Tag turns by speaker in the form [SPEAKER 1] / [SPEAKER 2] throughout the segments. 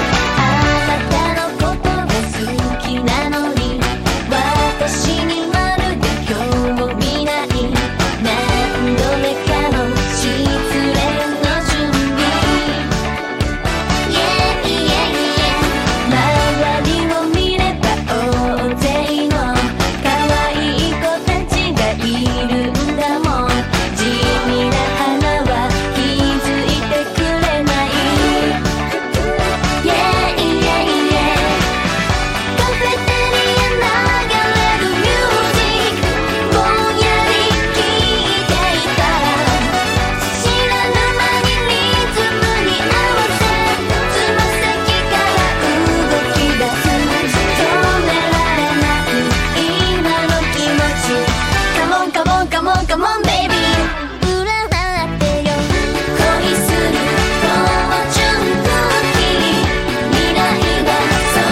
[SPEAKER 1] あなたのことが好きなのに私にまるで今日も見ない何度目かの失恋の準備 Yeah yeah yeah 周りを見れば大勢の可愛い子たちがいるんだもん地味な花は気づいてくれない「イェイイェイイェイ」「カフェテリア流れるミュージック」「ぼんやり聴いていた」「知らぬ間にリズムに合わせ」「つま先から動き出す」「止められない今の気持ち」「カモンカモンカモンカモンベイビー」「占ってよ」恋するフォーチュンクッキー未来はそん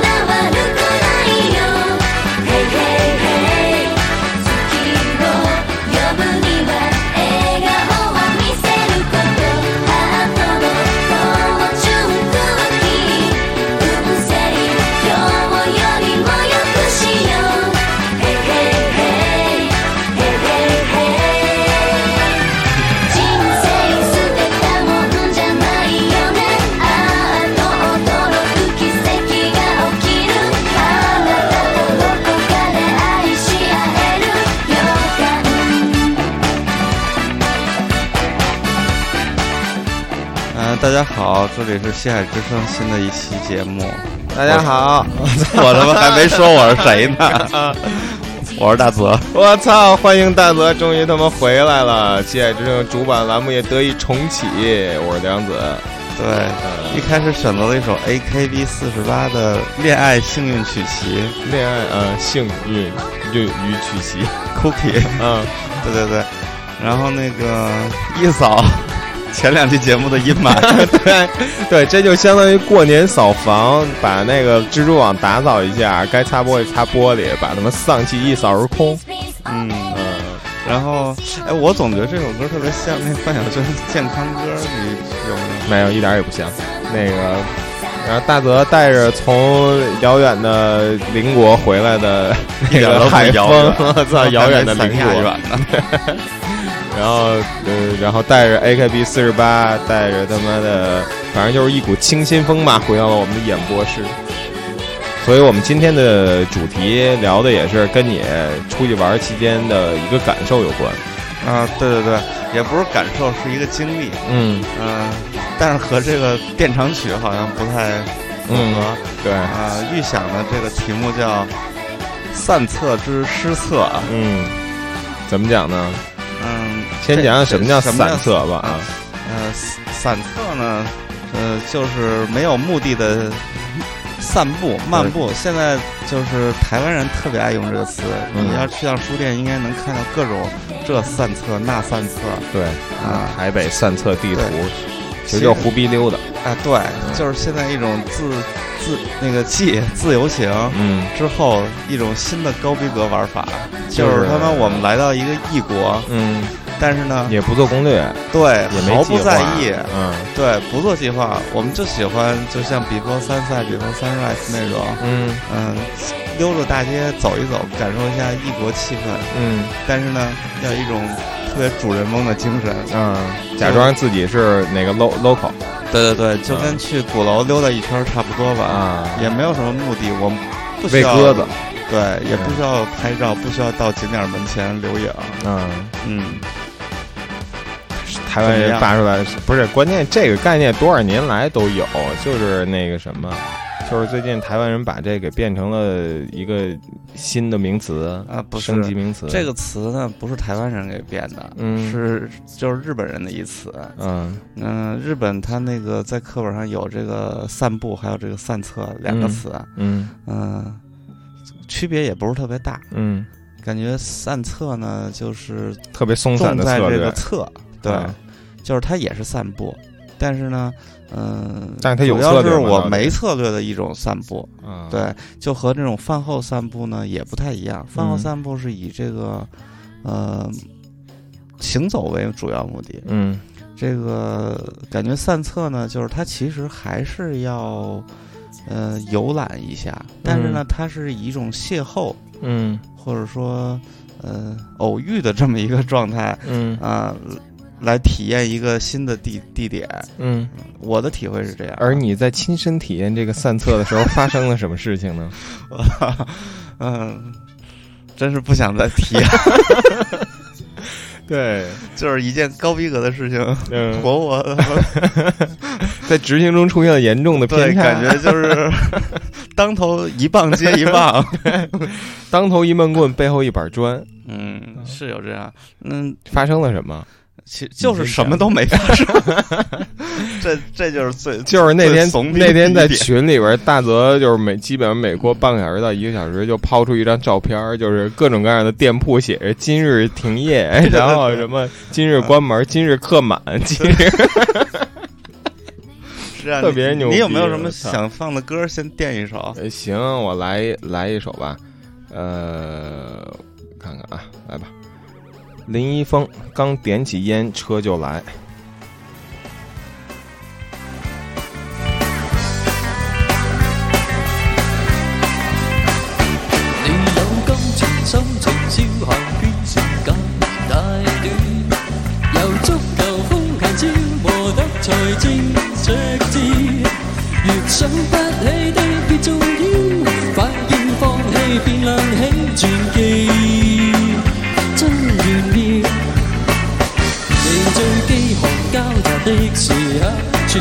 [SPEAKER 1] な悪くないよ Hey hey hey 月を呼ぶには笑顔を見せることハートのフォーチュンクッキー運勢今日よりも良くしよう Hey hey hey Hey hey hey 人生捨てたもんじゃないよねああと驚く奇跡が起きるあなたとどこかで愛し合える予感
[SPEAKER 2] 嗯、大家好，这里是西海之声新的一期节目。
[SPEAKER 3] 大家 好，
[SPEAKER 2] 我他妈还没说我是谁 呢，我是大泽。
[SPEAKER 3] 我操！欢迎大泽，终于他妈回来了！《七海之声》主板栏目也得以重启，我是梁子。
[SPEAKER 2] 对，一开始选择了一首 AKB 四十八的《恋爱幸运曲奇
[SPEAKER 3] 恋爱呃，幸运运于曲奇，》
[SPEAKER 2] Cookie。
[SPEAKER 3] 嗯，
[SPEAKER 2] 对对对，然后那个一扫前两期节目的阴霾。
[SPEAKER 3] 对对，这就相当于过年扫房，把那个蜘蛛网打扫一下，该擦玻璃擦玻璃，把他们丧气一扫而空。
[SPEAKER 2] 嗯，
[SPEAKER 3] 嗯，
[SPEAKER 2] 然后哎，我总觉得这首歌特别像那范晓萱的健康歌，你有没有？
[SPEAKER 3] 没有，一点儿也不像。那个，然后大泽带着从遥远的邻国回来的那
[SPEAKER 2] 一点儿都
[SPEAKER 3] 个
[SPEAKER 2] 不
[SPEAKER 3] 海
[SPEAKER 2] 遥
[SPEAKER 3] 风
[SPEAKER 2] 远，
[SPEAKER 3] 我操，遥远的邻
[SPEAKER 2] 三亚
[SPEAKER 3] 国，
[SPEAKER 2] 远呢。
[SPEAKER 3] 然后呃，然后带着 AKB 四十八，带着他妈的，反正就是一股清新风吧，回到了我们的演播室。所以我们今天的主题聊的也是跟你出去玩儿期间的一个感受有关。
[SPEAKER 2] 啊，对对对，也不是感受，是一个经历。
[SPEAKER 3] 嗯
[SPEAKER 2] 嗯、但是和这个电长曲好像不太符
[SPEAKER 3] 嗯
[SPEAKER 2] 合。，
[SPEAKER 3] 对，
[SPEAKER 2] 啊、预想的这个题目叫“散策之失策”啊。
[SPEAKER 3] 嗯，怎么讲呢？
[SPEAKER 2] 嗯，
[SPEAKER 3] 先
[SPEAKER 2] 这
[SPEAKER 3] 讲讲什么叫
[SPEAKER 2] 什么
[SPEAKER 3] 散策吧啊。
[SPEAKER 2] 呃，散策呢，呃，就是没有目的的散步、漫步。现在就是台湾人特别爱用这个词，
[SPEAKER 3] 嗯
[SPEAKER 2] 你要去趟书店，应该能看到各种这散策、那散策
[SPEAKER 3] 对，
[SPEAKER 2] 啊
[SPEAKER 3] 台北散策地图
[SPEAKER 2] 对，
[SPEAKER 3] 其实就胡逼溜达。
[SPEAKER 2] 啊，对，
[SPEAKER 3] 嗯
[SPEAKER 2] 就是现在一种自自那个记自由行。
[SPEAKER 3] 嗯
[SPEAKER 2] 之后一种新的高逼格玩法，
[SPEAKER 3] 就
[SPEAKER 2] 就是是他妈我们来到一个异国，
[SPEAKER 3] 嗯，
[SPEAKER 2] 但是呢，
[SPEAKER 3] 也不做攻略，
[SPEAKER 2] 对
[SPEAKER 3] 也没
[SPEAKER 2] 毫不
[SPEAKER 3] 计划
[SPEAKER 2] 在意，
[SPEAKER 3] 嗯
[SPEAKER 2] 对不做计划，我们就喜欢就像 before sunset before sunrise 那种，
[SPEAKER 3] 嗯
[SPEAKER 2] 嗯，溜着大街走一走，感受一下异国气氛，
[SPEAKER 3] 嗯
[SPEAKER 2] 但是呢，要有一种特别主人翁的精神，
[SPEAKER 3] 嗯，假装自己是哪个 lo local
[SPEAKER 2] 对对对，就跟去鼓楼溜达一圈儿差不多吧，
[SPEAKER 3] 啊，
[SPEAKER 2] 嗯也没有什么目的，我们不需
[SPEAKER 3] 喂
[SPEAKER 2] 要
[SPEAKER 3] 鸽子，，
[SPEAKER 2] 对，也不需要拍照，不需要到景点儿门前留影，
[SPEAKER 3] 嗯，
[SPEAKER 2] 嗯。
[SPEAKER 3] 台湾人发出来不是，关键这个概念多少年来都有，就是那个什么。就是最近台湾人把这给变成了一个新的名词
[SPEAKER 2] 啊不是
[SPEAKER 3] 升级名词。
[SPEAKER 2] 这个词呢，不是台湾人给变的，
[SPEAKER 3] 嗯
[SPEAKER 2] 是就是日本人的一词。
[SPEAKER 3] 嗯
[SPEAKER 2] 嗯、日本它那个在课本上有这个散步，还有这个散策两个词，
[SPEAKER 3] 嗯
[SPEAKER 2] 嗯、区别也不是特别大。
[SPEAKER 3] 嗯
[SPEAKER 2] 感觉散策呢，就是
[SPEAKER 3] 特别松散
[SPEAKER 2] 重
[SPEAKER 3] 的
[SPEAKER 2] 在
[SPEAKER 3] 策
[SPEAKER 2] 这
[SPEAKER 3] 略
[SPEAKER 2] 个，策，对，
[SPEAKER 3] 嗯
[SPEAKER 2] 就是它也是散步，但是呢，嗯、
[SPEAKER 3] 但是它有
[SPEAKER 2] 主
[SPEAKER 3] 策
[SPEAKER 2] 要
[SPEAKER 3] 略
[SPEAKER 2] 是
[SPEAKER 3] 嘛
[SPEAKER 2] 我
[SPEAKER 3] 到底
[SPEAKER 2] 没策略的一种散步，
[SPEAKER 3] 嗯，
[SPEAKER 2] 对，就和这种饭后散步呢也不太一样。饭后
[SPEAKER 3] 嗯
[SPEAKER 2] 散步是以这个，呃，行走为主要目的。
[SPEAKER 3] 嗯
[SPEAKER 2] 这个感觉散策呢，就是它其实还是要，呃，游览一下，但是呢，它是以一种邂逅
[SPEAKER 3] 嗯
[SPEAKER 2] 或者说，呃，偶遇的这么一个状态
[SPEAKER 3] 嗯
[SPEAKER 2] 啊、来体验一个新的地地点。
[SPEAKER 3] 嗯。
[SPEAKER 2] 我的体会是这样。啊
[SPEAKER 3] 而你在亲身体验这个散策的时候，发生了什么事情呢？
[SPEAKER 2] 嗯，真是不想再提
[SPEAKER 3] 对，
[SPEAKER 2] 就是一件高逼格的事情，
[SPEAKER 3] 嗯
[SPEAKER 2] 活 我
[SPEAKER 3] 在执行中出现了严重的
[SPEAKER 2] 对，
[SPEAKER 3] 偏差，
[SPEAKER 2] 感觉就是 当头一棒接一棒，
[SPEAKER 3] 当头一闷棍，背后一板砖，
[SPEAKER 2] 嗯，是有这样，嗯，
[SPEAKER 3] 发生了什么？
[SPEAKER 2] 其就是什么都没发生， 这这就是最
[SPEAKER 3] 就是那天
[SPEAKER 2] 最怂逼的
[SPEAKER 3] 那天在
[SPEAKER 2] 一点
[SPEAKER 3] 群里边，大泽就是每基本上每过半个小时到一个小时就抛出一张照片儿，就是各种各样的店铺写着“今日停 业”，然后什么“今日关门”“今日客满”“今日
[SPEAKER 2] 是啊
[SPEAKER 3] 特别
[SPEAKER 2] 你
[SPEAKER 3] 牛逼
[SPEAKER 2] 你有没有什
[SPEAKER 3] 我
[SPEAKER 2] 么
[SPEAKER 3] 操
[SPEAKER 2] 想放的歌？先垫一首”。
[SPEAKER 3] 呃 行，我来来一首吧，呃，看看啊，来吧，林一峰刚点起烟，车就来。
[SPEAKER 4] 你有金錢心情消閒圈時間太短，由足球風琴消磨得才戰赤字，越想不起的別重要，快要放棄便亮起傳記，真炫耀。你最飢寒交集的時刻，雪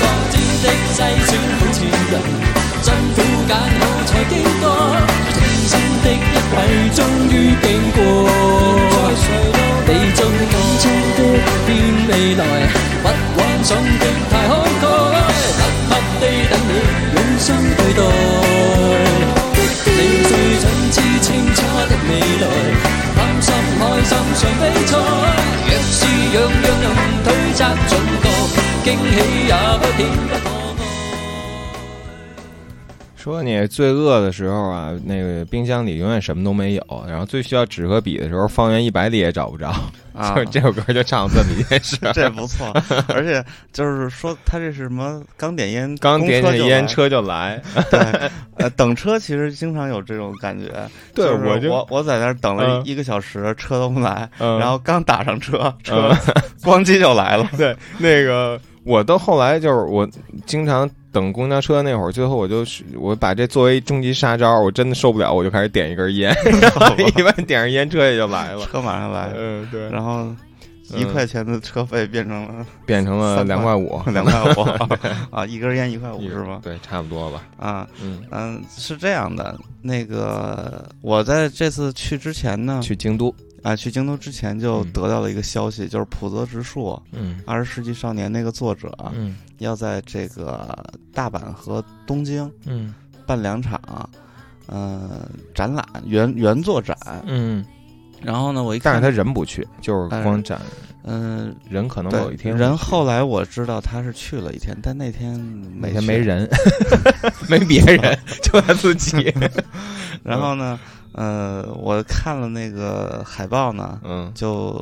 [SPEAKER 4] 當天的篩選好似人，辛苦揀好才經過，人生的一季終於經過。你盡年輕的變未來，不枉上極太慷慨，默默地等你用心對待。你最想知清楚的未來，貪心開心上比賽。若是樣樣能推測準確，驚喜也不顯不可愛。
[SPEAKER 3] 说你最饿的时候啊，那个冰箱里永远什么都没有，然后最需要纸和笔的时候，方圆一百里也找不着。
[SPEAKER 2] 啊。
[SPEAKER 3] 就是 这首歌就唱了 这么一件事
[SPEAKER 2] 这不错，而且就是说，他这是什么？刚点烟，
[SPEAKER 3] 刚
[SPEAKER 2] 公
[SPEAKER 3] 点
[SPEAKER 2] 车
[SPEAKER 3] 起
[SPEAKER 2] 就
[SPEAKER 3] 烟，
[SPEAKER 2] 来
[SPEAKER 3] 车就来。
[SPEAKER 2] 对，呃，等车其实经常有这种感觉。
[SPEAKER 3] 对
[SPEAKER 2] 就是
[SPEAKER 3] 我就
[SPEAKER 2] 我我在那儿等了
[SPEAKER 3] 嗯
[SPEAKER 2] 一个小时，车都不来，
[SPEAKER 3] 嗯
[SPEAKER 2] 然后刚打上车，车
[SPEAKER 3] 嗯
[SPEAKER 2] 咣叽就来 了。
[SPEAKER 3] 对，那个我到后来就是我经常等公交车那会儿，最后我就是我把这作为终极杀招，我真的受不了，我就开始点一根 烟，然后一般点上烟车也就来 了。
[SPEAKER 2] 车马上来，
[SPEAKER 3] 嗯，对，
[SPEAKER 2] 然后一块钱的车费变成了
[SPEAKER 3] 变成了
[SPEAKER 2] 三块
[SPEAKER 3] 两块 五，
[SPEAKER 2] 两块五 啊，一根烟一块五是吗？
[SPEAKER 3] 对，差不多吧。
[SPEAKER 2] 啊，
[SPEAKER 3] 嗯，
[SPEAKER 2] 嗯，是这样的。那个我在这次去之前呢，
[SPEAKER 3] 去京都。
[SPEAKER 2] 啊，去京都之前就
[SPEAKER 3] 嗯
[SPEAKER 2] 得到了一个消息，就是浦泽直树《
[SPEAKER 3] 嗯
[SPEAKER 2] 二十世纪少年》那个作者啊
[SPEAKER 3] 嗯
[SPEAKER 2] 要在这个大阪和东京
[SPEAKER 3] 嗯
[SPEAKER 2] 办两场，呃，展览原原作展。
[SPEAKER 3] 嗯。
[SPEAKER 2] 然后呢，我一
[SPEAKER 3] 但
[SPEAKER 2] 看
[SPEAKER 3] 是他人不去，就是
[SPEAKER 2] 但是
[SPEAKER 3] 光展，
[SPEAKER 2] 嗯、
[SPEAKER 3] 人可能
[SPEAKER 2] 对，
[SPEAKER 3] 有一天会
[SPEAKER 2] 人
[SPEAKER 3] 去
[SPEAKER 2] 后来我知道他是去了一天，但那天
[SPEAKER 3] 那
[SPEAKER 2] 没
[SPEAKER 3] 天
[SPEAKER 2] 去
[SPEAKER 3] 没。人， 没别人，就他自己。
[SPEAKER 2] 然后呢，呃，我看了那个海报呢，
[SPEAKER 3] 嗯
[SPEAKER 2] 就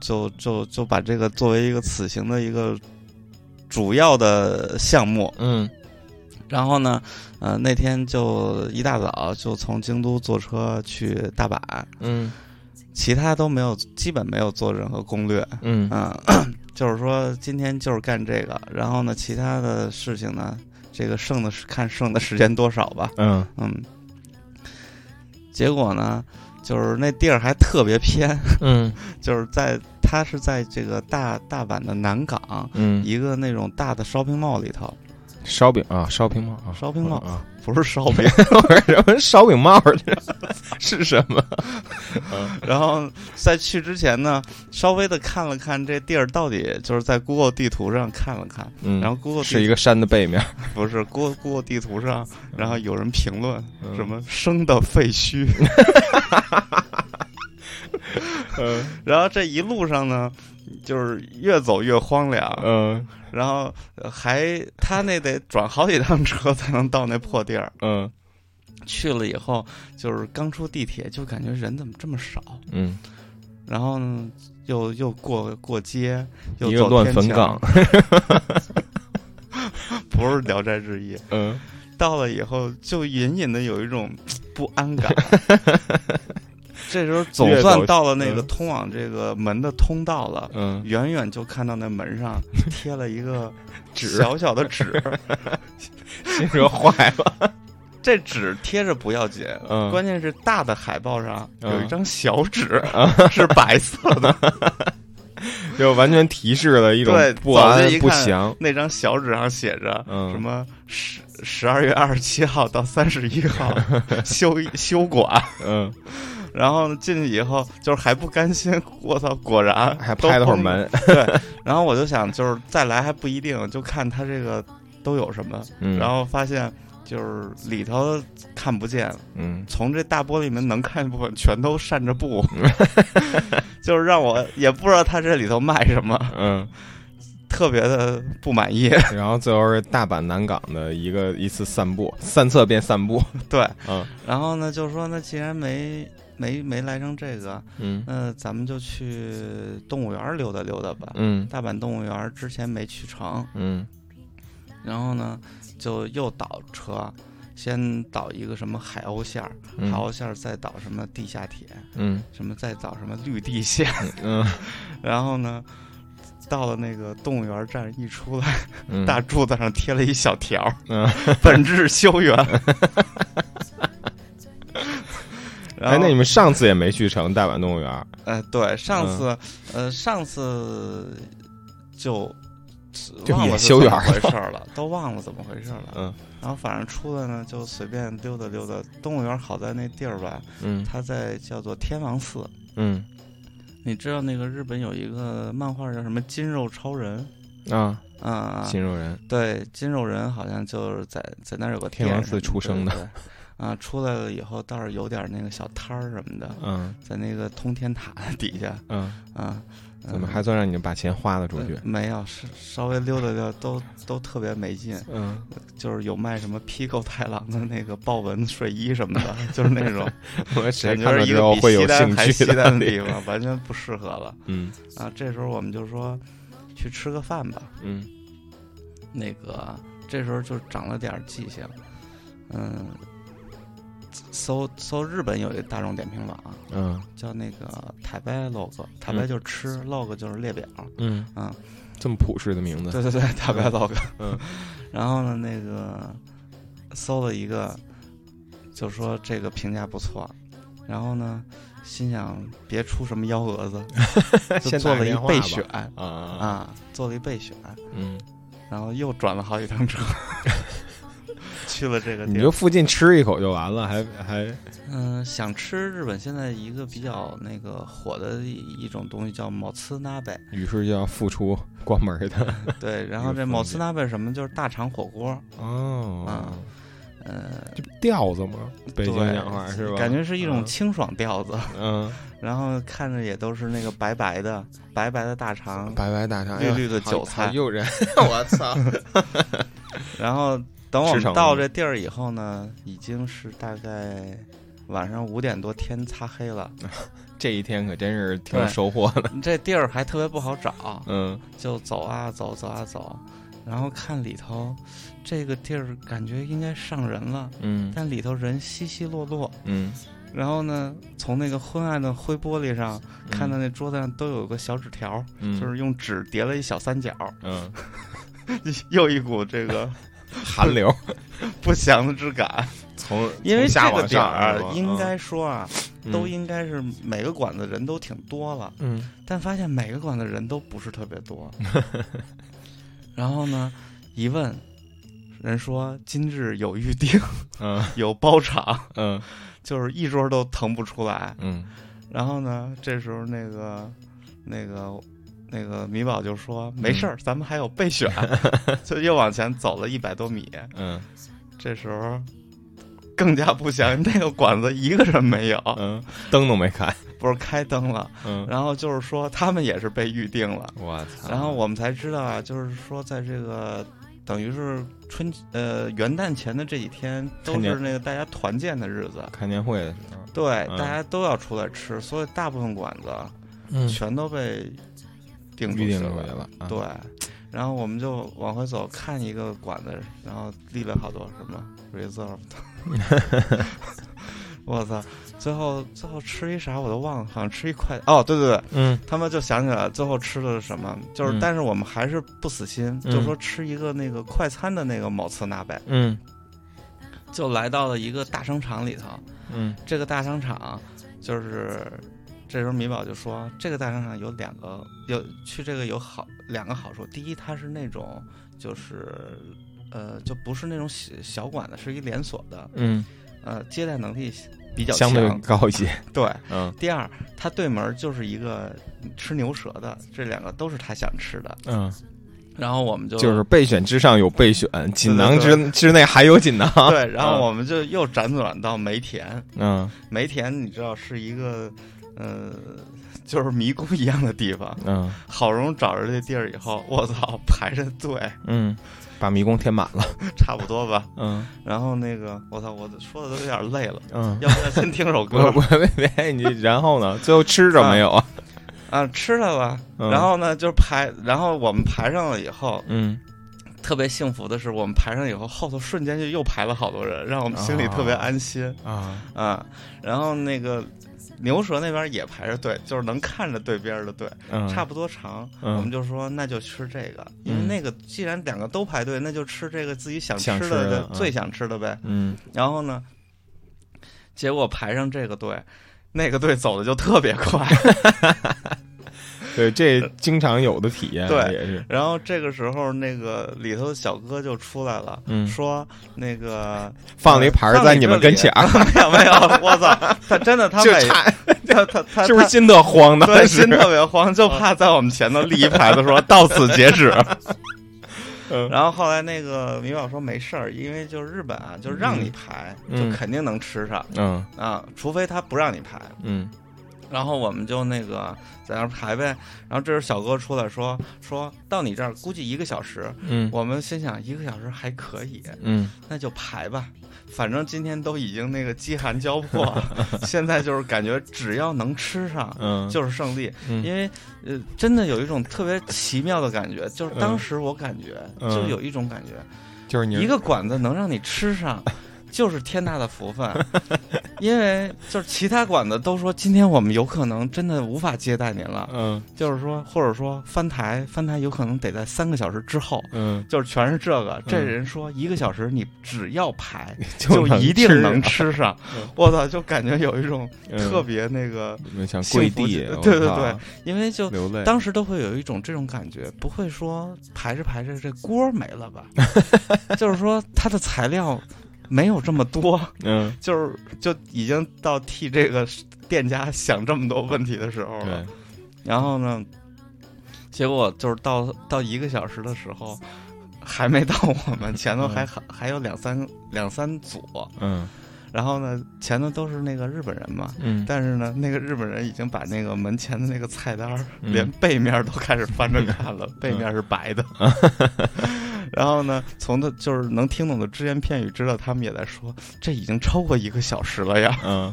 [SPEAKER 2] 就就就把这个作为一个此行的一个主要的项目。
[SPEAKER 3] 嗯
[SPEAKER 2] 然后呢，呃，那天就一大早就从京都坐车去大阪，
[SPEAKER 3] 嗯
[SPEAKER 2] 其他都没有，基本没有做任何攻略。
[SPEAKER 3] 嗯
[SPEAKER 2] 嗯， 就是说今天就是干这个，然后呢，其他的事情呢，这个剩的是看剩的时间多少吧。
[SPEAKER 3] 嗯
[SPEAKER 2] 嗯，结果呢，就是那地儿还特别偏，
[SPEAKER 5] 嗯
[SPEAKER 2] 就是在它是在这个大大阪的南港
[SPEAKER 3] 嗯，
[SPEAKER 2] 一个那种大的烧饼 mall 里头，
[SPEAKER 3] 烧饼啊，烧饼帽啊，
[SPEAKER 2] 烧饼帽
[SPEAKER 3] 啊，
[SPEAKER 2] 不是烧饼，
[SPEAKER 3] 什么烧饼帽儿 是什么？
[SPEAKER 2] 然后在去之前呢，稍微的看了看这地儿到底，就是在 Google 地图上看了看，
[SPEAKER 3] 嗯，
[SPEAKER 2] 然后 Google
[SPEAKER 3] 是
[SPEAKER 2] 地
[SPEAKER 3] 一个嗯山的背面，
[SPEAKER 2] 不是 Google Google 地图上，然后有人评论
[SPEAKER 3] 嗯
[SPEAKER 2] 什么生的废墟，
[SPEAKER 3] 嗯
[SPEAKER 2] 然后这一路上呢，就是越走越荒凉，
[SPEAKER 3] 嗯
[SPEAKER 2] 然后呃还他那得转好几趟车才能到那破地儿。
[SPEAKER 3] 嗯
[SPEAKER 2] 去了以后，就是刚出地铁就感觉人怎么这么少，
[SPEAKER 3] 嗯，
[SPEAKER 2] 然后呢又又过过街，又
[SPEAKER 3] 一个
[SPEAKER 2] 走
[SPEAKER 3] 乱
[SPEAKER 2] 天
[SPEAKER 3] 坟
[SPEAKER 2] 桥
[SPEAKER 3] 岗，
[SPEAKER 2] 不是《聊斋志异》。
[SPEAKER 3] 嗯
[SPEAKER 2] 到了以后，就隐隐的有一种不安感。这时候总
[SPEAKER 3] 越走
[SPEAKER 2] 算到了那个
[SPEAKER 3] 嗯
[SPEAKER 2] 通往这个门的通道了，
[SPEAKER 3] 嗯，
[SPEAKER 2] 远远就看到那门上贴了一个
[SPEAKER 3] 纸
[SPEAKER 2] 小小的纸，
[SPEAKER 3] 心说坏了，
[SPEAKER 2] 这纸贴着不要紧，
[SPEAKER 3] 嗯
[SPEAKER 2] 关键是大的海报上
[SPEAKER 3] 嗯
[SPEAKER 2] 有一张小纸、 是白色的，
[SPEAKER 3] 就完全提示了一种
[SPEAKER 2] 对
[SPEAKER 3] 不
[SPEAKER 2] 走
[SPEAKER 3] 安
[SPEAKER 2] 进一
[SPEAKER 3] 不
[SPEAKER 2] 看
[SPEAKER 3] 祥，
[SPEAKER 2] 那张小纸上写着
[SPEAKER 3] 嗯
[SPEAKER 2] 什么十十二月二十七号到三十一号 休休馆。
[SPEAKER 3] 嗯，
[SPEAKER 2] 然后进去以后，就是还不甘心，我操，果然
[SPEAKER 3] 还
[SPEAKER 2] 都
[SPEAKER 3] 拍了会儿
[SPEAKER 2] 崩
[SPEAKER 3] 门，
[SPEAKER 2] 对，然后我就想，就是再来还不一定，就看他这个都有什么。
[SPEAKER 3] 嗯，
[SPEAKER 2] 然后发现就是里头看不见，
[SPEAKER 3] 嗯
[SPEAKER 2] 从这大玻璃门能看见部分全都扇着布，就是让我也不知道他这里头卖什么，
[SPEAKER 3] 嗯，
[SPEAKER 2] 特别的不满意。
[SPEAKER 3] 然后最后是大阪南港的一个一次散步，散策变散步，
[SPEAKER 2] 对，
[SPEAKER 3] 嗯
[SPEAKER 2] 然后呢，就说那既然没没没来成这个，
[SPEAKER 3] 嗯
[SPEAKER 2] 那咱们就去动物园溜达溜达吧。
[SPEAKER 3] 嗯
[SPEAKER 2] 大阪动物园之前没去成，
[SPEAKER 3] 嗯
[SPEAKER 2] 然后呢，就又倒车，先倒一个什么海鸥线儿，海鸥线儿再倒什么地下铁，
[SPEAKER 3] 嗯
[SPEAKER 2] 什么再倒什么绿地线，
[SPEAKER 3] 嗯
[SPEAKER 2] 然后呢，到了那个动物园站一出来，
[SPEAKER 3] 嗯，
[SPEAKER 2] 大柱子上贴了一小条儿，
[SPEAKER 3] 嗯
[SPEAKER 2] 本质修 园。然
[SPEAKER 3] 哎，
[SPEAKER 2] 后
[SPEAKER 3] 那你们上次也没去成大阪动物园，
[SPEAKER 2] 呃，对，上
[SPEAKER 3] 嗯
[SPEAKER 2] 次、呃，上次就
[SPEAKER 3] 就
[SPEAKER 2] 忘
[SPEAKER 3] 也
[SPEAKER 2] 了是
[SPEAKER 3] 修
[SPEAKER 2] 怎
[SPEAKER 3] 园
[SPEAKER 2] 么
[SPEAKER 3] 儿
[SPEAKER 2] 回事儿了，都忘了怎么回事儿了。
[SPEAKER 3] 嗯
[SPEAKER 2] 然后反正出来呢，就随便溜达溜达。动物园好在那地儿吧，
[SPEAKER 3] 嗯
[SPEAKER 2] 它在叫做天王寺。
[SPEAKER 3] 嗯
[SPEAKER 2] 你知道那个日本有一个漫画叫什么《筋肉超人》
[SPEAKER 3] 啊，
[SPEAKER 2] 啊、
[SPEAKER 3] 新肉人，
[SPEAKER 2] 对，筋肉人好像就是在在那儿有个
[SPEAKER 3] 天
[SPEAKER 2] 店
[SPEAKER 3] 王寺
[SPEAKER 2] 什么
[SPEAKER 3] 出生的
[SPEAKER 2] 对对啊、出来了以后倒是有点那个小摊儿什么的，
[SPEAKER 3] 嗯
[SPEAKER 2] 在那个通天塔底下
[SPEAKER 3] 嗯，
[SPEAKER 2] 啊。
[SPEAKER 3] 怎么
[SPEAKER 2] 嗯
[SPEAKER 3] 还算让你们把钱花了出去
[SPEAKER 2] 呃？没有，是稍微溜达溜达都都特别没劲，
[SPEAKER 3] 嗯，
[SPEAKER 2] 就是有卖什么 Pico 太郎的那个豹纹睡衣什么的，就是那种
[SPEAKER 3] 我嗯谁
[SPEAKER 2] 感
[SPEAKER 3] 看
[SPEAKER 2] 觉是一
[SPEAKER 3] 了之
[SPEAKER 2] 个
[SPEAKER 3] 后
[SPEAKER 2] 比
[SPEAKER 3] 会有
[SPEAKER 2] 西单
[SPEAKER 3] 兴
[SPEAKER 2] 还
[SPEAKER 3] 趣
[SPEAKER 2] 西单的
[SPEAKER 3] 的？
[SPEAKER 2] 地方，完全不适合了
[SPEAKER 3] 嗯
[SPEAKER 2] 啊。这时候我们就说去吃个饭吧，
[SPEAKER 3] 嗯
[SPEAKER 2] 那个这时候就长了点记性，嗯。搜搜日本有一个大众点评网啊
[SPEAKER 3] 嗯
[SPEAKER 2] 叫那个台白 log，台白就是吃、log 就是列表，
[SPEAKER 3] 嗯
[SPEAKER 2] 嗯，
[SPEAKER 3] 这么朴实的名字，
[SPEAKER 2] 对对对，大白 log。
[SPEAKER 3] 嗯，
[SPEAKER 2] 然后呢，那个搜了一个，就说这个评价不错，然后呢，心想别出什么幺蛾子，就
[SPEAKER 3] 先
[SPEAKER 2] 做
[SPEAKER 3] 打个
[SPEAKER 2] 了一
[SPEAKER 3] 电话
[SPEAKER 2] 备
[SPEAKER 3] 吧
[SPEAKER 2] 选
[SPEAKER 3] 啊啊，
[SPEAKER 2] 啊，做了一备选，
[SPEAKER 3] 嗯，
[SPEAKER 2] 然后又转了好几趟 车，去了这个
[SPEAKER 3] 你
[SPEAKER 2] 地
[SPEAKER 3] 就
[SPEAKER 2] 儿。
[SPEAKER 3] 附近吃一口就完了，还还
[SPEAKER 2] 嗯、想吃日本现在一个比较那个火的一一种东西叫某次纳贝，
[SPEAKER 3] 于是就要付出关门的
[SPEAKER 2] 对，然
[SPEAKER 3] 一
[SPEAKER 2] 后
[SPEAKER 3] 个
[SPEAKER 2] 这
[SPEAKER 3] 方
[SPEAKER 2] 某
[SPEAKER 3] 便
[SPEAKER 2] 次纳贝什么就是大肠火锅，
[SPEAKER 3] 哦
[SPEAKER 2] 啊，呃，
[SPEAKER 3] 这不调子吗？北京
[SPEAKER 2] 对
[SPEAKER 3] 讲话是吧？
[SPEAKER 2] 感觉是一种
[SPEAKER 3] 嗯
[SPEAKER 2] 清爽调子，
[SPEAKER 3] 嗯，
[SPEAKER 2] 然后看着也都是那个白白的、白白的大肠，
[SPEAKER 3] 白白大肠，
[SPEAKER 2] 绿绿的
[SPEAKER 3] 哎呦
[SPEAKER 2] 韭菜
[SPEAKER 3] 好诱人，我操！
[SPEAKER 2] 然后等我
[SPEAKER 3] 吃
[SPEAKER 2] 们
[SPEAKER 3] 成了
[SPEAKER 2] 到这
[SPEAKER 3] 吗
[SPEAKER 2] 地儿以后呢，已经是大概晚上五点多，天擦黑 了。
[SPEAKER 3] 这一天可真是挺有
[SPEAKER 2] 对
[SPEAKER 3] 收获 的，
[SPEAKER 2] 这地儿还特别不好找，
[SPEAKER 3] 嗯
[SPEAKER 2] 就走啊走，走啊走，然后看里头，这个地儿感觉应该上人了，
[SPEAKER 3] 嗯
[SPEAKER 2] 但里头人稀稀落落。
[SPEAKER 3] 嗯，
[SPEAKER 2] 然后呢，从那个昏暗的灰玻璃上看到那桌子上都有个小纸条，
[SPEAKER 3] 嗯
[SPEAKER 2] 就是用纸叠了一小三角，
[SPEAKER 3] 嗯
[SPEAKER 2] 又一股这个
[SPEAKER 3] 寒 流
[SPEAKER 2] 不祥的之感。
[SPEAKER 3] 从
[SPEAKER 2] 因为这
[SPEAKER 3] 从下
[SPEAKER 2] 个
[SPEAKER 3] 往
[SPEAKER 2] 点
[SPEAKER 3] 上
[SPEAKER 2] 儿
[SPEAKER 3] 是吧
[SPEAKER 2] 应
[SPEAKER 3] 嗯
[SPEAKER 2] 该说啊，都应该是每个馆子人都挺多了，
[SPEAKER 4] 嗯
[SPEAKER 2] 但发现每个馆子人都不是特别多。然后呢，一问，人说今日有预定，
[SPEAKER 6] 嗯
[SPEAKER 2] 有包场，
[SPEAKER 6] 嗯
[SPEAKER 2] 就是一桌都腾不出来。
[SPEAKER 6] 嗯
[SPEAKER 2] 然后呢，这时候那个那个那个米宝就说没事儿，咱们还有备选，就又往前走了一百多米。
[SPEAKER 6] 嗯
[SPEAKER 2] 这时候更加不祥，那个馆子一个人没有，
[SPEAKER 6] 嗯，灯都没开，
[SPEAKER 2] 不是开灯了。
[SPEAKER 6] 嗯，
[SPEAKER 2] 然后就是说他们也是被预定了，
[SPEAKER 6] 我操，
[SPEAKER 2] 然后我们才知道啊，就是说在这个等于是春呃元旦前的这几天都
[SPEAKER 6] 看见
[SPEAKER 2] 是那个大家团建的日子，
[SPEAKER 6] 开年会的时候，
[SPEAKER 2] 对，
[SPEAKER 6] 嗯
[SPEAKER 2] 大家都要出来吃，所以大部分馆子
[SPEAKER 4] 嗯，
[SPEAKER 2] 全都被定出
[SPEAKER 6] 预
[SPEAKER 2] 去
[SPEAKER 6] 定回去
[SPEAKER 2] 了，
[SPEAKER 6] 了，啊，
[SPEAKER 2] 对。然后我们就往回走，看一个馆子，然后立了好多什么 reserved，我操！最后最后吃一啥我都忘了，好像吃一块哦，对对对，
[SPEAKER 4] 嗯
[SPEAKER 2] 他们就想起来最后吃的是什么，就是，
[SPEAKER 6] 嗯
[SPEAKER 2] 但是我们还是不死心，
[SPEAKER 4] 嗯
[SPEAKER 2] 就说吃一个那个快餐的那个某次纳贝，
[SPEAKER 4] 嗯
[SPEAKER 2] 就来到了一个大商场里头。
[SPEAKER 4] 嗯
[SPEAKER 2] 这个大商场就是这时候米宝就说，这个大商场有两个有去这个有好两个好处，第一，它是那种就是呃就不是那种小小馆子，是一连锁的，
[SPEAKER 4] 嗯
[SPEAKER 2] 呃接待能力比较
[SPEAKER 6] 相
[SPEAKER 2] 强，
[SPEAKER 6] 对高一 些，
[SPEAKER 2] 对。
[SPEAKER 6] 嗯
[SPEAKER 2] 第二，他对门就是一个吃牛舌的，这两个都是他想吃的。
[SPEAKER 6] 嗯，
[SPEAKER 2] 然后我们就
[SPEAKER 6] 就是备选之上有备选，锦囊
[SPEAKER 2] 对对
[SPEAKER 6] 之之内还有锦囊，
[SPEAKER 2] 对，然后
[SPEAKER 6] 嗯
[SPEAKER 2] 我们就又辗转到梅田。
[SPEAKER 6] 嗯
[SPEAKER 2] 梅田你知道是一个，呃，就是迷宫一样的地方。
[SPEAKER 6] 嗯
[SPEAKER 2] 好容易找着这地儿以后，我操，排着队，
[SPEAKER 6] 嗯，把迷宫填满了，
[SPEAKER 2] 差不多吧。
[SPEAKER 6] 嗯
[SPEAKER 2] 然后那个我操，我说的都有点累 了，
[SPEAKER 6] 嗯。
[SPEAKER 2] 要不要先听首
[SPEAKER 6] 不是
[SPEAKER 2] 歌
[SPEAKER 6] 不是别别，你然后呢？最后吃着没有啊？
[SPEAKER 2] 啊？吃了吧。
[SPEAKER 6] 嗯
[SPEAKER 2] 然后呢，就排，然后我们排上了以后，
[SPEAKER 6] 嗯，
[SPEAKER 2] 特别幸福的是，我们排上以后，后头瞬间就又排了好多人，让我们心里特别安心
[SPEAKER 6] 啊，
[SPEAKER 2] 啊。然后那个牛舌那边也排着队，就是能看着对边的队，
[SPEAKER 6] 嗯
[SPEAKER 2] 差不多长。
[SPEAKER 6] 嗯
[SPEAKER 2] 我们就说那就吃这个，因为
[SPEAKER 6] 嗯
[SPEAKER 2] 那个既然两个都排队，那就吃这个自己想
[SPEAKER 6] 想
[SPEAKER 2] 吃
[SPEAKER 6] 吃的
[SPEAKER 2] 的
[SPEAKER 6] 嗯
[SPEAKER 2] 最想吃的呗。
[SPEAKER 6] 嗯
[SPEAKER 2] 然后呢，结果排上这个队，那个队走的就特别快。
[SPEAKER 6] 对，这经常有的体验，
[SPEAKER 2] 对
[SPEAKER 6] 也是，
[SPEAKER 2] 然后这个时候，那个里头的小哥就出来了，
[SPEAKER 6] 嗯
[SPEAKER 2] 说那个
[SPEAKER 6] 放了一盘儿在你们跟前儿，
[SPEAKER 2] 没有没有，我操，他真的他
[SPEAKER 6] 就
[SPEAKER 2] 每
[SPEAKER 6] 差
[SPEAKER 2] 他他他
[SPEAKER 6] 是不是心特慌
[SPEAKER 2] 他
[SPEAKER 6] 的？
[SPEAKER 2] 对
[SPEAKER 6] 是
[SPEAKER 2] 心特别慌，就怕在我们前头立一排的时候到此截 止。
[SPEAKER 6] 嗯
[SPEAKER 2] 然后后来那个米宝说没事儿，因为就是日本啊，就让你排，
[SPEAKER 6] 嗯
[SPEAKER 2] 就肯定能吃上
[SPEAKER 6] 嗯
[SPEAKER 2] 啊，除非他不让你排。
[SPEAKER 6] 嗯
[SPEAKER 2] 然后我们就那个在那儿排呗。然后这时候小哥出来说说到你这儿估计一个小时，
[SPEAKER 6] 嗯
[SPEAKER 2] 我们心想一个小时还可以，
[SPEAKER 6] 嗯
[SPEAKER 2] 那就排吧，反正今天都已经那个饥寒交 迫了，现在就是感觉只要能吃上
[SPEAKER 6] 嗯，
[SPEAKER 2] 就是胜利，
[SPEAKER 6] 嗯
[SPEAKER 2] 因为呃，真的有一种特别奇妙的感觉，就是当时我感觉、
[SPEAKER 6] 嗯
[SPEAKER 2] 就有一种感觉，
[SPEAKER 6] 就是你
[SPEAKER 2] 一个馆子能让你吃上。就是天大的福分， 因为就是其他馆子都说今天我们有可能真的无法接待您了，
[SPEAKER 6] 嗯
[SPEAKER 2] 就是说或者说翻台翻台有可能得在三个小时之后，
[SPEAKER 6] 嗯，
[SPEAKER 2] 就是全是这个。这
[SPEAKER 6] 嗯
[SPEAKER 2] 人说一个小时你只要 排，
[SPEAKER 6] 就
[SPEAKER 2] 一定能吃上嗯
[SPEAKER 6] 嗯。
[SPEAKER 2] 我操，就感觉有一种特
[SPEAKER 6] 特
[SPEAKER 2] 别那个，
[SPEAKER 6] 别像跪地，
[SPEAKER 2] 幸福
[SPEAKER 6] 我
[SPEAKER 2] 对对
[SPEAKER 6] 靠
[SPEAKER 2] 对，因为就
[SPEAKER 6] 流泪，
[SPEAKER 2] 当时都会有一种这种感觉，不会说排着排着这锅儿没了 吧？就是说它的材料没有这么多，
[SPEAKER 6] 嗯
[SPEAKER 2] 就是就已经到替这个店家想这么多问题的时候了
[SPEAKER 6] 对。，
[SPEAKER 2] 然后呢，结果就是到到一个小时的时候。还没到我们前头还还还有两三两三组，
[SPEAKER 6] 嗯
[SPEAKER 2] 然后呢，前头都是那个日本人嘛，
[SPEAKER 6] 嗯，
[SPEAKER 2] 但是呢，那个日本人已经把那个门前的那个菜单儿，
[SPEAKER 6] 嗯
[SPEAKER 2] 连背面都开始翻着看 了，背面是白的。
[SPEAKER 6] 嗯
[SPEAKER 2] 然后呢，从他就是能听懂的只言片语，知道他们也在说，这已经超过一个小时了呀。
[SPEAKER 6] 嗯，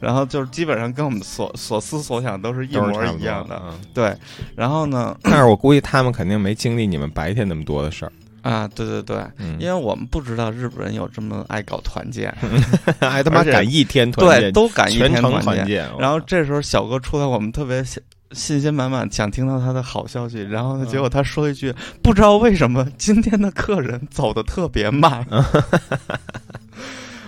[SPEAKER 2] 然后就是基本上跟我们所所思所想都是一
[SPEAKER 6] 都是
[SPEAKER 2] 模
[SPEAKER 6] 差不
[SPEAKER 2] 一
[SPEAKER 6] 多
[SPEAKER 2] 样的。
[SPEAKER 6] 嗯
[SPEAKER 2] 对，然后呢，
[SPEAKER 6] 但是我估计他们肯定没经历你们白天那么多的事儿，
[SPEAKER 2] 啊，对对对，
[SPEAKER 6] 嗯
[SPEAKER 2] 因为我们不知道日本人有这么爱搞团建，
[SPEAKER 6] 还他妈
[SPEAKER 2] 而且
[SPEAKER 6] 赶一天团
[SPEAKER 2] 对，
[SPEAKER 6] 建，
[SPEAKER 2] 都敢一
[SPEAKER 6] 全
[SPEAKER 2] 天
[SPEAKER 6] 程
[SPEAKER 2] 团建。
[SPEAKER 6] 建，
[SPEAKER 3] 哦
[SPEAKER 2] 然后
[SPEAKER 6] 我靠
[SPEAKER 2] 这时候小哥出来，我们特别信信心满满，想听到他的好消息。然后呢，
[SPEAKER 6] 嗯
[SPEAKER 2] 结果他说一句：“不知道为什么今天的客人走的特别慢。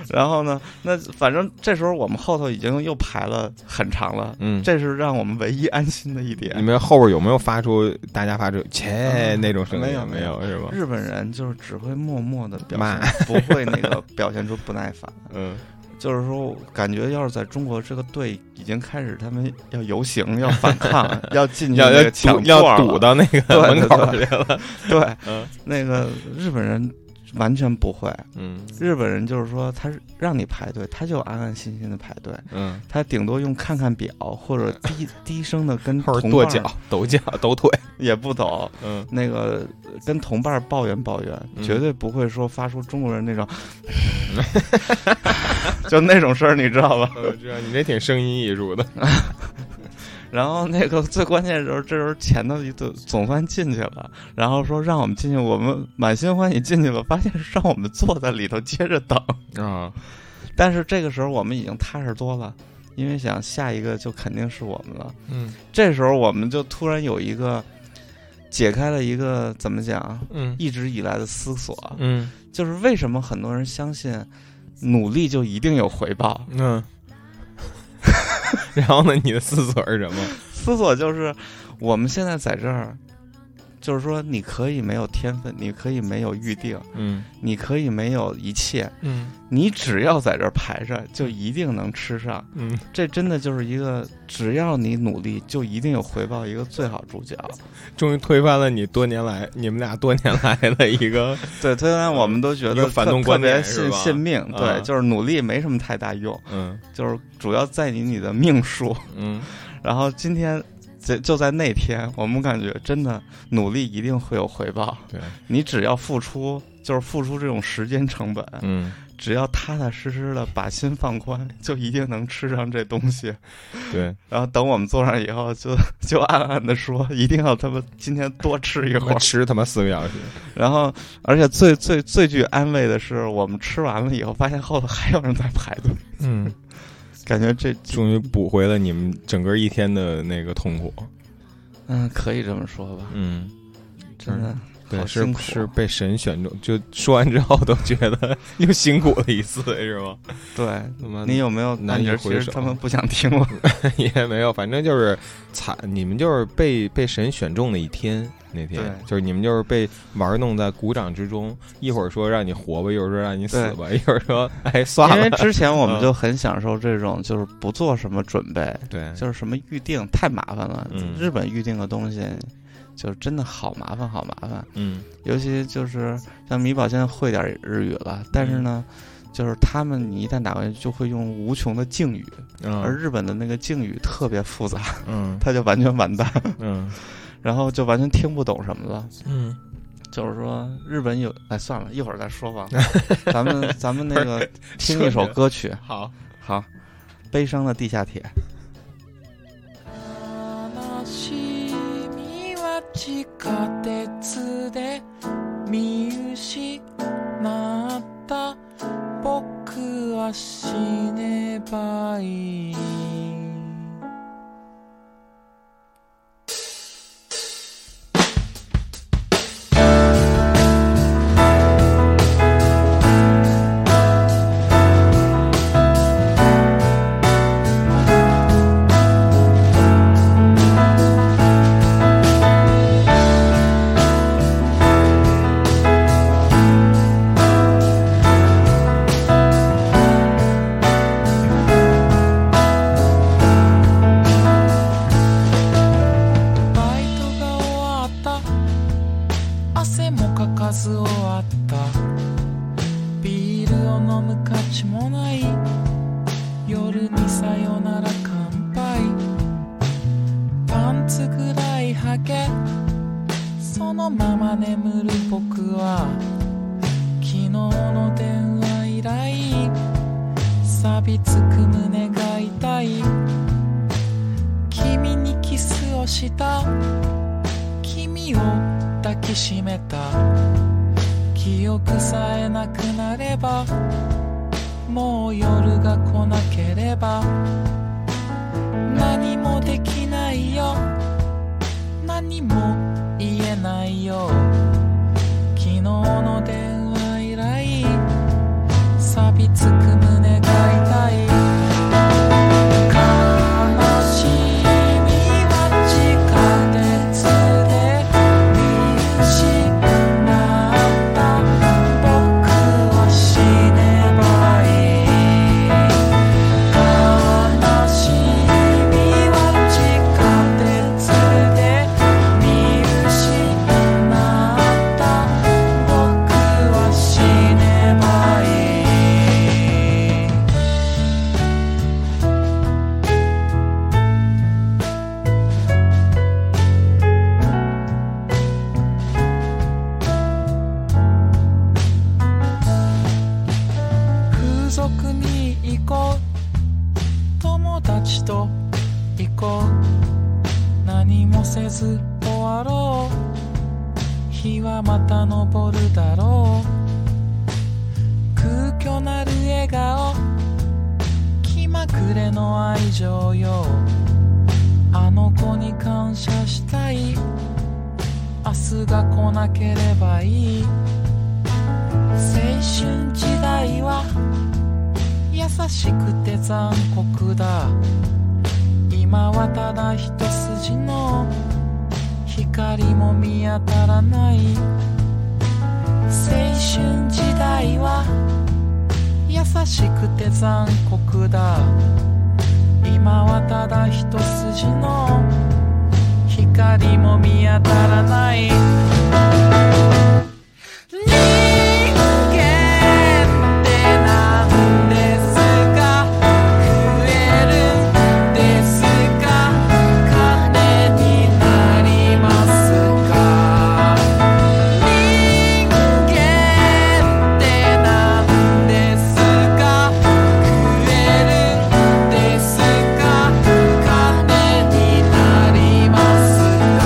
[SPEAKER 2] 然后呢，那反正这时候我们后头已经又排了很长了，
[SPEAKER 3] 嗯
[SPEAKER 2] 这是让我们唯一安心的一
[SPEAKER 3] 你
[SPEAKER 2] 点。
[SPEAKER 3] 们后边有没有发出大家发出切
[SPEAKER 2] 嗯
[SPEAKER 3] 那种声音？
[SPEAKER 2] 没有
[SPEAKER 3] 没有是吗？
[SPEAKER 2] 日本人就是只会默默的表
[SPEAKER 3] 骂
[SPEAKER 2] 现，不会那个表现出不耐烦。
[SPEAKER 3] 嗯，
[SPEAKER 2] 就是说，感觉要是在中国，这个队已经开始他们要游行、要反 抗、要进去
[SPEAKER 3] 要
[SPEAKER 2] 那个
[SPEAKER 3] 要
[SPEAKER 2] 抢
[SPEAKER 3] 堵
[SPEAKER 2] 座了
[SPEAKER 3] 要堵到那个
[SPEAKER 2] 对
[SPEAKER 3] 门口
[SPEAKER 2] 对
[SPEAKER 3] 去了。
[SPEAKER 2] 对，
[SPEAKER 3] 嗯
[SPEAKER 2] 那个日本人完全不会。
[SPEAKER 3] 嗯
[SPEAKER 2] 日本人就是说，他是让你排队，他就安安心心的排队，
[SPEAKER 3] 嗯，
[SPEAKER 2] 他顶多用看看表或者低 低声的跟
[SPEAKER 3] 后边
[SPEAKER 2] 同
[SPEAKER 3] 跺
[SPEAKER 2] 伴
[SPEAKER 3] 脚
[SPEAKER 2] 儿
[SPEAKER 3] 抖脚抖腿。
[SPEAKER 2] 也不走，
[SPEAKER 3] 嗯
[SPEAKER 2] 那个呃跟同伴儿抱怨抱怨，
[SPEAKER 3] 嗯
[SPEAKER 2] 绝对不会说发出中国人那 种，就那种事儿，你知道吧？
[SPEAKER 3] 我知道呃你这挺声音艺术的，
[SPEAKER 2] 然后那个最关键的时候，这时候前头一总总算进去了，然后说让我们进去，我们满心欢喜进去了，发现是让我们坐在里头接着等。
[SPEAKER 3] 啊，
[SPEAKER 2] 但是这个时候我们已经踏实多了，因为想下一个就肯定是我们了。
[SPEAKER 3] 嗯
[SPEAKER 2] 这时候我们就突然有一个解开了一个怎么讲，
[SPEAKER 3] 嗯
[SPEAKER 2] 一直以来的思索，
[SPEAKER 3] 嗯
[SPEAKER 2] 就是为什么很多人相信努力就一定有回报？
[SPEAKER 3] 嗯。 然后呢？你的思索是什么？
[SPEAKER 2] 思索就是我们现在在这儿，就是说你可以没有天分，你可以没有预定，
[SPEAKER 3] 嗯
[SPEAKER 2] 你可以没有一切，
[SPEAKER 3] 嗯
[SPEAKER 2] 你只要在这儿排着，就一定能吃上。
[SPEAKER 3] 嗯，
[SPEAKER 2] 这真的就是一个只要你努力，就一定有回报，一个最好主角。
[SPEAKER 3] 终于推翻了你多年来你们俩多年来的一个
[SPEAKER 2] 对，虽然我们都觉
[SPEAKER 3] 一
[SPEAKER 2] 得
[SPEAKER 3] 个反
[SPEAKER 2] 特
[SPEAKER 3] 动观
[SPEAKER 2] 特别
[SPEAKER 3] 点是
[SPEAKER 2] 信
[SPEAKER 3] 吧
[SPEAKER 2] 信命，
[SPEAKER 3] 啊
[SPEAKER 2] 对，就是努力没什么太大用，
[SPEAKER 3] 嗯
[SPEAKER 2] 就是主要在你你的命数。
[SPEAKER 3] 嗯
[SPEAKER 2] 然后今天。就就在那天，我们感觉真的努力一定会有回报。
[SPEAKER 3] 对
[SPEAKER 2] 你只要付出，就是付出这种时间成本，
[SPEAKER 3] 嗯
[SPEAKER 2] 只要踏踏实实的把心放宽，就一定能吃上这东西。
[SPEAKER 3] 对，
[SPEAKER 2] 然后等我们坐上以后就，就暗暗的说，一定要他妈今天多吃一会儿。
[SPEAKER 3] 吃他妈四个小时，
[SPEAKER 2] 然后，而且最最最具安慰的是，我们吃完了以后，发现后头还有人在排队，
[SPEAKER 3] 嗯，
[SPEAKER 2] 感觉这
[SPEAKER 3] 终于补回了你们整个一天的那个痛苦。
[SPEAKER 2] 嗯，可以这么说吧，嗯
[SPEAKER 3] 嗯，
[SPEAKER 2] 真的
[SPEAKER 3] 对，
[SPEAKER 2] 好
[SPEAKER 3] 是
[SPEAKER 2] 辛苦
[SPEAKER 3] 是被神选中，就说完之后都觉得 又辛苦了一次，是吗？
[SPEAKER 2] 对。
[SPEAKER 3] 他妈
[SPEAKER 2] 你有没有感
[SPEAKER 3] 难以
[SPEAKER 2] 觉？
[SPEAKER 3] 回
[SPEAKER 2] 其实
[SPEAKER 3] 首
[SPEAKER 2] 他们不想听我。
[SPEAKER 3] 也没有，反正就是惨，你们就是被被神选中的一天。那天
[SPEAKER 2] 对
[SPEAKER 3] 就是你们就是被玩弄在鼓掌之中，一会儿说让你活吧，一会儿说让你死吧，一会儿说哎算
[SPEAKER 2] 因为
[SPEAKER 3] 了，
[SPEAKER 2] 之前我们
[SPEAKER 3] 嗯
[SPEAKER 2] 就很享受这种，就是不做什么准备，
[SPEAKER 3] 对，
[SPEAKER 2] 就是什么预定太麻烦了。
[SPEAKER 3] 嗯
[SPEAKER 2] 日本预定的东西，就是真的好麻烦，好麻烦。
[SPEAKER 3] 嗯
[SPEAKER 2] 尤其就是像米宝现在会点日语了，但是呢，
[SPEAKER 3] 嗯
[SPEAKER 2] 就是他们你一旦打过去，就会用无穷的敬语，而
[SPEAKER 3] 嗯
[SPEAKER 2] 日本的那个敬语特别复杂，
[SPEAKER 3] 嗯
[SPEAKER 2] 他就完全完蛋，
[SPEAKER 3] 嗯
[SPEAKER 2] 然后就完全听不懂什么了。
[SPEAKER 3] 嗯，
[SPEAKER 2] 就是说，日本有哎算了，一会儿再说 吧。咱们咱们那个听一首歌曲，
[SPEAKER 3] 好，
[SPEAKER 2] 好，《悲伤的地下铁》。
[SPEAKER 4] 悲しみは地下鉄で見失った僕は死ねばいいバイトが終わった汗もかかず終わったビールを飲む価値もない夜にさよなら乾杯パンツぐらい履けそのまま眠る僕は昨日の電話以来錆びつく胸が痛い君にキスをした君を抱きしめた記憶さえなくなればもう夜が来なければ何もできないよ何も言えないよ昨日の電話以来錆びつく日はまた昇るだろう空虚なる笑顔気まぐれの愛情よあの子に感謝したい明日が来なければいい青春時代は優しくて残酷だ今はただ一筋の光も見当たらない青春時代は優しくて残酷だ今はただ一筋の光も見当たらない人間ってなんですか食えるんですか金になりますか人間ってなんですか食えるんですか金になりますか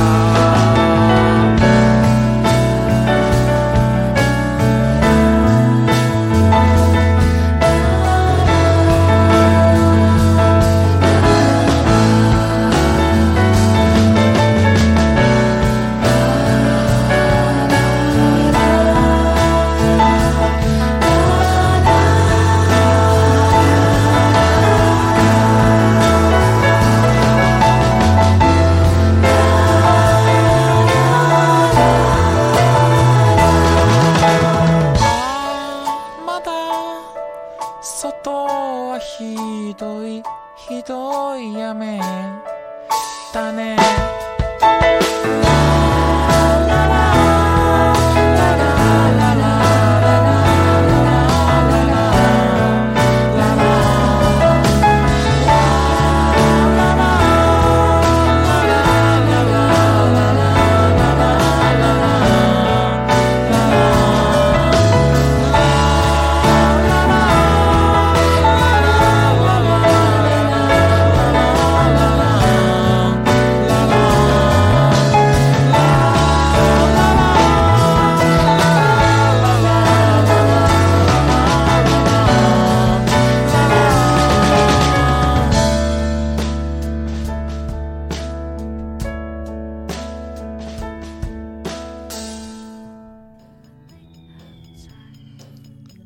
[SPEAKER 4] あーまだ外はひどいひどい雨だね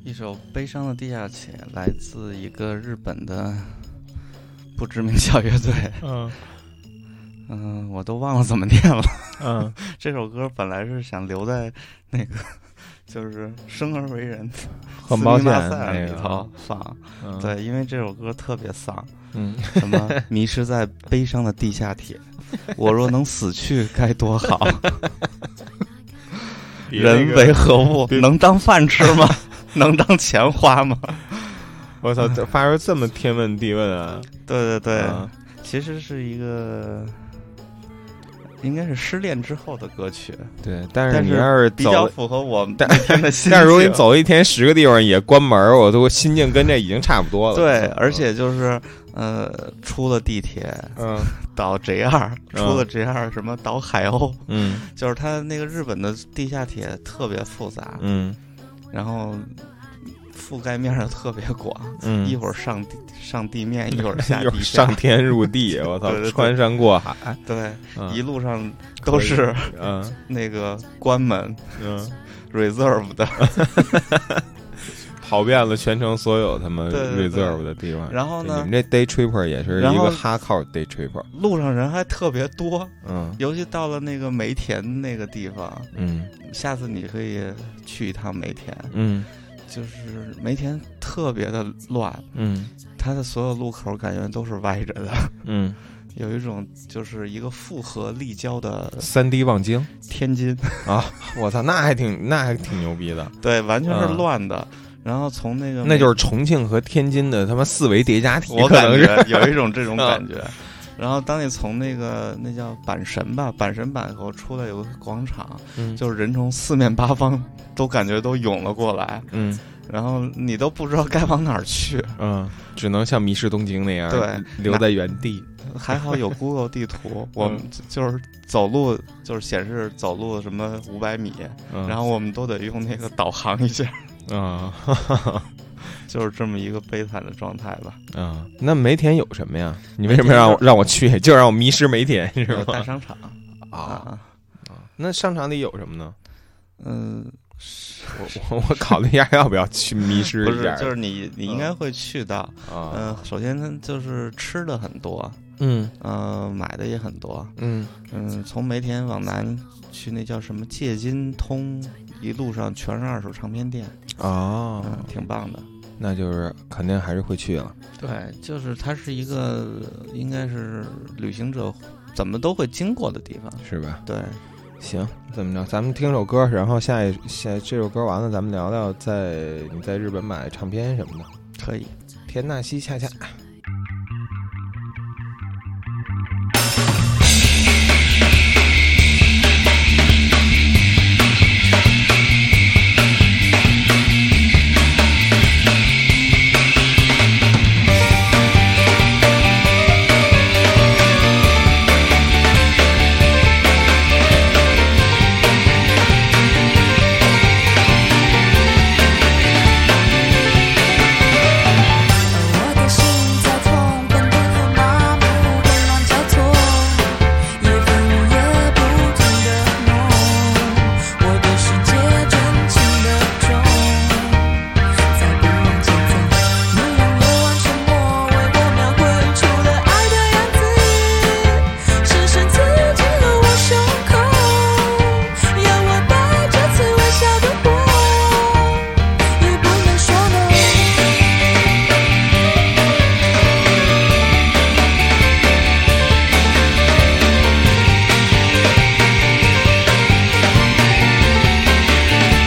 [SPEAKER 2] 一首《悲伤的地下铁》来自一个日本的不知名小乐队，
[SPEAKER 7] 嗯
[SPEAKER 2] 嗯、我都忘了怎么念了。
[SPEAKER 7] 嗯
[SPEAKER 2] 这首歌本来是想留在那个就是生而为人
[SPEAKER 3] 很抱
[SPEAKER 2] 斯密
[SPEAKER 3] 歉
[SPEAKER 2] 马塞尔
[SPEAKER 3] 那
[SPEAKER 2] 里
[SPEAKER 3] 个
[SPEAKER 2] 头，放，
[SPEAKER 3] 嗯，
[SPEAKER 2] 对，因为这首歌特别丧，
[SPEAKER 3] 嗯，
[SPEAKER 2] 什么迷失在悲伤的地下铁，我若能死去该多好，
[SPEAKER 3] 比那
[SPEAKER 2] 人
[SPEAKER 3] 个
[SPEAKER 2] 为何物？
[SPEAKER 3] 比
[SPEAKER 2] 能当饭吃吗？ 能当钱花吗？
[SPEAKER 3] 我操，这发出这么天问地问啊！
[SPEAKER 2] 对对对，
[SPEAKER 3] 啊
[SPEAKER 2] 其实是一个。应该是失恋之后的歌曲，
[SPEAKER 3] 对，但是
[SPEAKER 2] 但
[SPEAKER 3] 你
[SPEAKER 2] 是
[SPEAKER 3] 要是
[SPEAKER 2] 比较
[SPEAKER 3] 走，
[SPEAKER 2] 符合我们
[SPEAKER 3] 但
[SPEAKER 2] 那 天的 心情。
[SPEAKER 3] 但是如果你走一天十个地方也关门，我都心境跟这已经差不多了。
[SPEAKER 2] 对，
[SPEAKER 3] 嗯
[SPEAKER 2] 而且就是呃，出了地铁
[SPEAKER 3] 嗯
[SPEAKER 2] 到 J 二，
[SPEAKER 3] 嗯
[SPEAKER 2] 出了 J 二什么到海鸥，
[SPEAKER 3] 嗯
[SPEAKER 2] 就是它那个日本的地下铁特别复杂，
[SPEAKER 3] 嗯
[SPEAKER 2] 然后覆盖面儿特别广，
[SPEAKER 3] 嗯，
[SPEAKER 2] 一会儿上地上地 面，一会儿下
[SPEAKER 3] 一
[SPEAKER 2] 地
[SPEAKER 3] 会儿
[SPEAKER 2] 下
[SPEAKER 3] 上，天入地，我操
[SPEAKER 2] 对对，对
[SPEAKER 3] 穿山过海，
[SPEAKER 2] 对，
[SPEAKER 3] 嗯
[SPEAKER 2] 一路上都是
[SPEAKER 3] 嗯
[SPEAKER 2] 那个关门
[SPEAKER 3] 嗯，
[SPEAKER 2] reserve 的，
[SPEAKER 3] 跑遍了全城所有他们
[SPEAKER 2] 对对对
[SPEAKER 3] reserve 的地方。
[SPEAKER 2] 然后
[SPEAKER 3] 对
[SPEAKER 2] 呢
[SPEAKER 3] 你们，这 day tripper 也是
[SPEAKER 2] 然
[SPEAKER 3] 一
[SPEAKER 2] 后
[SPEAKER 3] 个哈靠 day tripper，
[SPEAKER 2] 路上人还特别多，
[SPEAKER 3] 嗯
[SPEAKER 2] 尤其到了那个梅田那个地方，
[SPEAKER 3] 嗯
[SPEAKER 2] 下次你可以去一趟梅田。
[SPEAKER 3] 嗯
[SPEAKER 2] 就是梅田特别的乱，
[SPEAKER 3] 嗯
[SPEAKER 2] 它的所有路口感觉都是歪着的，
[SPEAKER 3] 嗯，
[SPEAKER 2] 有一种就是一个复合立交的
[SPEAKER 3] 三 D 望京
[SPEAKER 2] 天津，
[SPEAKER 3] 啊，我操，那还挺那还挺牛逼的，
[SPEAKER 2] 对，完全是
[SPEAKER 3] 嗯
[SPEAKER 2] 乱的。然后从那个
[SPEAKER 3] 那就是是重庆和天津的他妈四维叠加体，
[SPEAKER 2] 我
[SPEAKER 3] 可
[SPEAKER 2] 感
[SPEAKER 3] 能是嗯
[SPEAKER 2] 觉有一种这 种感觉。然后当你从那个那叫阪神吧，阪神板口出来有个广场，
[SPEAKER 3] 嗯
[SPEAKER 2] 就是人从四面八方都感觉都涌了过来，
[SPEAKER 3] 嗯
[SPEAKER 2] 然后你都不知道该往哪儿去。
[SPEAKER 6] 哎
[SPEAKER 3] 嗯，只能像迷失东京那样
[SPEAKER 2] 对
[SPEAKER 3] 留在原地，
[SPEAKER 2] 还好有 Google 地 图，
[SPEAKER 6] 嗯
[SPEAKER 2] 我们就是走路就是显示走路什么五百米，
[SPEAKER 6] 嗯
[SPEAKER 2] 然后我们都得用那个导航一下，
[SPEAKER 6] 啊
[SPEAKER 2] 就是这么一个悲惨的状态吧。
[SPEAKER 6] 啊，那梅田有什么呀？你为什么让我让我去？就让我迷失梅田是
[SPEAKER 2] 有呃大
[SPEAKER 6] 吗？
[SPEAKER 2] 商场
[SPEAKER 6] 啊，
[SPEAKER 2] 啊，
[SPEAKER 6] 那商场里有什么呢？
[SPEAKER 2] 嗯、
[SPEAKER 6] 我我我考虑一下要不要去迷失
[SPEAKER 2] 不
[SPEAKER 6] 一
[SPEAKER 2] 是
[SPEAKER 6] 下。，嗯
[SPEAKER 2] 就是你你应该会去到，
[SPEAKER 6] 啊，
[SPEAKER 2] 嗯、首先它就是吃的很多，
[SPEAKER 6] 嗯
[SPEAKER 2] 呃，买的也很多，
[SPEAKER 6] 嗯
[SPEAKER 2] 嗯、从梅田往南去那叫什么界金通，一路上全是二手唱片店，
[SPEAKER 6] 哦
[SPEAKER 2] 嗯、，挺棒的。
[SPEAKER 6] 那就是肯定还是会去了。
[SPEAKER 2] 对，就是它是一个应该是旅行者怎么都会经过的地方。
[SPEAKER 6] 是吧？
[SPEAKER 2] 对，
[SPEAKER 6] 行，怎么着？咱们听首歌，然后下一下这首歌完了，咱们聊聊在你在日本买唱片什么的。
[SPEAKER 2] 可 以。
[SPEAKER 6] 田纳西恰恰。
[SPEAKER 8] 我的心在痛，笨蛋和麻木的乱交错，也昼夜不停的梦，我的世界真情的重，再不往前走，你用夜晚沉默为我描绘出了爱的样子，深深刺进了我胸口，要我带着刺微笑的我，也不能说 no。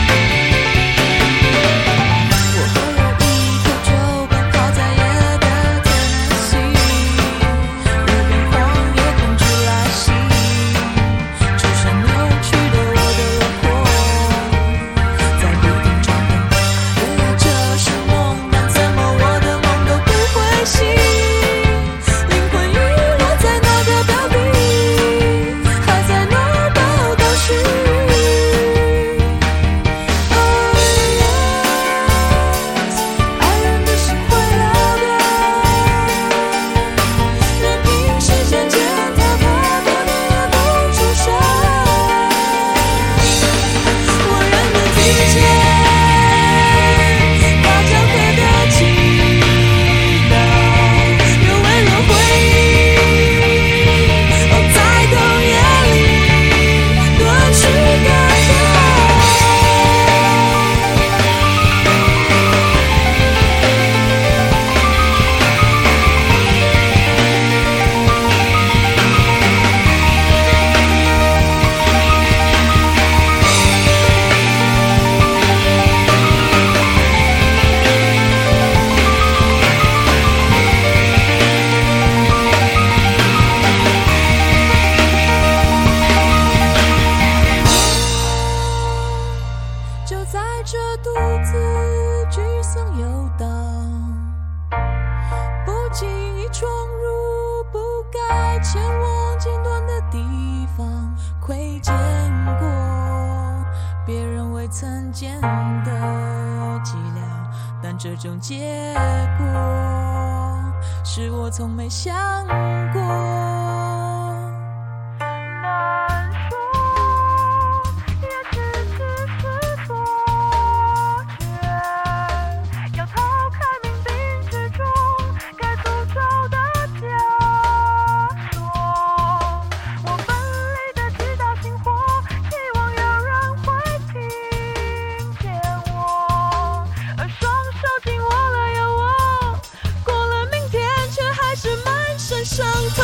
[SPEAKER 8] 我还有一颗酒罐泡在夜的天南西，我跟荒野同居来袭，就像扭曲的我的轮廓，在不停转动。原来这是梦，但怎么我的梦都不会醒？灵魂遗落在哪个标的，还在那报道虚。爱人的心会老掉，任凭时间践踏它，多年了都出伤。我认得自己，把交合的祈祷，用温柔回应，哦，在冬夜里多去感到。就在这独自沮丧游荡，不经意闯入不该前往近端的地方，窥见过别人未曾见的寂寥，但这种结果是我从没想过。难说，也只是。是所愿，要逃开命定之中该走走的枷锁。我奋力的直到星火，希望有人会听见我。而双手紧握了有我，过了明天却还是满身伤痛。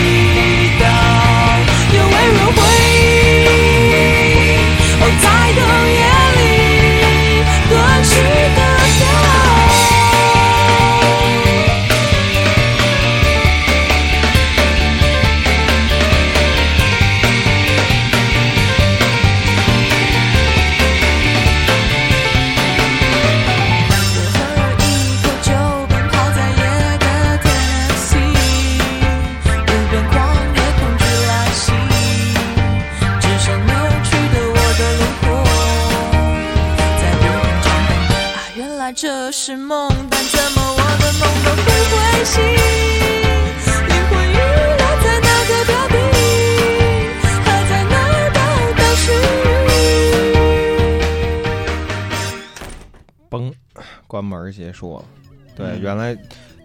[SPEAKER 8] 哦是梦，但怎么我的梦都不会醒？灵魂遗落在哪个标的？还在那儿倒倒数。
[SPEAKER 3] 崩，关门结束了。对，
[SPEAKER 2] 嗯
[SPEAKER 3] 原来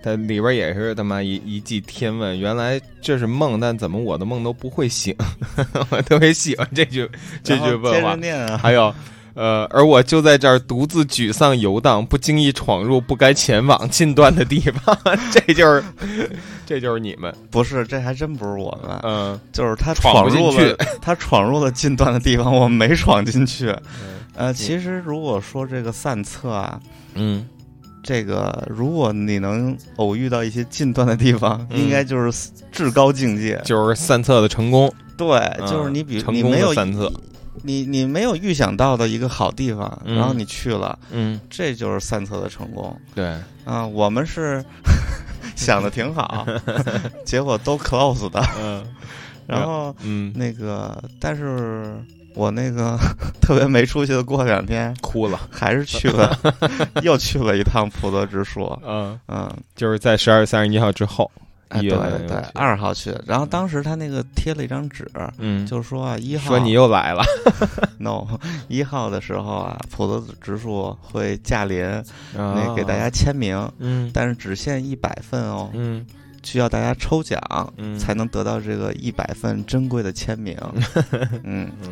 [SPEAKER 3] 它里边也是他妈一一记天问，原来这是梦，但怎么我的梦都不会醒？ 我特别喜欢这句这
[SPEAKER 2] 然后
[SPEAKER 3] 句
[SPEAKER 2] 接
[SPEAKER 3] 问
[SPEAKER 2] 着
[SPEAKER 3] 话。
[SPEAKER 2] 念啊，
[SPEAKER 3] 还有，呃，而我就在这儿独自沮丧游荡，不经意闯入不该前往近端的地方。 这就是，这就是你们，
[SPEAKER 2] 不是，这还真不是我们，
[SPEAKER 3] 嗯、
[SPEAKER 2] 就是他
[SPEAKER 3] 闯
[SPEAKER 2] 呃闯
[SPEAKER 3] 不进
[SPEAKER 2] 入
[SPEAKER 3] 去
[SPEAKER 2] 了，他闯入了近段的地方，我没闯进去。呃，其实如果说这个散策啊，
[SPEAKER 3] 嗯，
[SPEAKER 2] 这个如果你能偶遇到一些近段的地方，
[SPEAKER 3] 嗯
[SPEAKER 2] 应该就是至高境界。
[SPEAKER 3] 就是散策的成功，
[SPEAKER 2] 对，呃就是你比、
[SPEAKER 3] 嗯成
[SPEAKER 2] 你
[SPEAKER 3] 功
[SPEAKER 2] 没有
[SPEAKER 3] 的散策，
[SPEAKER 2] 你你没有预想到的一个好地方，
[SPEAKER 3] 嗯
[SPEAKER 2] 然后你去了，
[SPEAKER 3] 嗯，
[SPEAKER 2] 这就是散策的成功
[SPEAKER 3] 对，
[SPEAKER 2] 啊！我们 是想的挺好，结果都 close 的，
[SPEAKER 3] 嗯
[SPEAKER 2] 然后
[SPEAKER 3] 嗯，
[SPEAKER 2] 那个，但是我那个特别没出息的，过两天
[SPEAKER 3] 哭了，
[SPEAKER 2] 还是去 了，又去了一趟普泽之树，
[SPEAKER 3] 嗯、
[SPEAKER 2] 嗯，
[SPEAKER 3] 就是在十二月三十一号之后，
[SPEAKER 2] 哎，对
[SPEAKER 3] 一月份
[SPEAKER 2] 对，二号去，然后当时他那个贴了一张纸，
[SPEAKER 3] 嗯，
[SPEAKER 2] 就说啊，一号
[SPEAKER 3] 说你又来了，
[SPEAKER 2] no 一号的时候啊，普泽直树会驾临，那
[SPEAKER 3] 啊
[SPEAKER 2] 给大家，签名，
[SPEAKER 3] 嗯
[SPEAKER 2] 但是只限一百份哦，
[SPEAKER 3] 嗯
[SPEAKER 2] 需要大家抽奖
[SPEAKER 3] 嗯
[SPEAKER 2] 才能得到这个一百份珍贵的签 名。嗯，
[SPEAKER 3] 嗯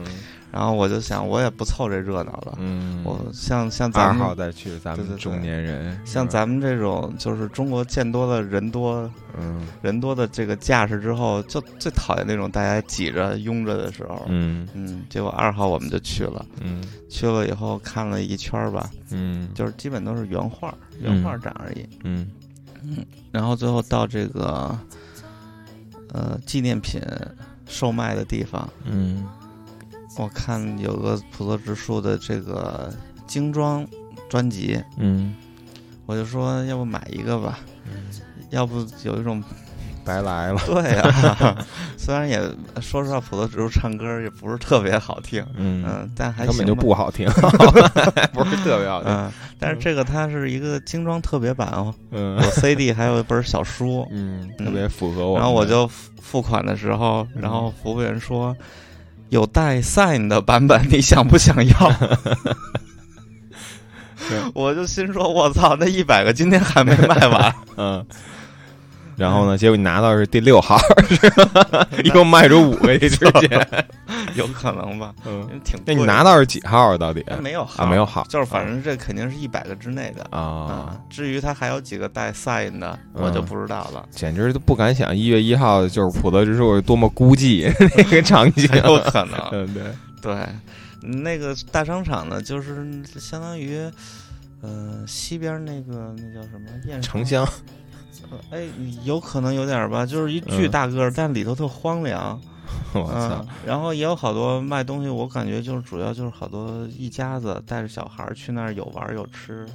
[SPEAKER 2] 然后我就想，我也不凑这热闹了，
[SPEAKER 3] 嗯，
[SPEAKER 2] 我像像
[SPEAKER 3] 二
[SPEAKER 2] 咱
[SPEAKER 3] 号
[SPEAKER 2] 们。
[SPEAKER 3] 再去，咱
[SPEAKER 2] 对
[SPEAKER 3] 们
[SPEAKER 2] 对对
[SPEAKER 3] 中年人，
[SPEAKER 2] 像咱们这种就是中国见多了人多
[SPEAKER 3] 嗯
[SPEAKER 2] 人多的这个架势之后，就最讨厌那种大家挤着拥着的时候。
[SPEAKER 3] 嗯
[SPEAKER 2] 嗯，结果二号我们就去了，
[SPEAKER 3] 嗯
[SPEAKER 2] 去了以后看了一圈儿吧，
[SPEAKER 3] 嗯
[SPEAKER 2] 就是基本都是原画、原画展而已。
[SPEAKER 3] 嗯
[SPEAKER 2] 然后最后到这个呃纪念品售卖的地方，
[SPEAKER 3] 嗯
[SPEAKER 2] 我看有个普泽直树的这个精装专辑，
[SPEAKER 3] 嗯，
[SPEAKER 2] 我就说要不买一个吧，要不有一种，
[SPEAKER 3] 白来了
[SPEAKER 2] 对啊， 虽然也说实话，普泽直树唱歌也不是特别好听，
[SPEAKER 3] 嗯，
[SPEAKER 2] 嗯，但还
[SPEAKER 3] 根本就
[SPEAKER 2] 行吧
[SPEAKER 3] 不 好听， 不是特别好听，
[SPEAKER 2] 嗯，但是这个它是一个精装特别版哦，
[SPEAKER 3] 嗯
[SPEAKER 2] 我 CD 还有一本小书，
[SPEAKER 3] 嗯，特别符合我们的，嗯
[SPEAKER 2] 然后我就付付款的时候，然后服务员说有带 sign 的版本，你想不想要？我就心说，我操，那一百个今天还没卖 完，
[SPEAKER 3] 嗯。然后呢？结果你拿到是第 六号，是吧？一共卖出五个一直 接。
[SPEAKER 2] 有可能吧？因
[SPEAKER 3] 嗯，
[SPEAKER 2] 为挺
[SPEAKER 3] 那
[SPEAKER 2] 贵的
[SPEAKER 3] 你拿到是几号？到底
[SPEAKER 2] 哎没有号
[SPEAKER 3] 啊？没有号，
[SPEAKER 2] 就是反正这肯定是一百个之内的
[SPEAKER 3] 啊嗯
[SPEAKER 2] 啊，。至于它还有几个带 sign 的，我就不知道了。
[SPEAKER 3] 简直都不敢想一月一号就是普泽之树有多么孤寂 那个场景。
[SPEAKER 2] 很 有可能，
[SPEAKER 3] 嗯，对，
[SPEAKER 2] 对，那个大商场呢，就是相当于，呃，西边那个那叫什么燕山
[SPEAKER 3] 城乡，
[SPEAKER 2] 呃哎，有可能有点儿吧，就是一巨
[SPEAKER 3] 嗯
[SPEAKER 2] 大个儿，但里头特荒凉。
[SPEAKER 3] 我
[SPEAKER 2] 嗯
[SPEAKER 3] 操，，
[SPEAKER 2] 然后也有好多卖东西，我感觉就是主要就是好多一家子带着小孩儿去那儿有玩儿有吃。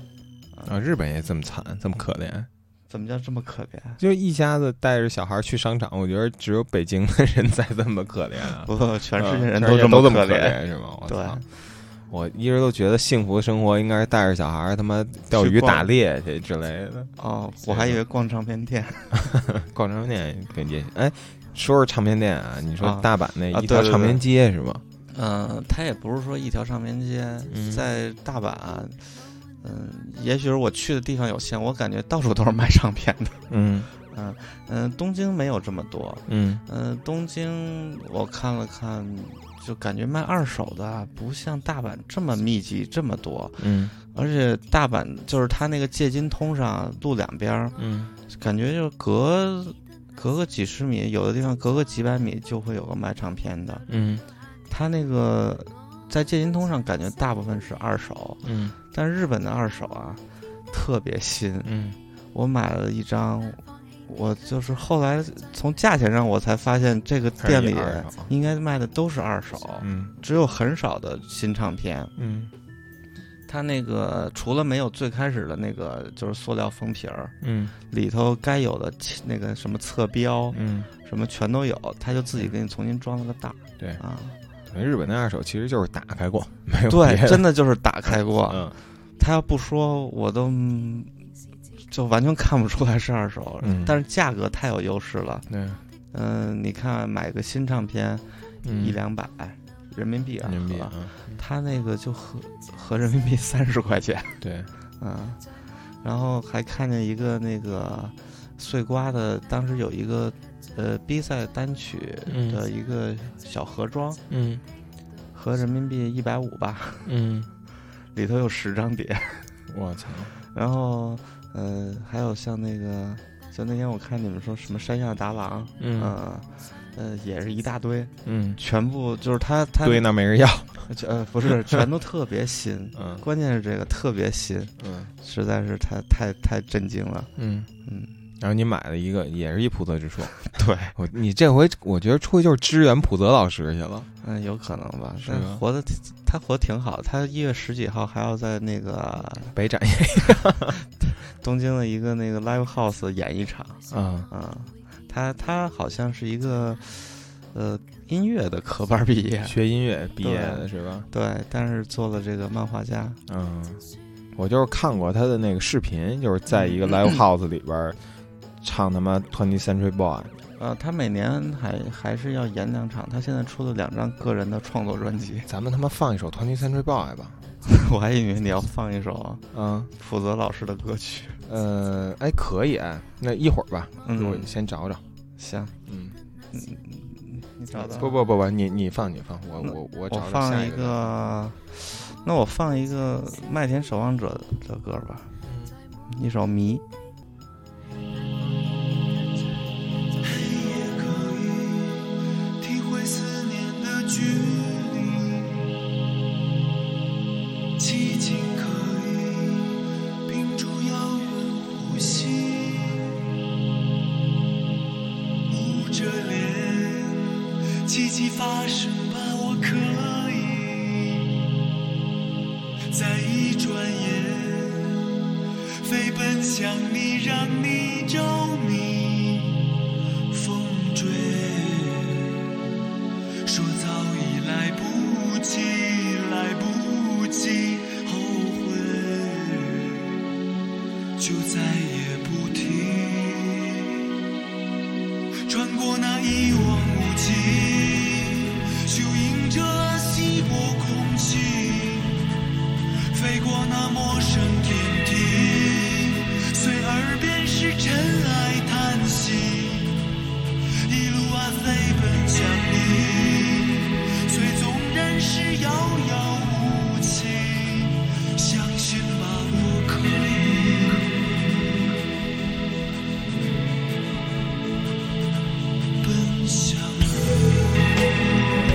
[SPEAKER 3] 啊！日本也这么惨，这么可怜，
[SPEAKER 2] 怎么叫这么可怜？
[SPEAKER 3] 就一家子带着小孩去商场，我觉得只有北京的人才这么可怜啊。
[SPEAKER 2] 不，全世界
[SPEAKER 3] 嗯
[SPEAKER 2] 人
[SPEAKER 3] 全世界
[SPEAKER 2] 这
[SPEAKER 3] 都
[SPEAKER 2] 么
[SPEAKER 3] 么可
[SPEAKER 2] 怜。
[SPEAKER 3] 是吗？我
[SPEAKER 2] 对
[SPEAKER 3] 操！我一直都觉得幸福生活应该是带着小孩他妈钓
[SPEAKER 2] 去
[SPEAKER 3] 鱼
[SPEAKER 2] 逛
[SPEAKER 3] 打猎去之类的，
[SPEAKER 2] 哦，我还以为逛唱片店
[SPEAKER 3] 逛唱片店跟街。哎，说说唱片店啊，你说
[SPEAKER 2] 啊
[SPEAKER 3] 大阪那
[SPEAKER 2] 啊对
[SPEAKER 3] 一条
[SPEAKER 2] 对
[SPEAKER 3] 唱片
[SPEAKER 2] 对
[SPEAKER 3] 街是吗？
[SPEAKER 2] 嗯，它也不是说一条唱片街，
[SPEAKER 3] 嗯
[SPEAKER 2] 在大阪，嗯、也许是我去的地方有限，我感觉到处都是卖唱片的。
[SPEAKER 3] 嗯
[SPEAKER 2] 嗯嗯、东京没有这么多。
[SPEAKER 3] 嗯
[SPEAKER 2] 嗯、东京我看了看，就感觉卖二手的啊不像大阪这么密集这么多，
[SPEAKER 3] 嗯
[SPEAKER 2] 而且大阪就是它那个界金通上路两边儿，
[SPEAKER 3] 嗯
[SPEAKER 2] 感觉就是隔隔个几十米，有的地方隔个几百米就会有个卖唱片的。
[SPEAKER 3] 嗯
[SPEAKER 2] 它那个在界金通上，感觉大部分是二手，
[SPEAKER 3] 嗯
[SPEAKER 2] 但日本的二手啊特别新。
[SPEAKER 3] 嗯
[SPEAKER 2] 我买了一张，我就是后来从价钱上我才发现，这个店里
[SPEAKER 3] 还是以二手
[SPEAKER 2] 应该卖的都是二手，
[SPEAKER 3] 啊嗯。
[SPEAKER 2] 只有很少的新唱片。
[SPEAKER 3] 嗯
[SPEAKER 2] 它那个除了没有最开始的那个就是塑料封皮儿，
[SPEAKER 3] 嗯
[SPEAKER 2] 里头该有的漆那个什么侧标
[SPEAKER 3] 嗯，
[SPEAKER 2] 什么全都有，它就自己给你重新装了个袋儿
[SPEAKER 3] 对，
[SPEAKER 2] 啊。
[SPEAKER 3] 日本的二手其实就是打开过，没有
[SPEAKER 2] 对
[SPEAKER 3] 别，的
[SPEAKER 2] 真的就是打开过，
[SPEAKER 3] 嗯
[SPEAKER 2] 他要不说，我都嗯就完全看不出来是二手。
[SPEAKER 6] 嗯
[SPEAKER 2] 但是价格太有优势了。
[SPEAKER 6] 对，
[SPEAKER 2] 嗯、你看买个新唱片
[SPEAKER 3] 嗯
[SPEAKER 2] 一两百人民币啊，
[SPEAKER 6] 人民币
[SPEAKER 2] 好
[SPEAKER 6] 啊
[SPEAKER 2] 吧，他那个就合合人民币三十块钱，
[SPEAKER 6] 对，
[SPEAKER 2] 嗯，然后还看见一个那个碎瓜的，当时有一个呃 B 赛单曲
[SPEAKER 9] 嗯
[SPEAKER 2] 的一个小盒装，
[SPEAKER 9] 嗯
[SPEAKER 2] 合人民币一百五吧，
[SPEAKER 9] 嗯
[SPEAKER 2] 里头有十张碟，
[SPEAKER 6] 我操，
[SPEAKER 2] 然后呃还有像那个，就那天我看你们说什么山下达郎，嗯、
[SPEAKER 9] 嗯
[SPEAKER 2] 呃也是一大堆，
[SPEAKER 6] 嗯，
[SPEAKER 2] 全部就是他他
[SPEAKER 6] 对，那没人要，，
[SPEAKER 2] 呃不是全都特别新
[SPEAKER 6] 嗯
[SPEAKER 2] 关键是这个特别新。
[SPEAKER 6] 嗯
[SPEAKER 2] 实在是太太太震惊了。
[SPEAKER 6] 嗯。
[SPEAKER 2] 嗯，
[SPEAKER 6] 然后你买了一个，也是一普泽之 树。
[SPEAKER 2] 对，
[SPEAKER 6] 我你这回我觉得出去就是支援普泽老师去了。
[SPEAKER 2] 嗯，有可能吧。
[SPEAKER 6] 是
[SPEAKER 2] 但
[SPEAKER 6] 吧
[SPEAKER 2] 活的他活得挺好，他一月十几号还要在那个
[SPEAKER 6] 北展
[SPEAKER 2] 东京的一个那个 live house 演一场
[SPEAKER 6] 啊，
[SPEAKER 2] 啊、他他好像是一个呃音乐的科班毕 业，
[SPEAKER 6] 学音乐毕业的是吧？
[SPEAKER 2] 对，但是做了这个漫画家。
[SPEAKER 6] 嗯，我就是看过他的那个视频，就是在一个 live house 里边儿唱他妈 Twenty Century Boy。
[SPEAKER 2] 呃，他每年还还是要演两场。他现在出了两张个人的创作专辑，
[SPEAKER 6] 咱们他妈放一首 Twenty Century Boy 吧。
[SPEAKER 2] 我还以为你要放一首
[SPEAKER 6] 啊，
[SPEAKER 2] 普泽老师的歌曲。
[SPEAKER 6] 呃，哎，可以，哎那一会儿吧，一会儿
[SPEAKER 2] 嗯
[SPEAKER 6] 你，先找找。
[SPEAKER 2] 行，
[SPEAKER 6] 嗯，
[SPEAKER 2] 嗯，你找到
[SPEAKER 6] 不不不不，你你放你放，我
[SPEAKER 2] 那
[SPEAKER 6] 我我
[SPEAKER 2] 我
[SPEAKER 6] 找找
[SPEAKER 2] 放
[SPEAKER 6] 下
[SPEAKER 2] 一
[SPEAKER 6] 个。
[SPEAKER 2] 个，那我放一个麦田守望者的歌吧，一首《迷》。
[SPEAKER 10] 也可以体会思念的距离，寂静可以屏住遥远呼吸，捂着脸，奇迹发生吧，我可以，在一转眼飞奔向你，让你着迷。风追，说早已来不及，来不及，后悔就再也不提。穿过那一望无际，就迎着稀薄空气，飞过那陌生天地，随耳边是尘埃叹息。一路啊飞奔向你，最纵然是遥遥无期，相信吧，我可以奔向你。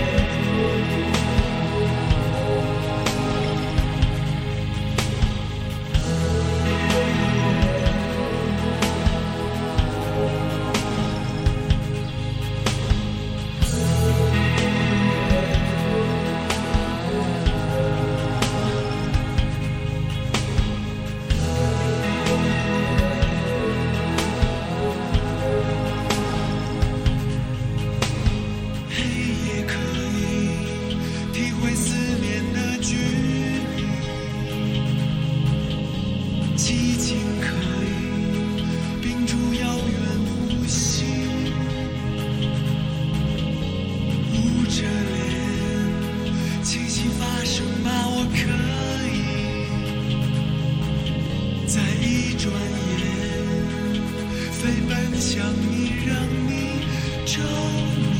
[SPEAKER 10] 黑夜可以体会思念的距离，寂静可以屏住遥远呼吸，捂着脸，奇迹发生吧，我可以，在一转眼飞奔向你，让你着迷。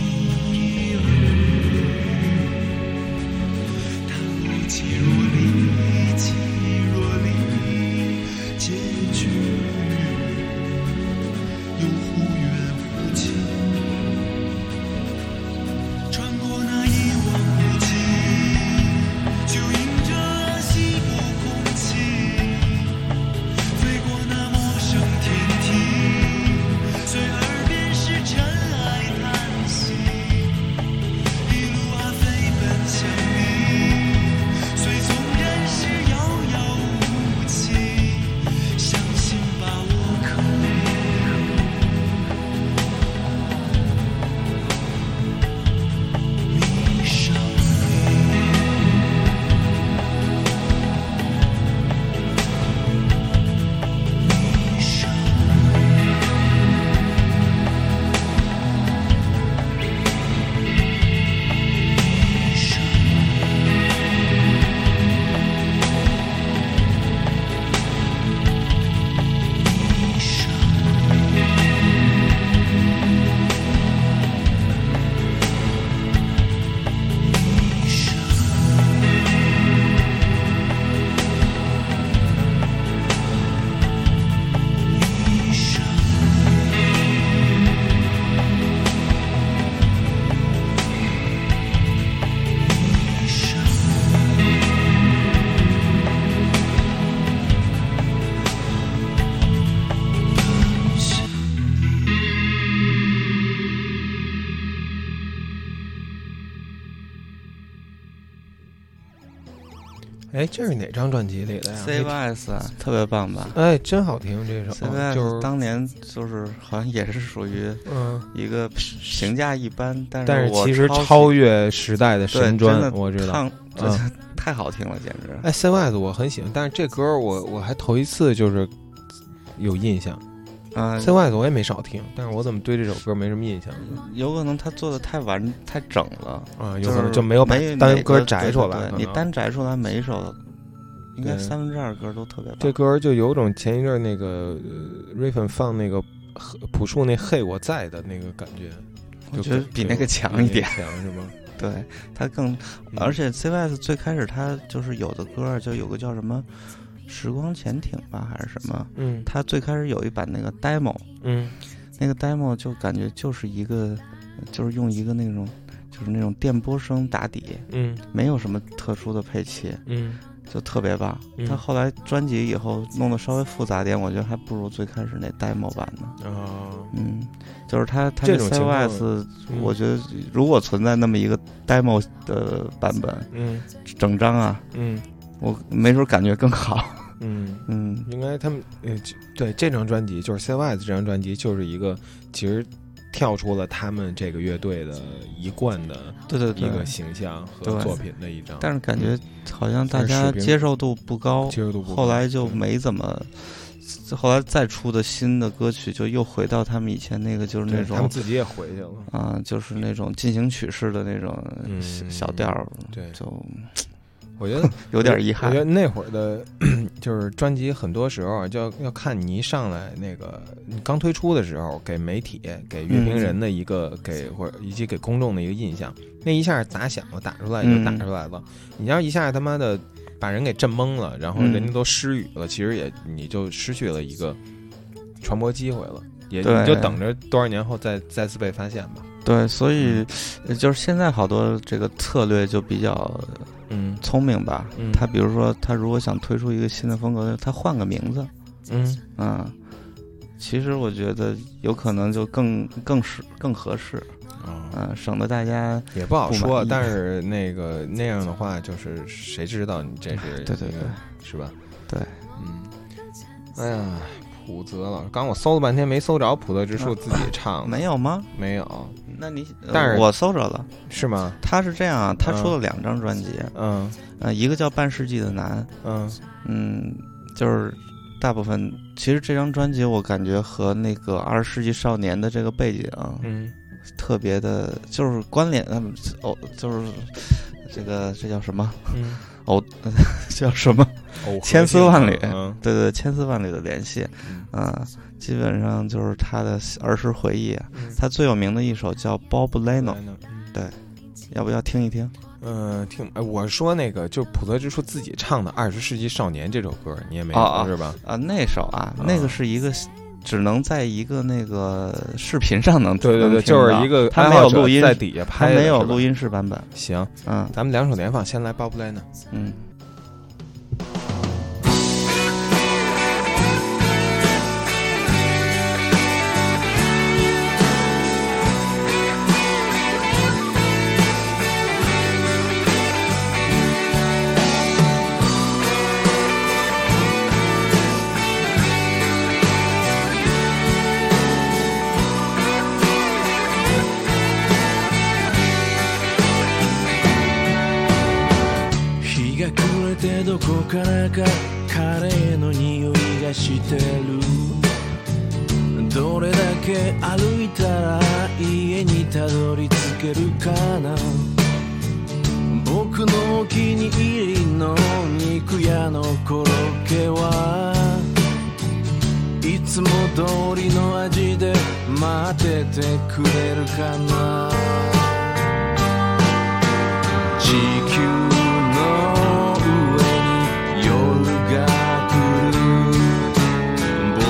[SPEAKER 10] 但我既若离，既若离，结局又忽远忽近。穿过那一望无际，就迎着。啊
[SPEAKER 3] 哎，这是哪张专辑里哎的呀？没
[SPEAKER 2] CYS 啊特别棒吧
[SPEAKER 3] 哎，真好听这首，就是
[SPEAKER 2] ？CYS 当年就是好像也是属于
[SPEAKER 3] 嗯，
[SPEAKER 2] 一个评价一般，但
[SPEAKER 3] 但
[SPEAKER 2] 是
[SPEAKER 3] 是
[SPEAKER 2] 我
[SPEAKER 3] 其实
[SPEAKER 2] 超
[SPEAKER 3] 超越时代的
[SPEAKER 2] 对
[SPEAKER 3] 神专
[SPEAKER 2] 真，的
[SPEAKER 3] 我知道。嗯
[SPEAKER 2] 唱这太好听了，简直。
[SPEAKER 3] 哎，CYS 我很喜欢，但是这歌我我还头一次就是有印象
[SPEAKER 2] 嗯，
[SPEAKER 3] ，CYS 我也没少听，但是我怎么对这首歌没什么印象
[SPEAKER 2] 有可能他做的太完太整了，
[SPEAKER 3] 啊？有
[SPEAKER 2] 就
[SPEAKER 3] 可
[SPEAKER 2] 是
[SPEAKER 3] 能就没有把
[SPEAKER 2] 每
[SPEAKER 3] 单
[SPEAKER 2] 每
[SPEAKER 3] 歌
[SPEAKER 2] 个
[SPEAKER 3] 摘
[SPEAKER 2] 对
[SPEAKER 3] 出
[SPEAKER 2] 对
[SPEAKER 3] 来嗯
[SPEAKER 2] 对
[SPEAKER 3] 可
[SPEAKER 2] 你
[SPEAKER 3] 能
[SPEAKER 2] 单摘出来每一首，应该
[SPEAKER 3] 对
[SPEAKER 2] 三分之二歌都特别棒。
[SPEAKER 3] 这歌就有种前一阵儿那个呃瑞粉放那个和朴树那《嘿我在》的那个感觉，
[SPEAKER 2] 我
[SPEAKER 3] 就
[SPEAKER 2] 觉得
[SPEAKER 3] 感
[SPEAKER 2] 比
[SPEAKER 3] 对
[SPEAKER 2] 那个强一
[SPEAKER 3] 比那
[SPEAKER 2] 点，
[SPEAKER 3] 个强是吗？
[SPEAKER 2] 对他更，
[SPEAKER 3] 嗯
[SPEAKER 2] 而且 CYS 最开始他就是有的歌儿就有个叫什么《时光潜艇》吧，还是什么？
[SPEAKER 3] 嗯
[SPEAKER 2] 他最开始有一版那个 demo，
[SPEAKER 3] 嗯
[SPEAKER 2] 那个 demo 就感觉就是一个，就是用一个那种就是那种电波声打底，
[SPEAKER 3] 嗯
[SPEAKER 2] 没有什么特殊的配器，
[SPEAKER 3] 嗯
[SPEAKER 2] 就特别棒。
[SPEAKER 3] 嗯
[SPEAKER 2] 他后来专辑以后弄得稍微复杂点，我觉得还不如最开始那 demo 版呢。
[SPEAKER 3] 啊，
[SPEAKER 2] 嗯，就是他他
[SPEAKER 3] 这
[SPEAKER 2] 这
[SPEAKER 3] 种情况
[SPEAKER 2] CYS，
[SPEAKER 3] 嗯
[SPEAKER 2] 我觉得如果存在那么一个 demo 的版本，
[SPEAKER 3] 嗯
[SPEAKER 2] 整张啊，
[SPEAKER 3] 嗯
[SPEAKER 2] 我没准感觉更好。
[SPEAKER 3] 嗯。
[SPEAKER 2] 嗯，
[SPEAKER 3] 应该他们呃，这对这张专辑就是 CYS 这张专辑就是一个其实跳出了他们这个乐队的一贯的
[SPEAKER 2] 对对对。
[SPEAKER 3] 一个形象和
[SPEAKER 2] 对
[SPEAKER 3] 作品的一张，
[SPEAKER 2] 但是感觉好像大
[SPEAKER 3] 但是水
[SPEAKER 2] 家
[SPEAKER 3] 平
[SPEAKER 2] 接受度不高，
[SPEAKER 3] 接受度不高
[SPEAKER 2] 后来就
[SPEAKER 3] 对
[SPEAKER 2] 没怎么。后来再出的新的歌曲，就又回到他们以前那个，就是
[SPEAKER 3] 对
[SPEAKER 2] 那
[SPEAKER 3] 他们
[SPEAKER 2] 种
[SPEAKER 3] 自己也回去了，
[SPEAKER 2] 啊、就是那种进行曲式的那种
[SPEAKER 3] 嗯
[SPEAKER 2] 小小调儿，
[SPEAKER 3] 对，
[SPEAKER 2] 就
[SPEAKER 3] 我觉得
[SPEAKER 2] 有点遗
[SPEAKER 3] 我
[SPEAKER 2] 憾
[SPEAKER 3] 觉。得那会儿的， 就是专辑很多时候啊就要要看你一上来那个你刚推出的时候，给媒体、给乐评人的一个、
[SPEAKER 2] 嗯
[SPEAKER 3] 给或者以及给公众的一个印象，那一下打响了，打出来就
[SPEAKER 2] 嗯
[SPEAKER 3] 打出来了。你要一下他妈的把人给震懵了，然后
[SPEAKER 2] 嗯
[SPEAKER 3] 人家都失语了，其实也你就失去了一个传播机会了。也
[SPEAKER 2] 对
[SPEAKER 3] 你就等着多少年后再再次被发现吧。
[SPEAKER 2] 对，所以呃就是现在好多这个策略就比较
[SPEAKER 3] 嗯
[SPEAKER 2] 聪明吧。
[SPEAKER 3] 嗯
[SPEAKER 2] 他比如说，他如果想推出一个新的风格，他换个名字，
[SPEAKER 3] 嗯
[SPEAKER 2] 嗯，其实我觉得有可能就更更适更合适，
[SPEAKER 3] 哦
[SPEAKER 2] 嗯、省得大家
[SPEAKER 3] 也不好
[SPEAKER 2] 不满
[SPEAKER 3] 说，
[SPEAKER 2] 意
[SPEAKER 3] 但是那个那样的话，就是谁知道你这是
[SPEAKER 2] 对对
[SPEAKER 3] 一
[SPEAKER 2] 对
[SPEAKER 3] 个是吧？
[SPEAKER 2] 对，
[SPEAKER 3] 嗯，哎呀，普泽老师，刚我搜了半天没搜着普泽之树自己唱的，
[SPEAKER 2] 嗯没有吗？
[SPEAKER 3] 没有，
[SPEAKER 2] 那你，呃
[SPEAKER 3] 但是
[SPEAKER 2] 我搜着了，
[SPEAKER 3] 是吗？
[SPEAKER 2] 他是这样啊，他出
[SPEAKER 3] 嗯
[SPEAKER 2] 了两张专辑，
[SPEAKER 3] 嗯
[SPEAKER 2] 呃，一个叫《半世纪的男》，
[SPEAKER 3] 嗯
[SPEAKER 2] 嗯，就是大部分其实这张专辑我感觉和那个二十世纪少年的这个背景
[SPEAKER 3] 嗯
[SPEAKER 2] 特别的，就是关联，嗯，哦，就是这个这叫什么？
[SPEAKER 3] 嗯，
[SPEAKER 2] 哦，叫什么？
[SPEAKER 3] 偶合
[SPEAKER 2] 千丝万缕
[SPEAKER 3] 性的嗯
[SPEAKER 2] 对对，千丝万缕的联系，啊、基本上就是他的儿时回忆啊。
[SPEAKER 3] 嗯
[SPEAKER 2] 他最有名的一首叫《Bob Leno》，
[SPEAKER 3] 嗯
[SPEAKER 2] 要不要听一听？
[SPEAKER 3] 嗯，听，哎，我说那个，就普泽之树自己唱的《二十世纪少年》这首歌，你也没
[SPEAKER 2] 哦
[SPEAKER 3] 有
[SPEAKER 2] 哦
[SPEAKER 3] 是吧？
[SPEAKER 2] 啊，那首啊，
[SPEAKER 3] 啊
[SPEAKER 2] 那个是一个。只能在一个那个视频上能
[SPEAKER 3] 对对对，
[SPEAKER 2] 能听
[SPEAKER 3] 就
[SPEAKER 2] 到
[SPEAKER 3] 是一个
[SPEAKER 2] 他
[SPEAKER 3] 爱
[SPEAKER 2] 没
[SPEAKER 3] 好
[SPEAKER 2] 有
[SPEAKER 3] 者
[SPEAKER 2] 录音，
[SPEAKER 3] 在底下
[SPEAKER 2] 他
[SPEAKER 3] 拍的，
[SPEAKER 2] 没有
[SPEAKER 3] 是吧
[SPEAKER 2] 录。音室版本。
[SPEAKER 3] 行，
[SPEAKER 2] 嗯
[SPEAKER 3] 咱们两首连放，先来 Bob Leno。
[SPEAKER 2] 嗯，
[SPEAKER 4] 日が暮れてどこからかカレーの匂いがしてるどれだけ歩いたら家にたどり着けるかな僕のお気に入りの肉屋のコロッケはいつも通りの味で待っててくれるかな地球の上に夜が来る僕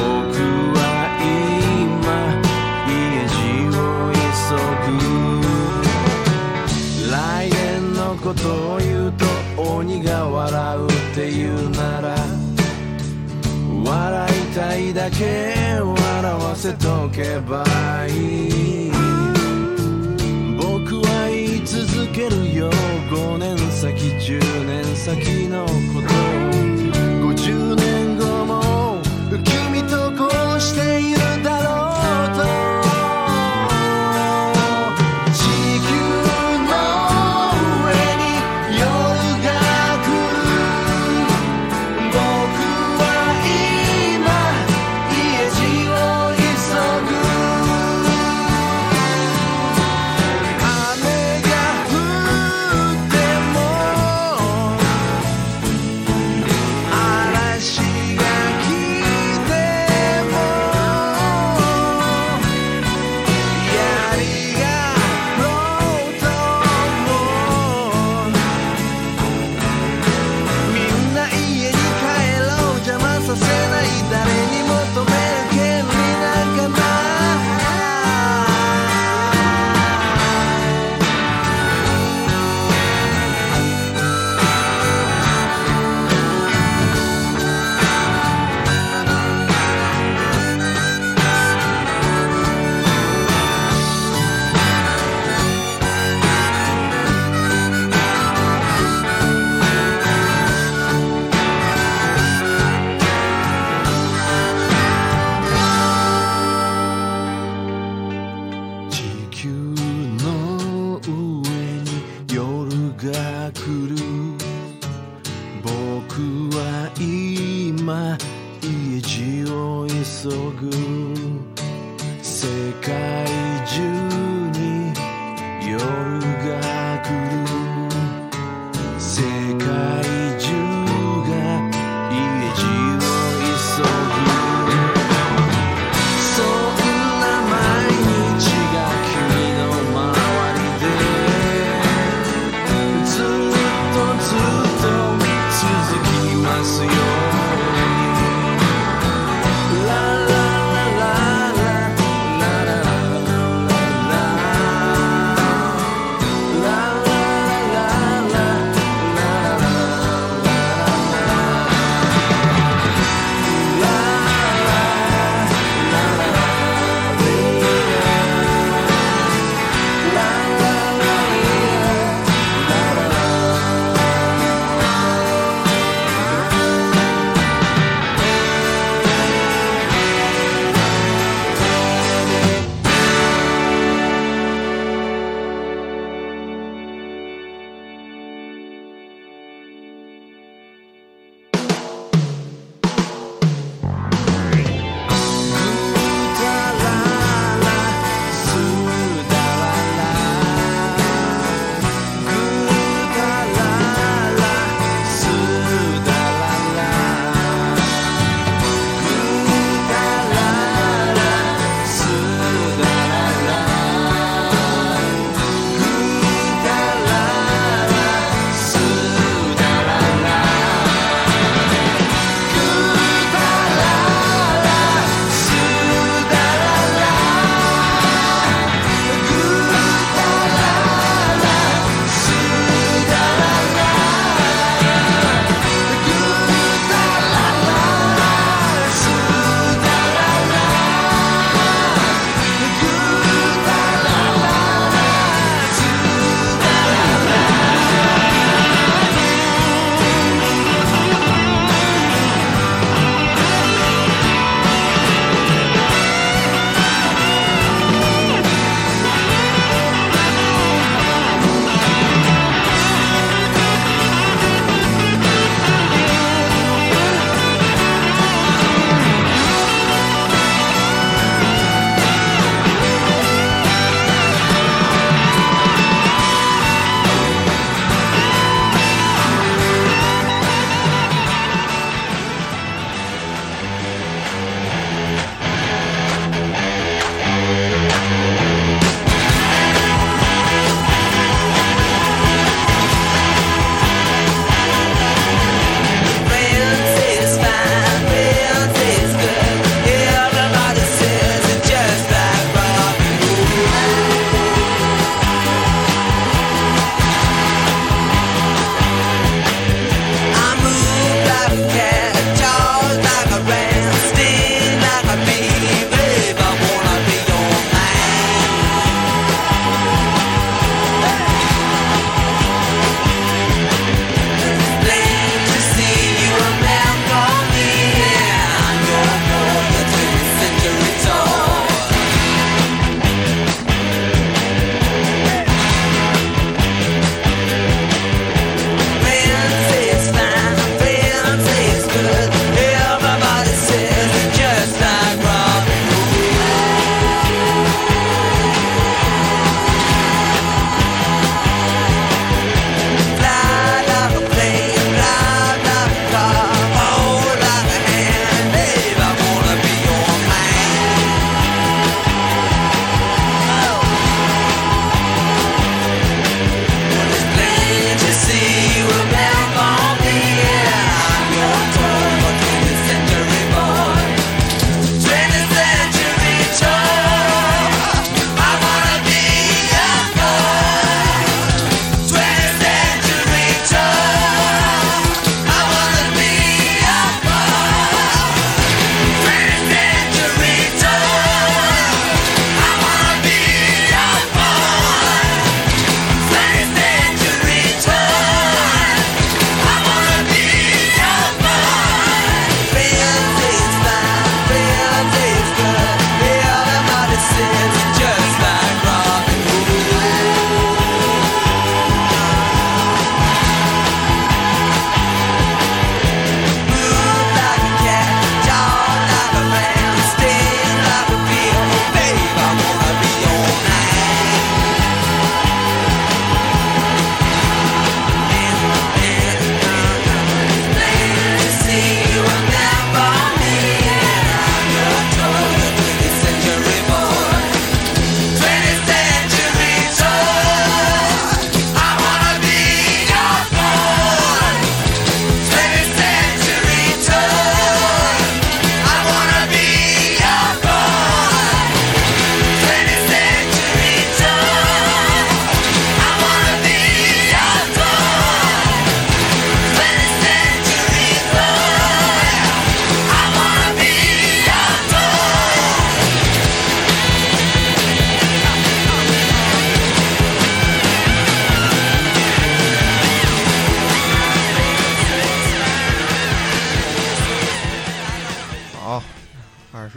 [SPEAKER 4] は今家路を急ぐ来年のことを言うと鬼が笑うっていうなら笑いたいだけ笑わせとけばいい僕は言い続けるよ5年先10年先のこ
[SPEAKER 10] が来る世界中が家路を急ぐそんな毎日が君の周りでずっとずっと続きますようにラララララララララララララ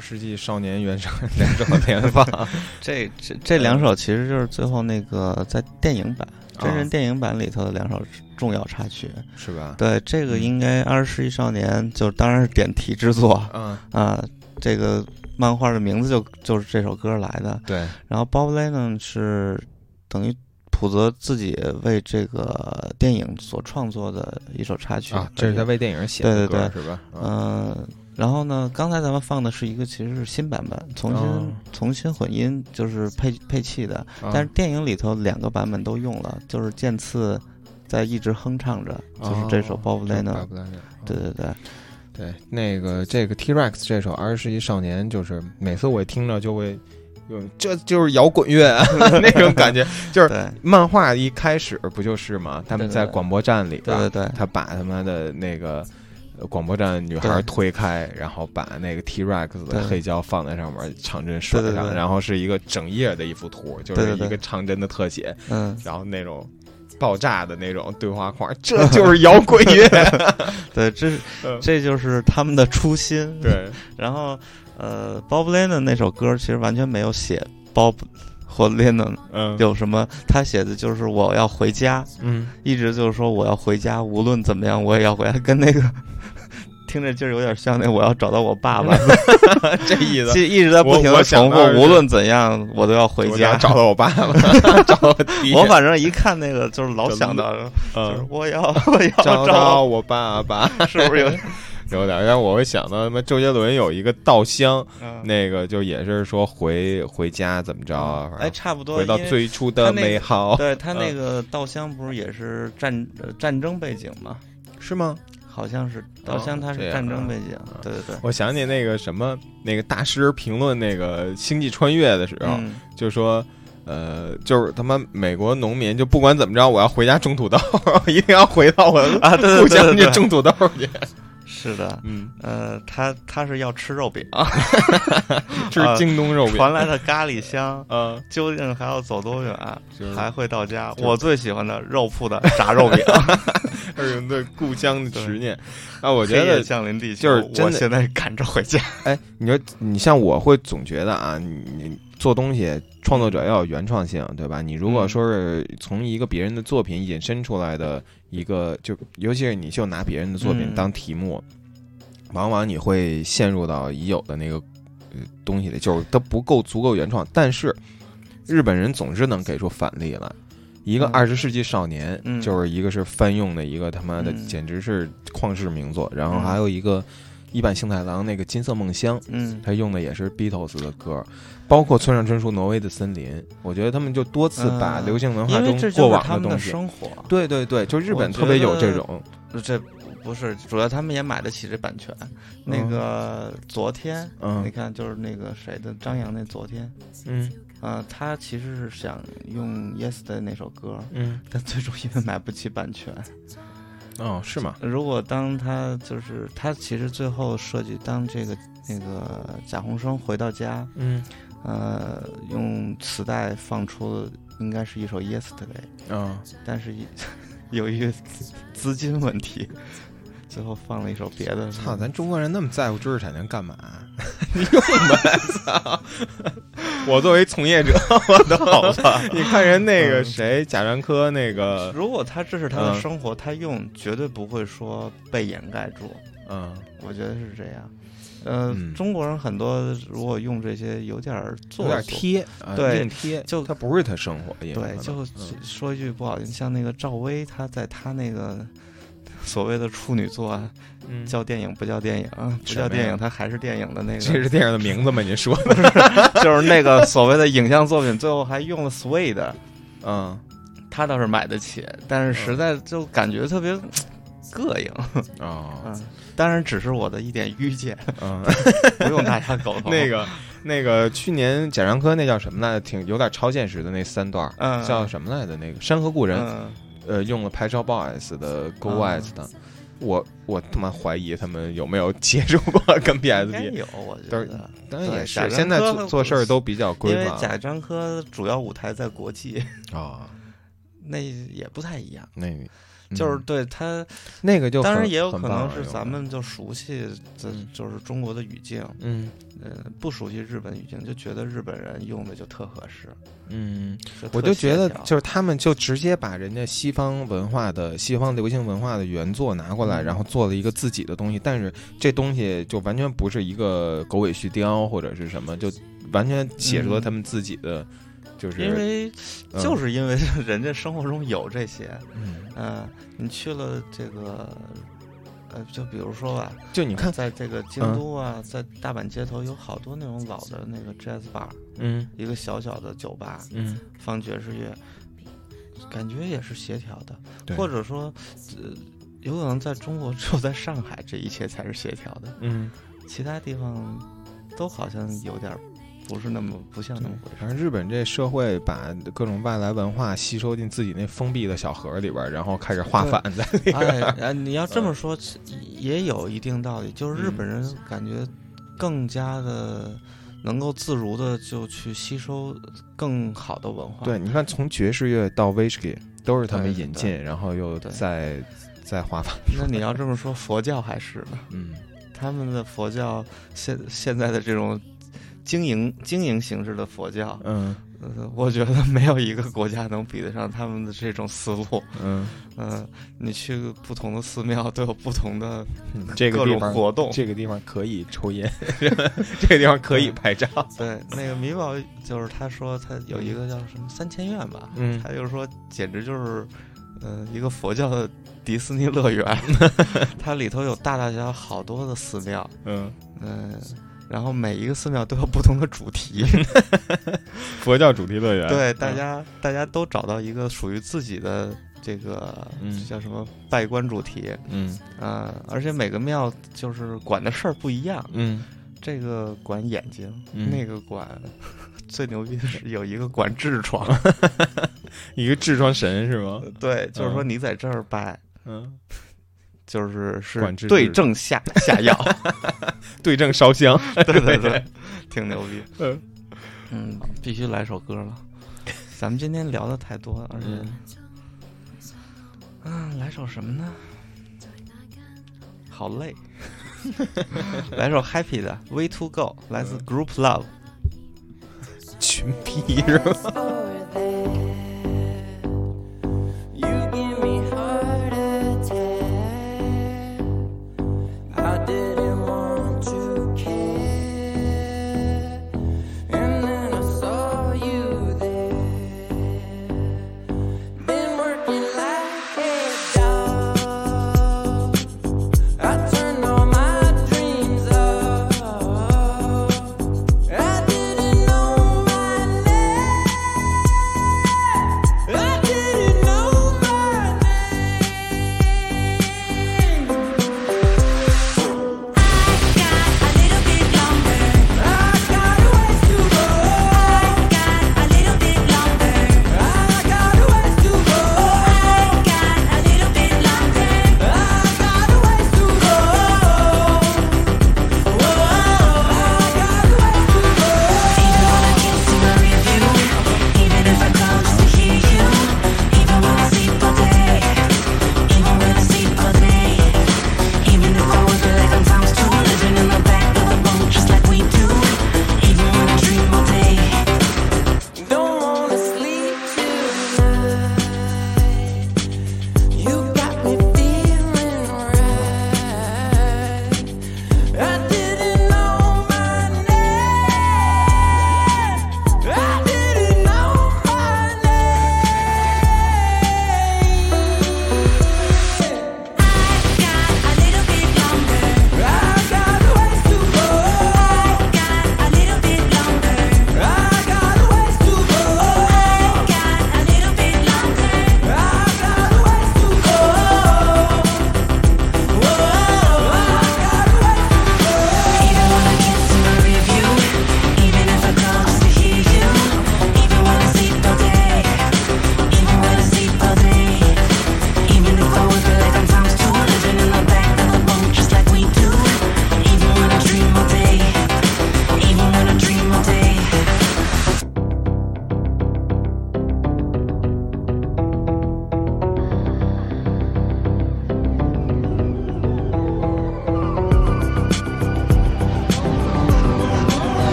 [SPEAKER 3] 世纪少年原声两首联 放，
[SPEAKER 2] 这这这两首其实就是最后那个在电影版、真
[SPEAKER 3] 啊
[SPEAKER 2] 人电影版里头的两首重要插曲。
[SPEAKER 3] 是吧？
[SPEAKER 2] 对，这个应该《二十世纪少年》就当然是点题之作
[SPEAKER 3] 嗯，
[SPEAKER 2] 啊，这个漫画的名字就就是这首歌来的。
[SPEAKER 3] 对，
[SPEAKER 2] 然后 Bob Lennon 是等于普泽自己为这个电影所创作的一首插曲
[SPEAKER 3] 啊，这是他
[SPEAKER 2] 而且
[SPEAKER 3] 为电影写
[SPEAKER 2] 对
[SPEAKER 3] 的
[SPEAKER 2] 对
[SPEAKER 3] 歌，是吧？啊
[SPEAKER 2] 嗯，然后呢，刚才咱们放的是一个其实是新版本，重新、
[SPEAKER 3] 哦
[SPEAKER 2] 重新混音，就是配配器的。
[SPEAKER 3] 啊
[SPEAKER 2] 但是电影里头两个版本都用了，就是剑次在一直哼唱着，就是这首
[SPEAKER 3] 哦
[SPEAKER 2] Bob
[SPEAKER 3] 这
[SPEAKER 2] Lennon。
[SPEAKER 3] Bob Dylan，啊
[SPEAKER 2] 对对对，
[SPEAKER 3] 对，那个这个 T Rex 这首《二十世纪少年》，就是每次我听着就会有，这就是摇滚乐 那种感 觉。就是
[SPEAKER 2] 对
[SPEAKER 3] 漫画一开始不就是嘛，他们
[SPEAKER 2] 对对
[SPEAKER 3] 在
[SPEAKER 2] 对
[SPEAKER 3] 广播站里边
[SPEAKER 2] 对
[SPEAKER 3] 儿，
[SPEAKER 2] 对对，
[SPEAKER 3] 他把他妈的那个呃广播站女孩
[SPEAKER 2] 对
[SPEAKER 3] 推开，然后把那个 T Rex 的
[SPEAKER 2] 对
[SPEAKER 3] 黑胶放在上面，长针甩
[SPEAKER 2] 对对
[SPEAKER 3] 上，
[SPEAKER 2] 对
[SPEAKER 3] 然后是一个整页的一幅图，就
[SPEAKER 2] 对
[SPEAKER 3] 是
[SPEAKER 2] 对对
[SPEAKER 3] 一个长针的特写，
[SPEAKER 2] 嗯，
[SPEAKER 3] 然后那种。爆炸的那种对话框，这就是摇滚 乐。
[SPEAKER 2] 对，这是
[SPEAKER 3] 嗯
[SPEAKER 2] 这就是他们的初心。，
[SPEAKER 3] 对，
[SPEAKER 2] 然后呃，Bob Lennon 那首歌其实完全没有写 Bob 或 Lennon
[SPEAKER 3] 嗯，
[SPEAKER 2] 有什么，他写的就是我要回家，
[SPEAKER 3] 嗯，
[SPEAKER 2] 一直就是说我要回家，无论怎么样我也要回家，跟那个听着劲儿有点像那我要找到我爸 爸，
[SPEAKER 3] 这意思。
[SPEAKER 2] 就一直啊在不停
[SPEAKER 3] 我
[SPEAKER 2] 的
[SPEAKER 3] 我想
[SPEAKER 2] 重复
[SPEAKER 3] 到的，是
[SPEAKER 2] 无论怎样我都要回
[SPEAKER 3] 我要
[SPEAKER 2] 家。
[SPEAKER 3] 找到我爸爸，找到我爹。
[SPEAKER 2] 我反正一看那个就是老想到，就是
[SPEAKER 3] 嗯
[SPEAKER 2] 我要我要
[SPEAKER 3] 找到我爸爸，
[SPEAKER 2] 是不是有点？
[SPEAKER 3] 有嗯点儿让我会想到他妈周杰伦有一个稻香，
[SPEAKER 2] 嗯
[SPEAKER 3] 那个就也是说回回家怎么着啊，
[SPEAKER 2] 哎，
[SPEAKER 3] 反正
[SPEAKER 2] 差不多
[SPEAKER 3] 回到
[SPEAKER 2] 因为
[SPEAKER 3] 最初的美好，
[SPEAKER 2] 对他那
[SPEAKER 3] 嗯
[SPEAKER 2] 个稻香不是也是战呃战争背景吗？
[SPEAKER 3] 是吗？
[SPEAKER 2] 好像是稻
[SPEAKER 3] 哦
[SPEAKER 2] 香，它
[SPEAKER 3] 这
[SPEAKER 2] 是
[SPEAKER 3] 样
[SPEAKER 2] 战
[SPEAKER 3] 啊
[SPEAKER 2] 争背景。对对对，
[SPEAKER 3] 我想起那个什么，那个大师评论那个《星际穿越》的时候，
[SPEAKER 2] 嗯，
[SPEAKER 3] 就说。呃，就是他妈美国农民，就不管怎么着，我要回家种土豆， 一定要回到我
[SPEAKER 2] 啊 对对
[SPEAKER 3] 故
[SPEAKER 2] 对
[SPEAKER 3] 乡
[SPEAKER 2] 对
[SPEAKER 3] 去
[SPEAKER 2] 对
[SPEAKER 3] 种土豆去。
[SPEAKER 2] 是的，
[SPEAKER 3] 嗯，
[SPEAKER 2] 呃，他他是要吃肉饼，
[SPEAKER 3] 啊吃
[SPEAKER 2] 啊
[SPEAKER 3] 京东肉饼。
[SPEAKER 2] 传来的咖喱香，
[SPEAKER 3] 呃，
[SPEAKER 2] 究竟还要走多远，
[SPEAKER 3] 就是
[SPEAKER 2] 还会到家？
[SPEAKER 3] 嗯就是
[SPEAKER 2] 我最喜欢的肉铺的炸肉饼，
[SPEAKER 3] 二人对故乡的执念啊， 我觉
[SPEAKER 2] 黑夜
[SPEAKER 3] 得
[SPEAKER 2] 降临地球，
[SPEAKER 3] 就是真的
[SPEAKER 2] 我现在赶着回家。
[SPEAKER 3] 哎，你说你像我会总觉得啊，你你做东西创作者要有原创性，对吧？你如果
[SPEAKER 2] 嗯
[SPEAKER 3] 说是从一个别人的作品引申出来的一个，就尤其是你就拿别人的作品
[SPEAKER 2] 嗯
[SPEAKER 3] 当题目，往往你会陷入到已有的那个呃东西里，就是它不够足够原创。但是日本人总是能给出反例来。一个
[SPEAKER 2] 嗯
[SPEAKER 3] 二十世纪少年，
[SPEAKER 2] 嗯
[SPEAKER 3] 就是一个是翻用的一个他妈的
[SPEAKER 2] 嗯
[SPEAKER 3] 简直是旷世名作，然后
[SPEAKER 2] 嗯
[SPEAKER 3] 还有一个一坂幸太郎那个《金色梦乡》，
[SPEAKER 2] 嗯，
[SPEAKER 3] 他用的也是 Beatles 的歌，包括村上春树《挪威的森林》，我觉得他们就多次把
[SPEAKER 2] 嗯
[SPEAKER 3] 流行文化
[SPEAKER 2] 因为
[SPEAKER 3] 中
[SPEAKER 2] 这
[SPEAKER 3] 过
[SPEAKER 2] 就是
[SPEAKER 3] 往
[SPEAKER 2] 他们
[SPEAKER 3] 东西，
[SPEAKER 2] 生活。
[SPEAKER 3] 对对对，就日本
[SPEAKER 2] 我觉
[SPEAKER 3] 特别有这
[SPEAKER 2] 得
[SPEAKER 3] 种，
[SPEAKER 2] 这不是主要，他们也买得起这版权。那
[SPEAKER 3] 嗯
[SPEAKER 2] 个昨天，
[SPEAKER 3] 嗯
[SPEAKER 2] 你看就是那个谁的张扬那昨天，
[SPEAKER 3] 嗯
[SPEAKER 2] 啊，他其实是想用 Yes 的那首歌，
[SPEAKER 3] 嗯，
[SPEAKER 2] 但最终因为买不起版权。
[SPEAKER 3] 哦，是吗？
[SPEAKER 2] 如果当他就是他其实最后设计，当这个那个贾宏声回到家，
[SPEAKER 3] 嗯，
[SPEAKER 2] 呃，用磁带放出应该是一首 Yesterday，
[SPEAKER 3] 啊，
[SPEAKER 2] 但是一 由于资金问题，最后放了一首别的。
[SPEAKER 3] 操，咱中国人那么在乎知识产权 干嘛？你用呗，操！我作为从业者，我都好嗯了。 你看人那个谁，贾樟柯那个，
[SPEAKER 2] 呃如果他这是他的
[SPEAKER 3] 嗯
[SPEAKER 2] 生活，他用绝对不会说被掩盖住。
[SPEAKER 3] 嗯，
[SPEAKER 2] 我觉得是这样。呃，
[SPEAKER 3] 嗯
[SPEAKER 2] 中国人很多如果用这些有点儿
[SPEAKER 3] 有
[SPEAKER 2] 做
[SPEAKER 3] 点
[SPEAKER 2] 作，
[SPEAKER 3] 贴，啊
[SPEAKER 2] 对
[SPEAKER 3] 硬贴，
[SPEAKER 2] 就
[SPEAKER 3] 他不是他生活，也有可
[SPEAKER 2] 对，
[SPEAKER 3] 能
[SPEAKER 2] 就
[SPEAKER 3] 嗯
[SPEAKER 2] 说一句不好听，像那个赵薇，她在她那 个所谓的处女作啊，
[SPEAKER 3] 嗯
[SPEAKER 2] 叫电影不叫电影，啊不
[SPEAKER 3] 什么
[SPEAKER 2] 叫
[SPEAKER 3] 呀
[SPEAKER 2] 电影，她还是电影 的那
[SPEAKER 3] 这
[SPEAKER 2] 个，
[SPEAKER 3] 是电影的名字吗？您 说的？
[SPEAKER 2] 就是那个所谓的影像作品，最后还用了 Sway 的，
[SPEAKER 3] 嗯
[SPEAKER 2] 她倒是买得起，但是实在就感觉特别膈应，
[SPEAKER 3] 哦，
[SPEAKER 2] 嗯，当然只是我的一点愚见，
[SPEAKER 3] 嗯，
[SPEAKER 2] 不用大家苟同。
[SPEAKER 3] 那，个那个，去年贾樟柯那叫什么来着？挺有点超现实的那三段儿，
[SPEAKER 2] 嗯，
[SPEAKER 3] 叫什么来着？那个《山河故人》
[SPEAKER 2] 嗯，
[SPEAKER 3] 呃，用了《拍照 boys》的《Go
[SPEAKER 2] 啊
[SPEAKER 3] West》的，我我他妈怀疑他们有没有接触过跟
[SPEAKER 2] 应该
[SPEAKER 3] PSP，
[SPEAKER 2] 有，我觉
[SPEAKER 3] 都是
[SPEAKER 2] 得。
[SPEAKER 3] 当然
[SPEAKER 2] 对
[SPEAKER 3] 也
[SPEAKER 2] 贾
[SPEAKER 3] 是，
[SPEAKER 2] 樟
[SPEAKER 3] 现在
[SPEAKER 2] 柯
[SPEAKER 3] 做做事儿都比较规
[SPEAKER 2] 因为
[SPEAKER 3] 范
[SPEAKER 2] 贾樟柯主要舞台在国际，
[SPEAKER 3] 啊。
[SPEAKER 2] 那也不太一样，
[SPEAKER 3] 那个
[SPEAKER 2] 就是
[SPEAKER 3] 嗯
[SPEAKER 2] 对他，
[SPEAKER 3] 那个就
[SPEAKER 2] 当然
[SPEAKER 3] 很
[SPEAKER 2] 也有
[SPEAKER 3] 很
[SPEAKER 2] 可
[SPEAKER 3] 棒
[SPEAKER 2] 能
[SPEAKER 3] 了
[SPEAKER 2] 是
[SPEAKER 3] 有
[SPEAKER 2] 咱
[SPEAKER 3] 可能
[SPEAKER 2] 们就熟悉的
[SPEAKER 3] 嗯
[SPEAKER 2] 就是中国的语境，
[SPEAKER 3] 嗯
[SPEAKER 2] 呃，不熟悉日本语境就觉得日本人用的就特合适，
[SPEAKER 3] 嗯，
[SPEAKER 2] 特
[SPEAKER 3] 我就觉得
[SPEAKER 2] 协调
[SPEAKER 3] 就是他们就直接把人家西方文化的西方流行文化的原作拿过来，
[SPEAKER 2] 嗯
[SPEAKER 3] 然后做了一个自己的东西，但是这东西就完全不是一个狗尾续貂或者是什么，就完全写出了
[SPEAKER 2] 嗯
[SPEAKER 3] 他们自己的，就是
[SPEAKER 2] 因为
[SPEAKER 3] 嗯
[SPEAKER 2] 就是因为 人家生活中有这些，
[SPEAKER 3] 嗯
[SPEAKER 2] 嗯，你去了这个，呃，就比如说吧，
[SPEAKER 3] 就你看，嗯
[SPEAKER 2] 在这个京都啊，在大阪街头有好多那种老的那个 jazz bar，
[SPEAKER 3] 嗯
[SPEAKER 2] 一个小小的酒吧，
[SPEAKER 3] 嗯
[SPEAKER 2] 放爵士乐，感觉也是协调的，
[SPEAKER 3] 对
[SPEAKER 2] 或者说，呃，有可能在中国只有在上海这一切才是协调的，
[SPEAKER 3] 嗯，
[SPEAKER 2] 其他地方都好像有点儿不是那么不像那么回事
[SPEAKER 3] 反正日本这社会把各种外来文化吸收进自己那封闭的小盒里边儿，然后开始化
[SPEAKER 2] 对
[SPEAKER 3] 反在
[SPEAKER 2] 儿。哎， 哎你要这么说，也有一定道理，就是日
[SPEAKER 3] 嗯
[SPEAKER 2] 本人感觉更加的。能够自如的就去吸收更好的文化，
[SPEAKER 3] 对，你看从爵士乐到 w i s k y 都是他们
[SPEAKER 2] 啊对
[SPEAKER 3] 引
[SPEAKER 2] 对
[SPEAKER 3] 进，然后又
[SPEAKER 2] 对
[SPEAKER 3] 再再划分。
[SPEAKER 2] 那你要这么说，佛教还是呢？
[SPEAKER 3] 嗯，
[SPEAKER 2] 他们的佛教现现在的这种经营经营形式的佛教，
[SPEAKER 3] 嗯
[SPEAKER 2] 呃，我觉得没有一个国家能比得上他们的这种思路。
[SPEAKER 3] 嗯，
[SPEAKER 2] 嗯、你去不同的寺庙都有不同的
[SPEAKER 3] 嗯这个
[SPEAKER 2] 各
[SPEAKER 3] 地
[SPEAKER 2] 种
[SPEAKER 3] 方
[SPEAKER 2] 活动。
[SPEAKER 3] 这个地方可以抽烟， 这个地方可以拍照。
[SPEAKER 2] 对，那个米宝就是他说他有一个叫什么三千院吧，
[SPEAKER 3] 嗯
[SPEAKER 2] 他就说简直就是，呃，一个佛教的迪士尼乐 园，它里头有大大小小好多的寺庙，
[SPEAKER 3] 嗯，
[SPEAKER 2] 嗯，然后每一个寺庙都有不同的主题，
[SPEAKER 3] 佛教主题乐园。
[SPEAKER 2] 对，
[SPEAKER 3] 嗯
[SPEAKER 2] 大家大家都找到一个属于自己的这个
[SPEAKER 3] 嗯
[SPEAKER 2] 叫什么拜观主题，
[SPEAKER 3] 嗯
[SPEAKER 2] 啊，而且每个庙就是管的事儿不一样，
[SPEAKER 3] 嗯
[SPEAKER 2] 这个管眼睛，
[SPEAKER 3] 嗯
[SPEAKER 2] 那个管。 最牛逼的是有一个管痔 疮，
[SPEAKER 3] 一个痔疮神是吗？
[SPEAKER 2] 对，就是说
[SPEAKER 3] 嗯
[SPEAKER 2] 你在这儿拜，
[SPEAKER 3] 嗯，
[SPEAKER 2] 就是是
[SPEAKER 3] 管制
[SPEAKER 2] 对
[SPEAKER 3] 痔
[SPEAKER 2] 症 下下药，
[SPEAKER 3] 对症烧香。
[SPEAKER 2] 对对对，挺牛逼。
[SPEAKER 3] 嗯
[SPEAKER 2] 嗯，必须来首歌了。 咱们今天聊的太多，而且，嗯，来首什么呢？好 累，来首 happy 的《Way to Go》，来自 Group Love。
[SPEAKER 3] 群批是吧？
[SPEAKER 11] You give me heart attack. I didn't want to care, and then I saw you there. Been working like a dog. I turned all my dreams off. I didn't know my name.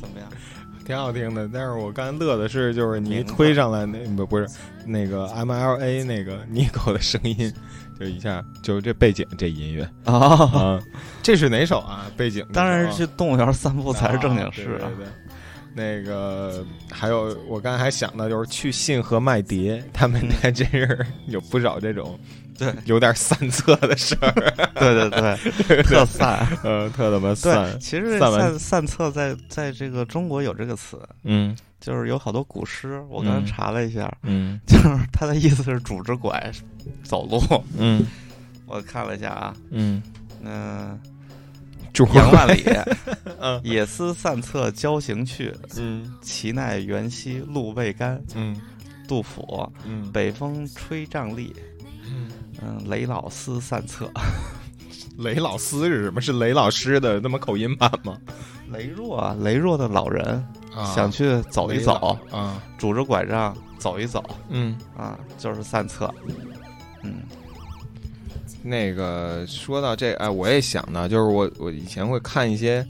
[SPEAKER 2] 怎么样？
[SPEAKER 3] 挺好听的，但是我刚才乐的是，就是你一推上来那不不是那个 M L A 那个 Nico 的声音，就一下就这背景这音 乐
[SPEAKER 2] 哦，
[SPEAKER 3] 啊，这是哪首啊？背景这首
[SPEAKER 2] 当然是去动物园散步 才是正经事
[SPEAKER 3] 啊。对对对那个还有，我刚才还想到，就是去信和卖碟， 他们还真是有不少这种
[SPEAKER 2] 嗯对
[SPEAKER 3] 有点散策的事 儿，
[SPEAKER 2] 对对 对，特散。
[SPEAKER 3] 呃，特他妈
[SPEAKER 2] 对，
[SPEAKER 3] 散。
[SPEAKER 2] 其实
[SPEAKER 3] 散文
[SPEAKER 2] 散散策在在这个中国有这个词，
[SPEAKER 3] 嗯
[SPEAKER 2] 就是有好多古诗，我刚
[SPEAKER 3] 嗯
[SPEAKER 2] 才查了一下，
[SPEAKER 3] 嗯
[SPEAKER 2] 就是它的意思是拄着拐走路。
[SPEAKER 3] 嗯
[SPEAKER 2] 我看了一下啊，
[SPEAKER 3] 嗯，
[SPEAKER 2] 嗯、
[SPEAKER 3] 主
[SPEAKER 2] 杨万里，
[SPEAKER 3] 嗯
[SPEAKER 2] 野思散策郊行去，
[SPEAKER 3] 嗯
[SPEAKER 2] 其奈元夕路未干。
[SPEAKER 3] 嗯
[SPEAKER 2] 杜甫，
[SPEAKER 3] 嗯，
[SPEAKER 2] 北风吹瘴疠，嗯，雷老思散策，
[SPEAKER 3] 雷老师是什么？是雷老师的他妈口音版吗？
[SPEAKER 2] 雷弱，雷弱的老人想去走一
[SPEAKER 3] 啊雷
[SPEAKER 2] 走，
[SPEAKER 3] 啊，
[SPEAKER 2] 拄着拐杖走一走
[SPEAKER 3] 嗯，
[SPEAKER 2] 啊，就是散策。嗯，
[SPEAKER 3] 那个说到这，哎，我也想到，就是我我以前会看一些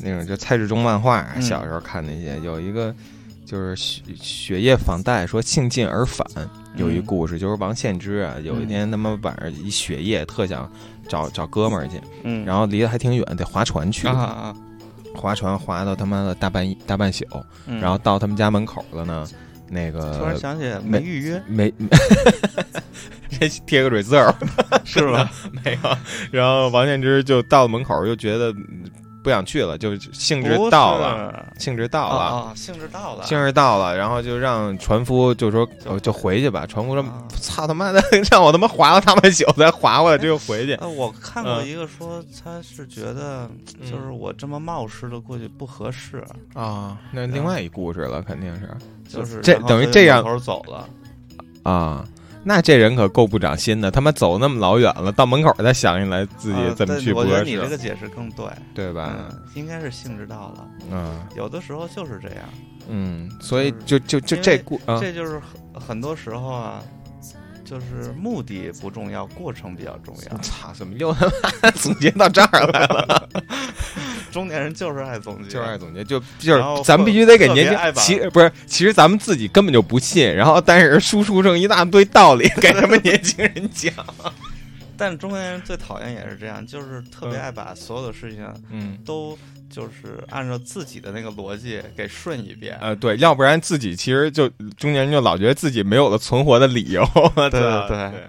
[SPEAKER 3] 那种就蔡志忠漫画，
[SPEAKER 2] 嗯
[SPEAKER 3] 小时候看那些，有一个就是雪雪夜访戴说兴尽而返，
[SPEAKER 2] 嗯
[SPEAKER 3] 有一故事，就是王献之啊，有一天他妈晚上一雪夜特想找找哥们儿去，
[SPEAKER 2] 嗯，
[SPEAKER 3] 然后离得还挺远，得划船去
[SPEAKER 2] 啊，啊，
[SPEAKER 3] 划船划到他妈的大半夜大半宿，
[SPEAKER 2] 嗯
[SPEAKER 3] 然后到他们家门口了呢，那
[SPEAKER 2] 突然
[SPEAKER 3] 个
[SPEAKER 2] 想起来没预 约
[SPEAKER 3] 没，这贴个蕊字儿
[SPEAKER 2] 是 吧？
[SPEAKER 3] 没有。然后王建之就到了门口，又觉得嗯不想去了，就兴致到了，
[SPEAKER 2] 了，
[SPEAKER 3] 兴致到了。
[SPEAKER 2] 啊，兴致到了，
[SPEAKER 3] 兴致到了，然后就让船夫就说
[SPEAKER 2] 就
[SPEAKER 3] 呃就回去吧。船夫说
[SPEAKER 2] 啊：“
[SPEAKER 3] 操他妈的， 让我他妈划了他妈宿再划回来，这又回去。
[SPEAKER 2] 呃，我看过
[SPEAKER 3] 嗯
[SPEAKER 2] 一个说，他是觉得
[SPEAKER 3] 嗯
[SPEAKER 2] 就是我这么冒失的过去不合适，”
[SPEAKER 3] 啊，那
[SPEAKER 2] 嗯
[SPEAKER 3] 另外一故事了，肯定是
[SPEAKER 2] 就是
[SPEAKER 3] 这
[SPEAKER 2] 然后
[SPEAKER 3] 等于
[SPEAKER 2] 他就
[SPEAKER 3] 这
[SPEAKER 2] 扭
[SPEAKER 3] 样
[SPEAKER 2] 头走了，
[SPEAKER 3] 啊。那这人可够不长心的，他妈走那么老远了，到门口再想起来自己
[SPEAKER 2] 啊
[SPEAKER 3] 怎么
[SPEAKER 2] 但
[SPEAKER 3] 去不
[SPEAKER 2] 我觉
[SPEAKER 3] 合
[SPEAKER 2] 得你这
[SPEAKER 3] 适，
[SPEAKER 2] 个解释更对，
[SPEAKER 3] 对吧？
[SPEAKER 2] 嗯，应该是兴致到了，
[SPEAKER 3] 嗯
[SPEAKER 2] 有的时候就是这样，
[SPEAKER 3] 嗯，所以就
[SPEAKER 2] 就
[SPEAKER 3] 就就
[SPEAKER 2] 因为
[SPEAKER 3] 这故啊，
[SPEAKER 2] 这就是很很多时候啊。就是目的不重要，过程比较重要。
[SPEAKER 3] 操，怎么又他妈 总结到这儿来了？
[SPEAKER 2] 中年人就是爱总结，
[SPEAKER 3] 就是爱总结，就就
[SPEAKER 2] 然
[SPEAKER 3] 是
[SPEAKER 2] 后
[SPEAKER 3] 咱们必须得给
[SPEAKER 2] 特别
[SPEAKER 3] 年
[SPEAKER 2] 爱
[SPEAKER 3] 轻，
[SPEAKER 2] 把
[SPEAKER 3] 其不是，其实咱们自己根本就不信，然后但是输出上一大堆道理给他们年轻 人讲。
[SPEAKER 2] 但中年人最讨厌也是这样，就是特别
[SPEAKER 3] 嗯
[SPEAKER 2] 爱把所有的事情
[SPEAKER 3] 嗯，
[SPEAKER 2] 都就是按照自己的那个逻辑给顺一遍。
[SPEAKER 3] 呃，对，要不然自己其实就中年人就老觉得自己没有了存活的理由。 对吧
[SPEAKER 2] 对
[SPEAKER 3] 对，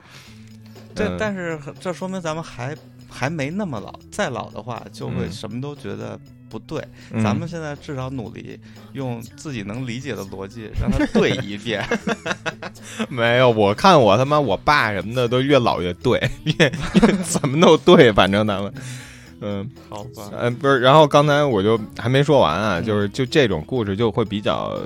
[SPEAKER 2] 这
[SPEAKER 3] 嗯
[SPEAKER 2] 但是这说明咱们还还没那么老，再老的话就会
[SPEAKER 3] 嗯
[SPEAKER 2] 什么都觉得不对。
[SPEAKER 3] 嗯
[SPEAKER 2] 咱们现在至少努力用自己能理解的逻辑让它对一 遍。
[SPEAKER 3] 没有，我看我他妈我爸什么的都越老越对，越越怎么都对，反正咱们，嗯。
[SPEAKER 2] 好吧，
[SPEAKER 3] 呃，不是，然后刚才我就还没说完
[SPEAKER 2] 嗯
[SPEAKER 3] 啊，就是就这种故事就会比较呃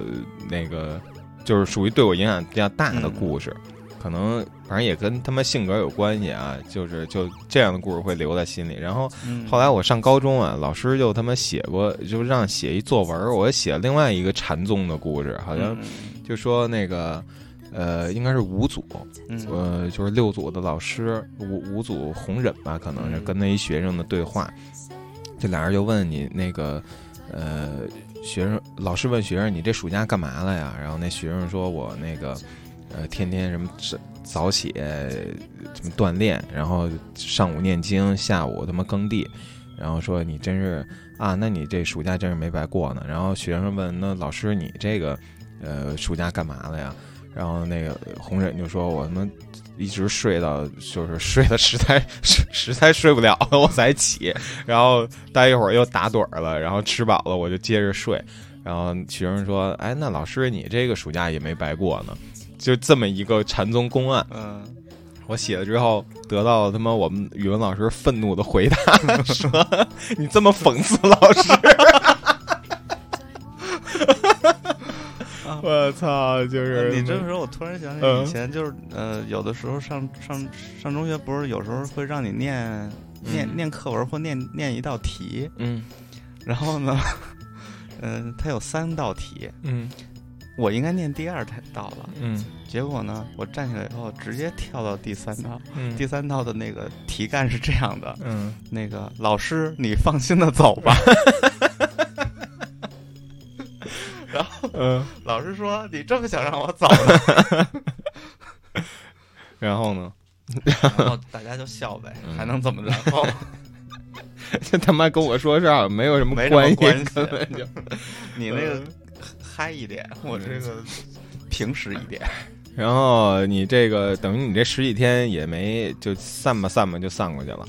[SPEAKER 3] 那个，就是属于对我影响比较大的
[SPEAKER 2] 嗯
[SPEAKER 3] 故事，可能反正也跟他们性格有关系啊，就是就这样的故事会留在心里。然后
[SPEAKER 2] 嗯
[SPEAKER 3] 后来我上高中啊，老师就他妈写过，就让写一作文，我写另外一个禅宗的故事，好像
[SPEAKER 2] 嗯
[SPEAKER 3] 就说那个。呃，应该是五组，
[SPEAKER 2] 嗯
[SPEAKER 3] 呃，就是六组的老师，五五组红忍吧，可能是
[SPEAKER 2] 嗯
[SPEAKER 3] 跟那一学生的对话，这俩人就问你那个，呃，学生老师问学生你这暑假干嘛了呀？然后那学生说我那个，呃，天天什么早早起，呃什么锻炼，然后上午念经，下午他妈耕地，然后说你真是啊，那你这暑假真是没白过呢。然后学生问那老师你这个，呃，暑假干嘛了呀？然后那个红忍就说：“我他妈一直睡到就是睡的实在实实在睡不了了，我才起。然后待一会儿又打盹儿了，然后吃饱了我就接着睡。然后学生说：‘哎，那老师你这个暑假也没白过呢。’就这么一个禅宗公案，
[SPEAKER 2] 嗯，
[SPEAKER 3] 我写了之后得到了他妈我们语文老师愤怒的回答， 说：‘你这么讽刺老师。’ 我操！就
[SPEAKER 2] 呃
[SPEAKER 3] 是
[SPEAKER 2] 你这么说，我突然想
[SPEAKER 3] 嗯
[SPEAKER 2] 起以前就是呃，有的时候上上上中学不是有时候会让你念念念课文或念念一道题，
[SPEAKER 3] 嗯
[SPEAKER 2] 然后呢，嗯，它有三道题，
[SPEAKER 3] 嗯
[SPEAKER 2] 我应该念第二道了。
[SPEAKER 3] 嗯
[SPEAKER 2] 结果呢，我站起来以后直接跳到第三道，
[SPEAKER 3] 嗯
[SPEAKER 2] 第三道的那个题干是这样的：
[SPEAKER 3] 嗯，
[SPEAKER 2] 那个老师，你放心的走吧。
[SPEAKER 3] 嗯，
[SPEAKER 2] 老师说你这么想让我走呢，
[SPEAKER 3] 然后呢？
[SPEAKER 2] 然后大家就笑呗，还能怎么着？
[SPEAKER 3] 这他妈跟我说事儿没有什么
[SPEAKER 2] 没什
[SPEAKER 3] 关
[SPEAKER 2] 么
[SPEAKER 3] 系，嗯
[SPEAKER 2] 关 系
[SPEAKER 3] 根本就。
[SPEAKER 2] 你那个嗨一点，我这个平实一点。
[SPEAKER 3] 然后你这个等于你这十几天也没就散吧散吧就散过去了，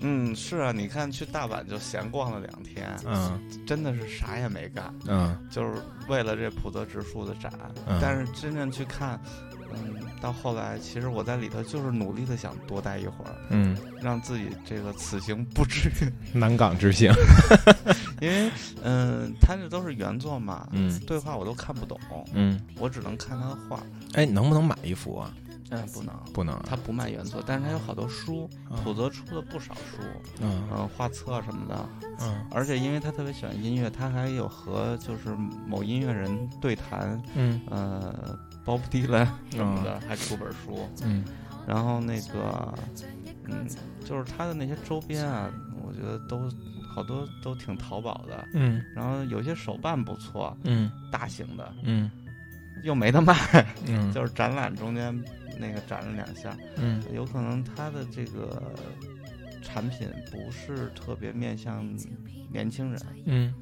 [SPEAKER 2] 嗯，是啊，你看去大阪就闲逛了两天，
[SPEAKER 3] 嗯
[SPEAKER 2] 真的是啥也没干，
[SPEAKER 3] 嗯
[SPEAKER 2] 就是为了这普泽直树的展。
[SPEAKER 3] 嗯
[SPEAKER 2] 但是真正去看，嗯，到后来其实我在里头就是努力的想多待一会儿，
[SPEAKER 3] 嗯，
[SPEAKER 2] 让自己这个此行不至于，
[SPEAKER 3] 南港 之行，
[SPEAKER 2] 因为嗯，他这都是原作嘛，
[SPEAKER 3] 嗯
[SPEAKER 2] 对话我都看不懂，
[SPEAKER 3] 嗯，
[SPEAKER 2] 我只能看他的画，
[SPEAKER 12] 哎，能不能买一幅啊？
[SPEAKER 2] 嗯，不能。
[SPEAKER 12] 不能啊，
[SPEAKER 2] 他不卖原作，但是他有好多书，
[SPEAKER 12] 啊
[SPEAKER 3] 嗯
[SPEAKER 2] 普泽出了不少书，
[SPEAKER 12] 嗯
[SPEAKER 2] 嗯，画册什么的，
[SPEAKER 12] 嗯
[SPEAKER 2] 而且因为他特别喜欢音乐，他还有和就是某音乐人对谈，
[SPEAKER 12] 嗯
[SPEAKER 2] 呃，Bob Dylan 什么的，还出本书。
[SPEAKER 12] 嗯
[SPEAKER 2] 然后那个，嗯，就是他的那些周边啊，我觉得都好多都挺淘宝的。
[SPEAKER 12] 嗯
[SPEAKER 2] 然后有些手办不错，
[SPEAKER 12] 嗯
[SPEAKER 2] 大型的
[SPEAKER 12] 嗯
[SPEAKER 2] 又没得卖，
[SPEAKER 12] 嗯
[SPEAKER 2] 就是展览中间那个展了两下，
[SPEAKER 12] 嗯
[SPEAKER 2] 有可能他的这个产品不是特别面向年轻人。
[SPEAKER 12] 嗯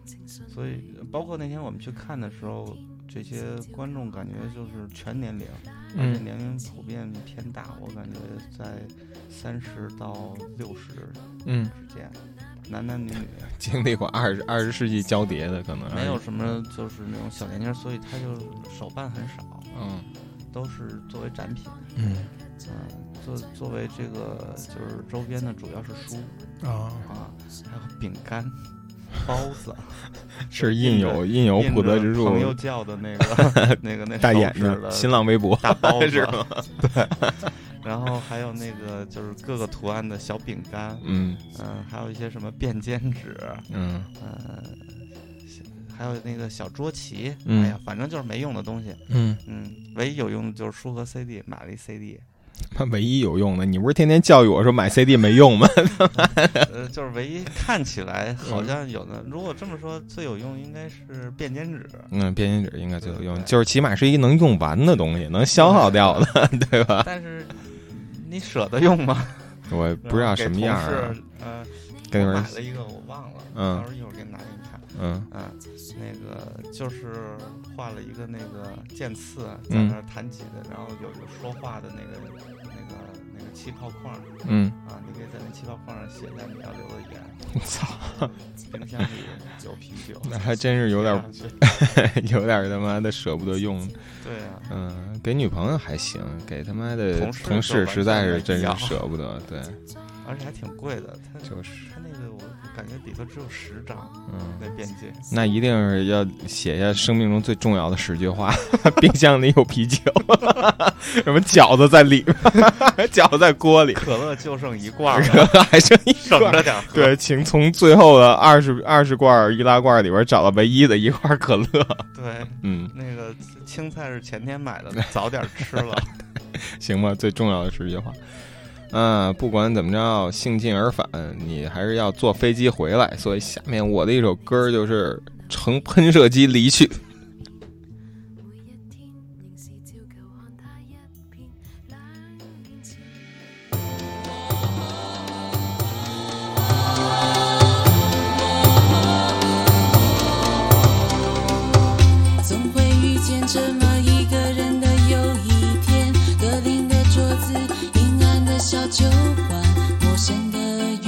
[SPEAKER 2] 所以包括那天我们去看的时候，这些观众感觉就是全年龄，而且
[SPEAKER 12] 嗯
[SPEAKER 2] 年龄普遍偏大，我感觉在三十到六十
[SPEAKER 12] 嗯，
[SPEAKER 2] 之间，男男女女，
[SPEAKER 3] 经历过二十二十世纪交叠的可能
[SPEAKER 2] 没有，什么就是那种小年轻，所以他就手办很少，
[SPEAKER 3] 嗯
[SPEAKER 2] 都是作为展品，
[SPEAKER 12] 嗯
[SPEAKER 2] 嗯，作作为这个就是周边的主要是书
[SPEAKER 3] 嗯
[SPEAKER 12] 啊，
[SPEAKER 2] 啊，还有饼干。包子
[SPEAKER 3] 是印有印有
[SPEAKER 2] 印
[SPEAKER 3] 普泽
[SPEAKER 2] 着
[SPEAKER 3] 之树
[SPEAKER 2] 朋友叫的那个那个那
[SPEAKER 3] 大眼
[SPEAKER 2] 手指
[SPEAKER 3] 睛，
[SPEAKER 2] 的
[SPEAKER 3] 新浪微博
[SPEAKER 2] 大 包子，
[SPEAKER 3] 是
[SPEAKER 2] 对， 然后还有那个就是各个图案的小饼干，
[SPEAKER 3] 嗯
[SPEAKER 2] 嗯、还有一些什么便笺纸，
[SPEAKER 3] 嗯
[SPEAKER 2] 嗯、还有那个小桌旗，
[SPEAKER 3] 嗯
[SPEAKER 2] 哎呀，反正就是没用的东西，
[SPEAKER 12] 嗯，
[SPEAKER 2] 嗯，唯一有用的就是书和 CD，买了一 CD，
[SPEAKER 3] 他 唯一有用的，你不是天天教育我说 买 CD 没用吗？
[SPEAKER 2] 呃，就是唯一看起来好像有的，如果这么说最有用应该是便笺纸，
[SPEAKER 3] 嗯，便笺纸应该最有用，
[SPEAKER 2] 对
[SPEAKER 3] 就是起码是一能用完的东西，能消耗掉 的，对吧？
[SPEAKER 2] 但是你舍得用吗？
[SPEAKER 3] 我不知道什么样
[SPEAKER 2] 给同
[SPEAKER 3] 儿
[SPEAKER 2] 事，呃，
[SPEAKER 3] 跟你
[SPEAKER 2] 我
[SPEAKER 3] 说
[SPEAKER 2] 买，了一个我忘了，
[SPEAKER 3] 嗯
[SPEAKER 2] 到时候一会儿给你拿给你看。
[SPEAKER 3] 嗯
[SPEAKER 2] 嗯，那个就是画了一个那个剑刺啊在
[SPEAKER 3] 嗯
[SPEAKER 2] 那儿弹吉的，然后有有说话的那个那个那个气泡框儿
[SPEAKER 3] 嗯，
[SPEAKER 2] 啊，你可以在那气泡框上写一下你要留的言。
[SPEAKER 3] 操，
[SPEAKER 2] 冰箱里有啤酒，
[SPEAKER 3] 那还真是有点
[SPEAKER 2] 写上去
[SPEAKER 3] 有点他妈的舍不得用。
[SPEAKER 2] 对啊，
[SPEAKER 3] 嗯，给女朋友还行，给他妈的
[SPEAKER 2] 同事
[SPEAKER 3] 同事
[SPEAKER 2] 就
[SPEAKER 3] 实在是
[SPEAKER 2] 完全
[SPEAKER 3] 真
[SPEAKER 2] 没
[SPEAKER 3] 是
[SPEAKER 2] 必要
[SPEAKER 3] 舍不得。对，
[SPEAKER 2] 而且还挺贵的。它
[SPEAKER 3] 就是，
[SPEAKER 2] 它那个我感觉里头只有十张
[SPEAKER 3] 嗯，
[SPEAKER 2] 那便笺，
[SPEAKER 3] 那一定是要写下生命中最重要的十句话。 冰箱里有啤酒， 什么饺子在里边， 饺子在锅里，
[SPEAKER 2] 可乐就剩一罐 儿了，
[SPEAKER 3] 可还剩一
[SPEAKER 2] 省
[SPEAKER 3] 罐
[SPEAKER 2] 着。点儿喝。
[SPEAKER 3] 对，请从最后的二十二十罐易拉罐里边找到唯一的一罐可乐。
[SPEAKER 2] 对，
[SPEAKER 3] 嗯，
[SPEAKER 2] 那个青菜是前天买的，早点吃 了。
[SPEAKER 3] 行吧，最重要的是一句话。嗯，不管怎么着，兴尽而返，你还是要坐飞机回来。所以下面我的一首歌就是《乘喷射机离去》。
[SPEAKER 8] 每一天仍是照舊看他一片冷面前。总会遇见这么一个人的有一天，格林的桌子，阴暗的小酒馆，陌生的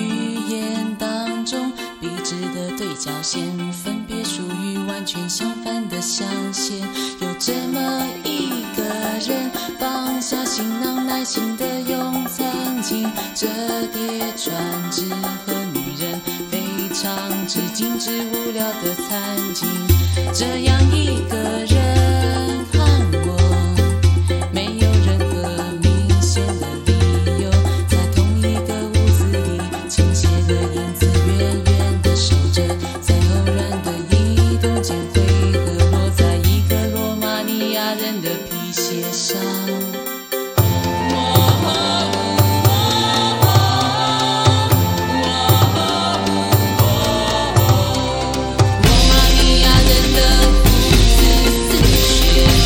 [SPEAKER 8] 语言当中，笔直的对角线分别属于完全相反的象限。有这么一个人，放下行囊，耐心的用餐巾折叠船只和女人非常之精致无聊的餐巾。这样一个人看我，没有任何明显的理由，在同一个屋子里，倾斜的影子远远的守着，在偶然的移动间会合，落在一个罗马尼亚人的皮鞋上。罗马尼亚人的胡子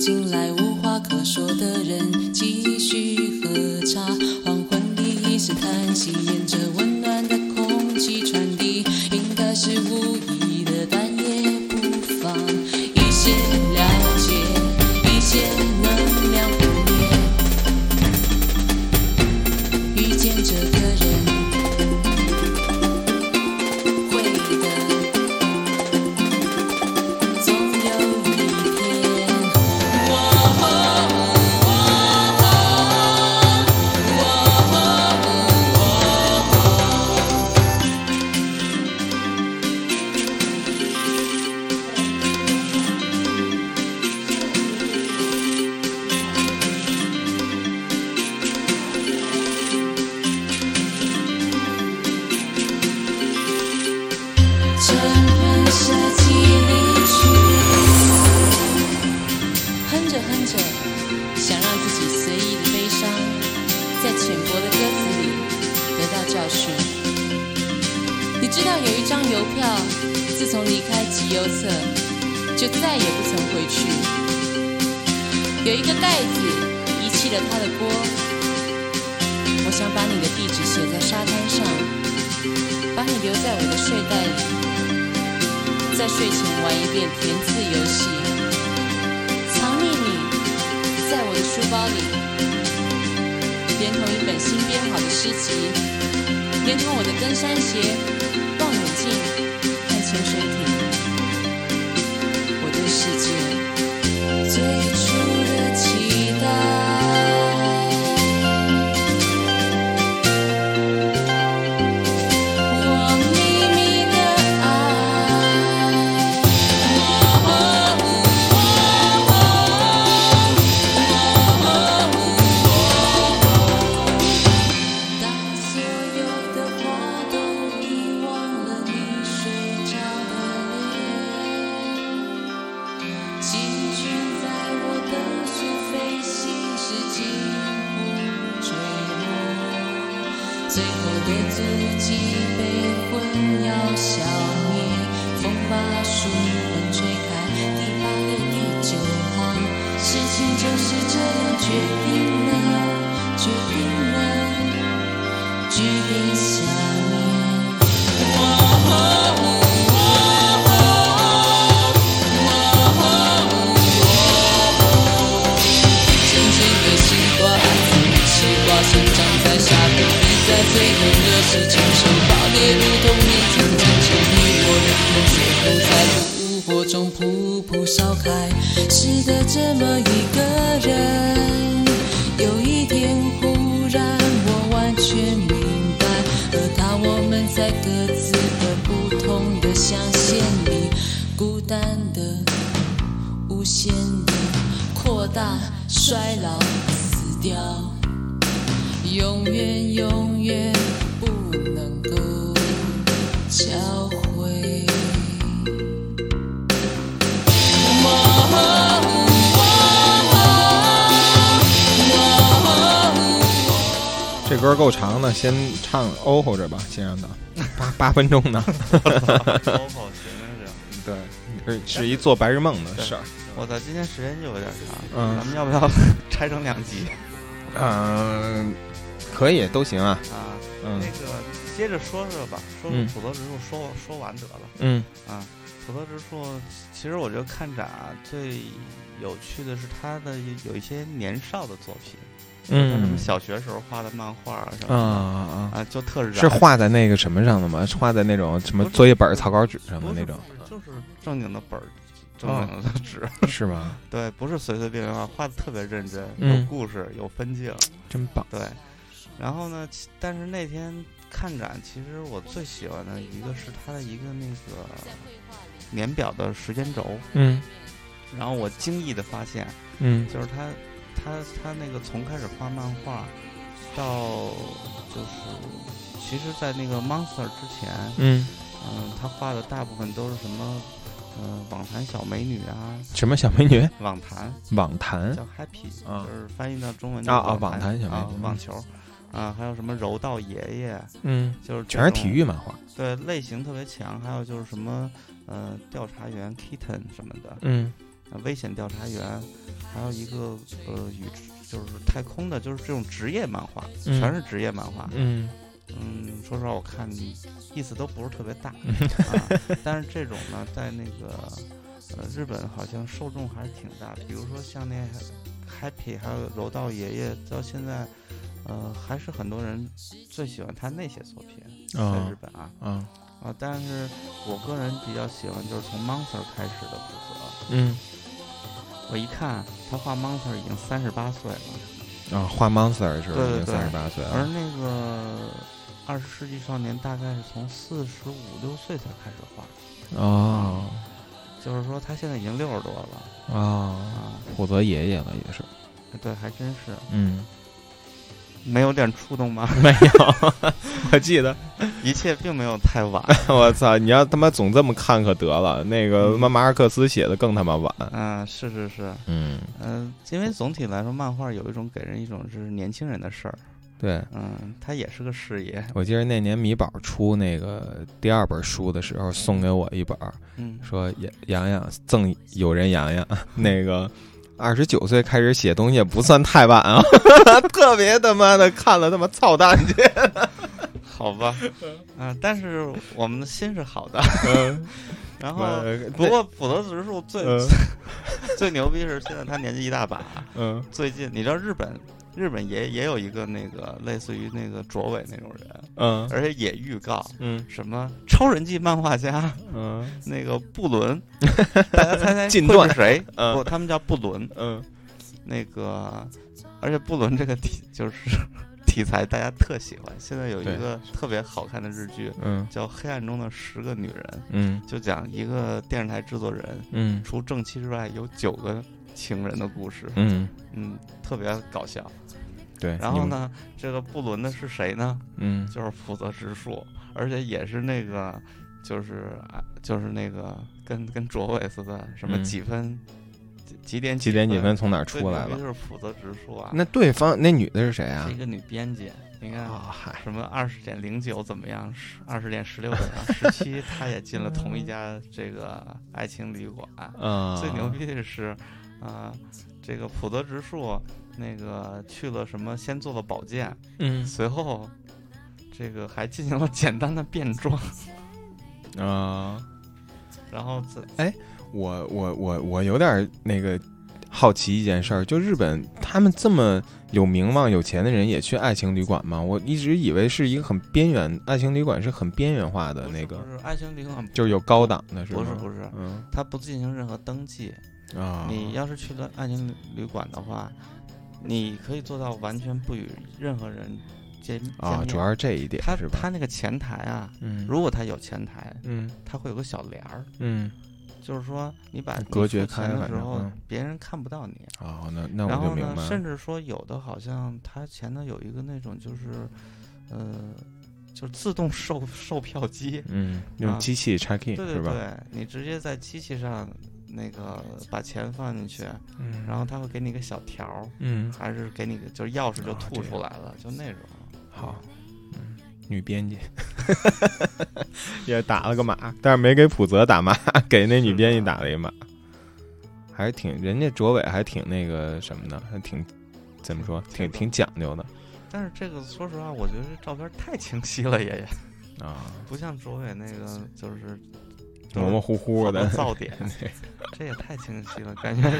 [SPEAKER 8] 进来无话可说的人继续喝茶，黄昏里一声叹息，沿着温暖的空气传递，应该是无意的，但也不妨一些了解，一些能量不灭，遇见这个人会的。总有一天。成人设计离去，哼着哼着，想让自己随意的悲伤，在浅薄的歌词里得到教训。你知道有一张邮票，自从离开集邮册，就再也不曾回去。有一个袋子遗弃了他的锅，我想把你的地址写在沙滩上。把你留在我的睡袋里，在睡前玩一遍填字游戏，藏匿你在我的书包里，连同一本新编好的诗集，连同我的登山鞋、望远镜和潜水艇，我对世界最初的期待。我秘密的爱。当所有的花都遗忘了你睡着的脸，寄居在我的处飞行时几乎坠落，最后的足迹被混淆消灭。风把树根吹开，第八页第九行，事情就是这样决定了，决定了。距离想念。静静的西瓜，西瓜生长在沙土里，在最冷的时间上爆裂，如同你曾坚持你我的梦，最后在炉火中噗噗烧开。是的，这么一个人，有一天忽然我完全明白，和他我们在各自的不同的象限里，孤单的。无限的扩大、衰老、死掉，永远永远不能够教会。
[SPEAKER 3] 这歌够长的，先唱哦吼着吧，先让他八八分钟 呢。
[SPEAKER 2] OPPO 行是这样。
[SPEAKER 3] 对，是是一做白日梦的事儿。
[SPEAKER 2] 我操，今天时间就有点长，
[SPEAKER 3] 嗯
[SPEAKER 2] 咱们要不 要拆成两集
[SPEAKER 3] 嗯、可以都行啊。
[SPEAKER 2] 啊？
[SPEAKER 3] 嗯
[SPEAKER 2] 那个接着说说吧，说说
[SPEAKER 3] 嗯
[SPEAKER 2] 土豆之树，说说完得了
[SPEAKER 3] 嗯
[SPEAKER 2] 啊。土豆之树，其实我觉得看展啊最有趣的是它的有一些年少的作品，像什么
[SPEAKER 3] 嗯
[SPEAKER 2] 小学时候画的漫画啊什
[SPEAKER 3] 啊
[SPEAKER 2] 么
[SPEAKER 3] 啊
[SPEAKER 2] 的。！啊，就特燃
[SPEAKER 3] 是画在那个什么上的吗？是画在那种什么作业本儿、草稿纸上的
[SPEAKER 2] 不
[SPEAKER 3] 那
[SPEAKER 2] 是
[SPEAKER 3] 种，哦
[SPEAKER 2] 就是正经的本儿，正经的纸，
[SPEAKER 3] 是吗？
[SPEAKER 2] 对，不是随随便便画，画的特别认真，
[SPEAKER 3] 嗯
[SPEAKER 2] 有故事，有分镜，
[SPEAKER 3] 真棒！
[SPEAKER 2] 对。然后呢，其但是那天看展，其实我最喜欢的一个是它的一个那个年表的时间轴，
[SPEAKER 3] 嗯
[SPEAKER 2] 然后我惊异的发现，
[SPEAKER 3] 嗯
[SPEAKER 2] 就是他他他那个从开始画漫画到就是，其实，在那个 Monster 之前，
[SPEAKER 3] 嗯，
[SPEAKER 2] 嗯，他画的大部分都是什么，嗯，网坛小美女啊，
[SPEAKER 3] 什么小美女？
[SPEAKER 2] 网坛
[SPEAKER 3] 网坛
[SPEAKER 2] 叫 Happy，
[SPEAKER 3] 啊
[SPEAKER 2] 就是翻译到中文
[SPEAKER 3] 啊啊
[SPEAKER 2] 叫
[SPEAKER 3] 网坛小美
[SPEAKER 2] 啊
[SPEAKER 3] 女
[SPEAKER 2] 网球，啊，还有什么柔道爷爷，
[SPEAKER 3] 嗯，
[SPEAKER 2] 就是这
[SPEAKER 3] 全是
[SPEAKER 2] 种
[SPEAKER 3] 体育漫画。
[SPEAKER 2] 对类型特别强，还有就是什么呃调查员 Kitten 什么的，
[SPEAKER 3] 嗯
[SPEAKER 2] 呃危险调查员，还有一个呃宇就是太空的，就是这种职业漫画，
[SPEAKER 3] 嗯
[SPEAKER 2] 全是职业漫画。
[SPEAKER 3] 嗯
[SPEAKER 2] 嗯，说实话，我看意思都不是特别大
[SPEAKER 3] 嗯
[SPEAKER 2] 啊。但是这种呢，在那个呃日本好像受众还是挺大的，比如说像那 Happy 还有柔道爷爷，到现在呃还是很多人最喜欢他那些作品，在日
[SPEAKER 3] 啊
[SPEAKER 2] 本啊
[SPEAKER 3] 啊
[SPEAKER 2] 啊。但是我个人比较喜欢就是从 Monster 开始的古泽，
[SPEAKER 3] 嗯
[SPEAKER 2] 我一看他画 Monster 已经三十八岁了。
[SPEAKER 3] 啊，画 Monster 是吧？
[SPEAKER 2] 对
[SPEAKER 3] 已
[SPEAKER 2] 对
[SPEAKER 3] 经
[SPEAKER 2] 对
[SPEAKER 3] 三十八岁
[SPEAKER 2] 而
[SPEAKER 3] 了。
[SPEAKER 2] 那个二十世纪少年大概是从四十五六岁才开始画，
[SPEAKER 3] 哦
[SPEAKER 2] 就是说他现在已经六十多了
[SPEAKER 3] 哦，
[SPEAKER 2] 啊，
[SPEAKER 3] 虎泽爷爷了也是。
[SPEAKER 2] 对，还真是
[SPEAKER 3] 嗯，
[SPEAKER 2] 没有点触动吗？
[SPEAKER 3] 没有，我记得。
[SPEAKER 2] 一切并没有太晚，
[SPEAKER 6] 我操！你要他妈总这么看可得了，那个马马尔克斯写的更他妈晚。
[SPEAKER 2] 嗯、是是是，
[SPEAKER 6] 嗯，
[SPEAKER 2] 嗯、因为总体来说，漫画有一种给人一种就是年轻人的事儿，
[SPEAKER 3] 对，
[SPEAKER 2] 嗯，它也是个事业，
[SPEAKER 3] 我记得那年米宝出那个第二本书的时候，送给我一本儿，
[SPEAKER 2] 嗯，
[SPEAKER 3] 说杨洋洋赠友人洋洋 那个。二十九岁开始写东西也不算太晚啊， 特别他妈的看了他妈操蛋去。
[SPEAKER 2] 好吧，嗯、但是我们的心是好的， 然后。不
[SPEAKER 6] 不过
[SPEAKER 2] 过普罗指数最、
[SPEAKER 6] 嗯
[SPEAKER 2] 最牛逼是现在他年纪一大把，
[SPEAKER 6] 嗯
[SPEAKER 2] 最近你知道日本日本也也有一个那个类似于那个卓伟那种人，
[SPEAKER 6] 嗯
[SPEAKER 2] 而且也预告
[SPEAKER 6] 嗯
[SPEAKER 2] 什么超人级漫画家
[SPEAKER 6] 嗯
[SPEAKER 2] 那个 布伦，大家猜猜
[SPEAKER 6] 近
[SPEAKER 2] 会
[SPEAKER 6] 段
[SPEAKER 2] 是谁？
[SPEAKER 6] 嗯
[SPEAKER 2] 不，他们叫布伦。
[SPEAKER 6] 嗯
[SPEAKER 2] 那个，而且布伦这个题就是 题材大家特喜欢。现在有一
[SPEAKER 3] 对
[SPEAKER 2] 个特别好看的日剧
[SPEAKER 3] 嗯
[SPEAKER 2] 叫《黑暗中的十个女人》，
[SPEAKER 3] 嗯
[SPEAKER 2] 就讲一个电视台制作人
[SPEAKER 3] 嗯
[SPEAKER 2] 除正妻之外有九个情人的故事，
[SPEAKER 3] 嗯，
[SPEAKER 2] 嗯，特别搞笑。
[SPEAKER 6] 哎
[SPEAKER 3] 对。
[SPEAKER 2] 然后
[SPEAKER 3] 你们？
[SPEAKER 2] 呢，这个布伦的是谁呢？
[SPEAKER 3] 嗯
[SPEAKER 2] 就是普泽直树，而且也是那个，就是啊就是那个跟跟卓伟似的，什么
[SPEAKER 3] 嗯
[SPEAKER 2] 几分、几几点
[SPEAKER 6] 几点几分
[SPEAKER 2] 分
[SPEAKER 6] 从哪儿
[SPEAKER 2] 最
[SPEAKER 6] 出来
[SPEAKER 2] 牛
[SPEAKER 6] 了，
[SPEAKER 2] 逼？就是普泽直树啊，
[SPEAKER 3] 那对方那女的是谁啊
[SPEAKER 2] 是一？个女编辑，你看。
[SPEAKER 3] 啊嗨，
[SPEAKER 2] 什么二十点零九怎么样？十二十点十六怎么样？十七她也进了同一家这个爱情旅馆。
[SPEAKER 3] 啊，
[SPEAKER 2] 最牛逼的是，啊、这个普泽直树那个去了什么？先做了保健，
[SPEAKER 3] 嗯
[SPEAKER 2] 随后这个还进行了简单的变装，
[SPEAKER 3] 啊。
[SPEAKER 2] 然后再
[SPEAKER 3] 我我我我有点儿那个好奇一件事儿，就日本他们这么有名望、有钱的人也去爱情旅馆吗？我一直以为是一个很边缘，爱情旅馆是很边缘化的
[SPEAKER 2] 不是
[SPEAKER 3] 那个
[SPEAKER 2] 不，是爱情旅馆，
[SPEAKER 3] 就是有高档的是吗？
[SPEAKER 2] 不是不是，
[SPEAKER 3] 嗯
[SPEAKER 2] 他不进行任何登记。
[SPEAKER 3] 啊，
[SPEAKER 2] 你要是去了爱情旅馆的话，你可以做到完全不与任何人见见
[SPEAKER 3] 啊，
[SPEAKER 2] 面
[SPEAKER 3] 主要是这一点
[SPEAKER 2] 他
[SPEAKER 3] 是吧？
[SPEAKER 2] 他那个前台啊，
[SPEAKER 3] 嗯
[SPEAKER 2] 如果他有前台，
[SPEAKER 3] 嗯
[SPEAKER 2] 他会有个小帘儿。
[SPEAKER 3] 嗯
[SPEAKER 2] 就是说，你把你
[SPEAKER 3] 隔
[SPEAKER 2] 付
[SPEAKER 3] 绝
[SPEAKER 2] 钱
[SPEAKER 3] 开
[SPEAKER 2] 的
[SPEAKER 3] 反
[SPEAKER 2] 时
[SPEAKER 3] 正
[SPEAKER 2] 候
[SPEAKER 3] 嗯，
[SPEAKER 2] 别人看不到你。
[SPEAKER 3] 哦，那那
[SPEAKER 2] 然
[SPEAKER 3] 我就
[SPEAKER 2] 后
[SPEAKER 3] 明
[SPEAKER 2] 呢，
[SPEAKER 3] 白
[SPEAKER 2] 甚
[SPEAKER 3] 了。
[SPEAKER 2] 至说有的好像它前头有一个那种就是，呃，就是自动售售票机，
[SPEAKER 3] 嗯，用
[SPEAKER 2] 啊
[SPEAKER 3] 机器 check in
[SPEAKER 2] 对对
[SPEAKER 3] 嗯是吧？
[SPEAKER 2] 对，你直接在机器上那个把钱放进去，
[SPEAKER 3] 嗯
[SPEAKER 2] 然后他会给你个小条儿，
[SPEAKER 3] 嗯，
[SPEAKER 2] 还是给你个就是钥匙就
[SPEAKER 3] 啊
[SPEAKER 2] 吐
[SPEAKER 3] 这
[SPEAKER 2] 出来了，就那种。
[SPEAKER 3] 好，嗯，女编辑 也打了个码，但是没给普泽打码，给那女编辑打了一码，还是挺人家卓伟还挺那个什么的，还挺怎么说，挺挺讲究的
[SPEAKER 2] 但是这个说实话，我觉得这照片太清晰了，也
[SPEAKER 3] 啊，
[SPEAKER 2] 不像卓伟那个就是
[SPEAKER 3] 模模糊糊
[SPEAKER 2] 好多
[SPEAKER 3] 的。
[SPEAKER 2] 噪点，这也太清晰了，感觉是。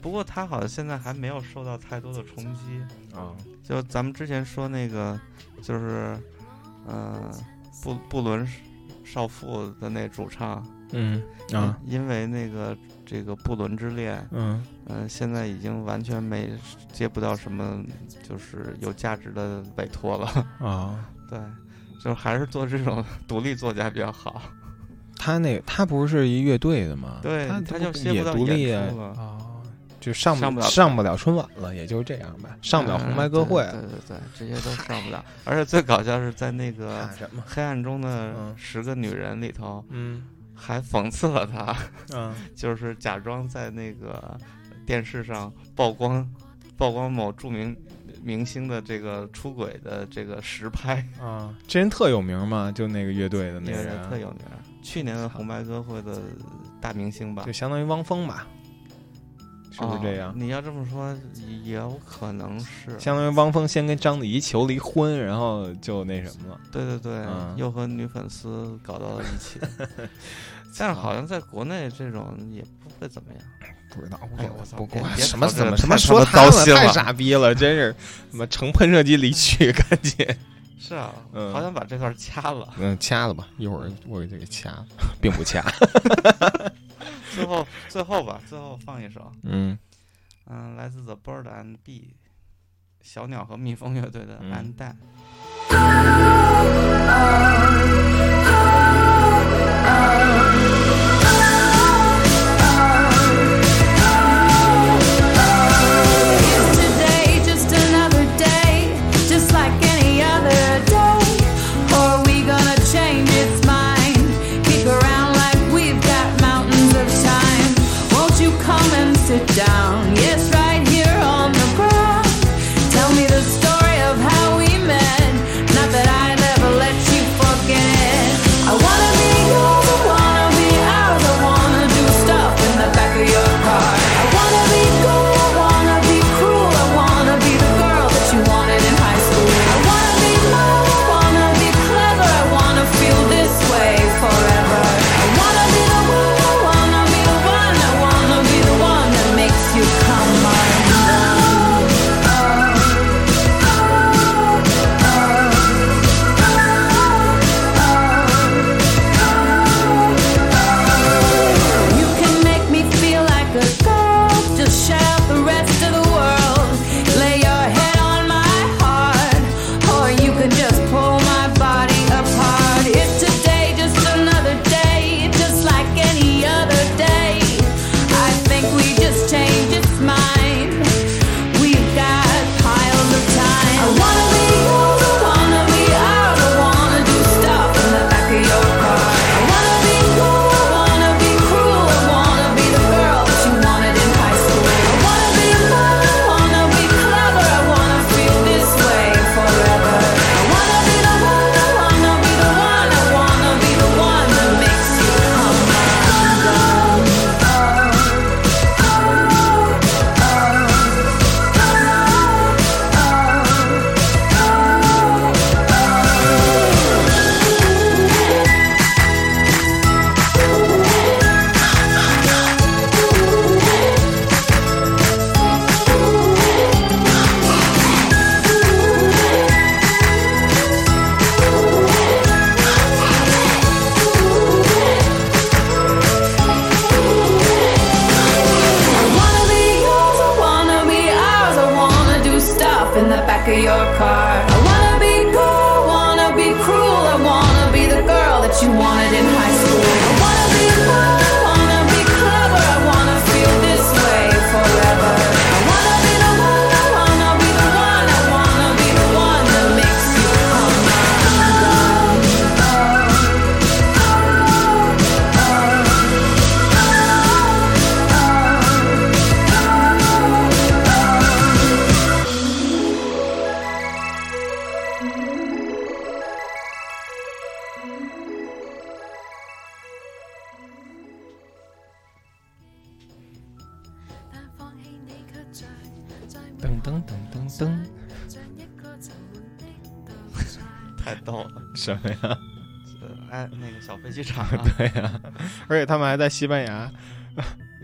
[SPEAKER 2] 不过他好像现在还没有受到太多的冲击。
[SPEAKER 3] 啊，
[SPEAKER 2] 就咱们之前说那个，就是，呃，布布伦少妇的那主唱
[SPEAKER 3] 嗯啊，
[SPEAKER 2] 因为那个这个布伦之恋，
[SPEAKER 3] 嗯
[SPEAKER 2] 嗯、现在已经完全没接不到什么就是有价值的委托了。
[SPEAKER 3] 啊，
[SPEAKER 2] 对，就还是做这种独立作家比较好。
[SPEAKER 3] 他那个他不是一乐队的吗？
[SPEAKER 2] 对
[SPEAKER 3] 他
[SPEAKER 2] 他
[SPEAKER 3] 不
[SPEAKER 2] 就歇
[SPEAKER 3] 也
[SPEAKER 2] 不到
[SPEAKER 3] 独立
[SPEAKER 2] 演
[SPEAKER 3] 啊
[SPEAKER 2] 出了
[SPEAKER 3] 啊，就上
[SPEAKER 2] 上不了
[SPEAKER 3] 上不了春晚了，也就是这样吧，上不了红白歌会
[SPEAKER 2] 嗯，对对对，这些都上不了。而且最搞笑是在那个
[SPEAKER 3] 看什么？
[SPEAKER 2] 《黑暗中的
[SPEAKER 3] 嗯
[SPEAKER 2] 十个女人》里头，
[SPEAKER 3] 嗯
[SPEAKER 2] 还讽刺了她，
[SPEAKER 3] 啊
[SPEAKER 2] 就是假装在那个电视上曝光曝光某著名明星的这个出轨的这个实拍，
[SPEAKER 3] 啊，这人特有名嘛，就那个乐队的那
[SPEAKER 2] 那
[SPEAKER 3] 个
[SPEAKER 2] 个
[SPEAKER 3] 人
[SPEAKER 2] 人特有名儿，去年的红白歌会的大明星吧
[SPEAKER 3] 就。相当于汪峰吧。是不是这样
[SPEAKER 2] 哦？你要这么说，也有可能是。
[SPEAKER 3] 相当于汪峰先跟章子怡求离婚，然后就那什么了。
[SPEAKER 2] 对对对，
[SPEAKER 3] 嗯
[SPEAKER 2] 又和女粉丝搞到了一 起，但是好像在国内这种也不会怎么样。
[SPEAKER 3] 不知道，
[SPEAKER 2] 哎我操
[SPEAKER 3] 不
[SPEAKER 2] 别
[SPEAKER 3] 管
[SPEAKER 2] 别
[SPEAKER 3] 什么
[SPEAKER 2] 操这
[SPEAKER 3] 怎
[SPEAKER 2] 个
[SPEAKER 3] 么
[SPEAKER 2] 太
[SPEAKER 3] 什么说
[SPEAKER 2] 他妈糟心
[SPEAKER 3] 太
[SPEAKER 2] 了
[SPEAKER 3] 傻逼了，真是什么乘喷射机离去，赶紧
[SPEAKER 2] 是啊，
[SPEAKER 3] 嗯
[SPEAKER 2] 好想把这段掐了。
[SPEAKER 3] 嗯掐了吧，一会儿我给这个掐了， 并不掐，
[SPEAKER 2] 最后最后吧，最后放一首，
[SPEAKER 3] 嗯
[SPEAKER 2] 嗯，来自 The Bird and Bee，小鸟和蜜蜂乐队的
[SPEAKER 3] 嗯
[SPEAKER 2] 《安淡》。
[SPEAKER 8] Is today just another day, just like any other day? Or are we gonna change its mind? Kick around like we've got mountains of time. Won't you come and sit down? Yes, right here on the ground. Tell me the story of how we met. Not that I'd ever let you forget. I wanna be your the one, I'll be out the one to do stuff in the back of your car. I wanna be cool, I wanna be cruel, I wanna be the girl that you wanted in high school. I wanna be love, I wanna be clever, I wanna feel this way forever. I wanna be the one, I wanna be the one, I wanna be the one that makes you come undone. You can make me feel like a girl. Just shout the rest of the world. Lay your head on my heart. Or you can just pull my body apart. Is today just another day? Just like any other day. I think we just changed its mind. We've got piles of time. I wanna be yours, I wanna be ours, I wanna do stuff in the back of your car. I wanna be cool, I wanna be cruel, I wanna be the girl that you wanted in high school. I wanna be love, I wanna be clever, I wanna feel this way forever. I wanna be the one, I wanna be the one, I wanna be the one that makes you come undone. I wanna be yours, I wanna be ours, I wanna do stuff in the back of your car. I wanna be cool, I wanna be cruel, I wanna be the girl that you wanted in high school. I wanna be love, I wanna be clever, I wanna feel this way forever. I wanna be the one, I wanna be the one, I wanna be the one that makes you come undone.
[SPEAKER 1] 음.
[SPEAKER 2] 太逗了，
[SPEAKER 3] 什么呀？
[SPEAKER 2] 呃哎，那个小飞机场啊，
[SPEAKER 3] 对呀、而且他们还在西班牙，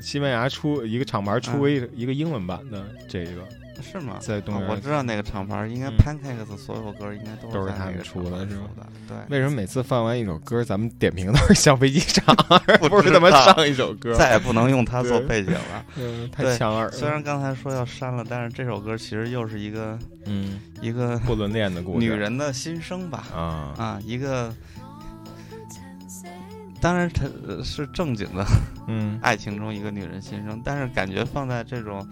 [SPEAKER 3] 西班牙出一个厂牌出一个、一个英文版的这个，
[SPEAKER 2] 是吗？
[SPEAKER 3] 在动物园
[SPEAKER 2] 啊我知道那个厂牌，应该
[SPEAKER 3] 嗯
[SPEAKER 2] Pancakes 的所有歌应该都
[SPEAKER 3] 都是
[SPEAKER 2] 在
[SPEAKER 3] 他
[SPEAKER 2] 那
[SPEAKER 3] 们
[SPEAKER 2] 个
[SPEAKER 3] 出
[SPEAKER 2] 厂
[SPEAKER 3] 的
[SPEAKER 2] 牌
[SPEAKER 3] 是
[SPEAKER 2] 出
[SPEAKER 3] 吗
[SPEAKER 2] 的，对。
[SPEAKER 3] 为什么每次放完一首歌，咱们点评都是小飞机场，而
[SPEAKER 2] 不
[SPEAKER 3] 不是
[SPEAKER 2] 知
[SPEAKER 3] 他妈
[SPEAKER 2] 道
[SPEAKER 3] 上一首歌？
[SPEAKER 2] 再也不能用它做
[SPEAKER 3] 对
[SPEAKER 2] 背景 了。
[SPEAKER 3] 嗯，太
[SPEAKER 2] 对
[SPEAKER 3] 抢耳了。
[SPEAKER 2] 虽然刚才说要删了，但是这首歌其实又是一个
[SPEAKER 3] 嗯，
[SPEAKER 2] 一个
[SPEAKER 3] 不伦恋的故事，
[SPEAKER 2] 女人的心声吧。
[SPEAKER 3] 啊，
[SPEAKER 2] 啊，一个，当然它呃是正经的
[SPEAKER 3] 嗯，
[SPEAKER 2] 爱情中一个女人心声，但是感觉放在这种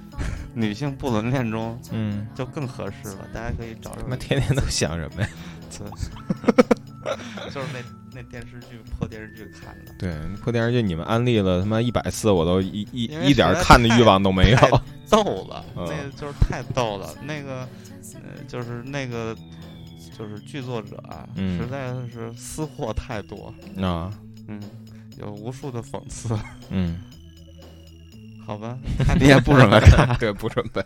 [SPEAKER 2] 女性不伦恋中
[SPEAKER 3] 嗯，
[SPEAKER 2] 就更合适了。大家可以找
[SPEAKER 3] 他
[SPEAKER 2] 找
[SPEAKER 3] 妈天天都想什么呀？
[SPEAKER 2] 次，就是那那电视剧破电视剧看的，
[SPEAKER 3] 对，破电视剧你们安利了他妈一百次，我都一一
[SPEAKER 2] 因为
[SPEAKER 3] 一点儿看的欲望都没有啊
[SPEAKER 2] 实在。太逗了，
[SPEAKER 3] 嗯
[SPEAKER 2] 那个就是太逗了。那个呃，就是那个就是剧作者啊，
[SPEAKER 3] 嗯
[SPEAKER 2] 实在是私货太多，
[SPEAKER 3] 啊，
[SPEAKER 2] 嗯，有无数的讽刺。
[SPEAKER 3] 嗯，
[SPEAKER 2] 好吧，看你也不准备看
[SPEAKER 6] 对，不准备，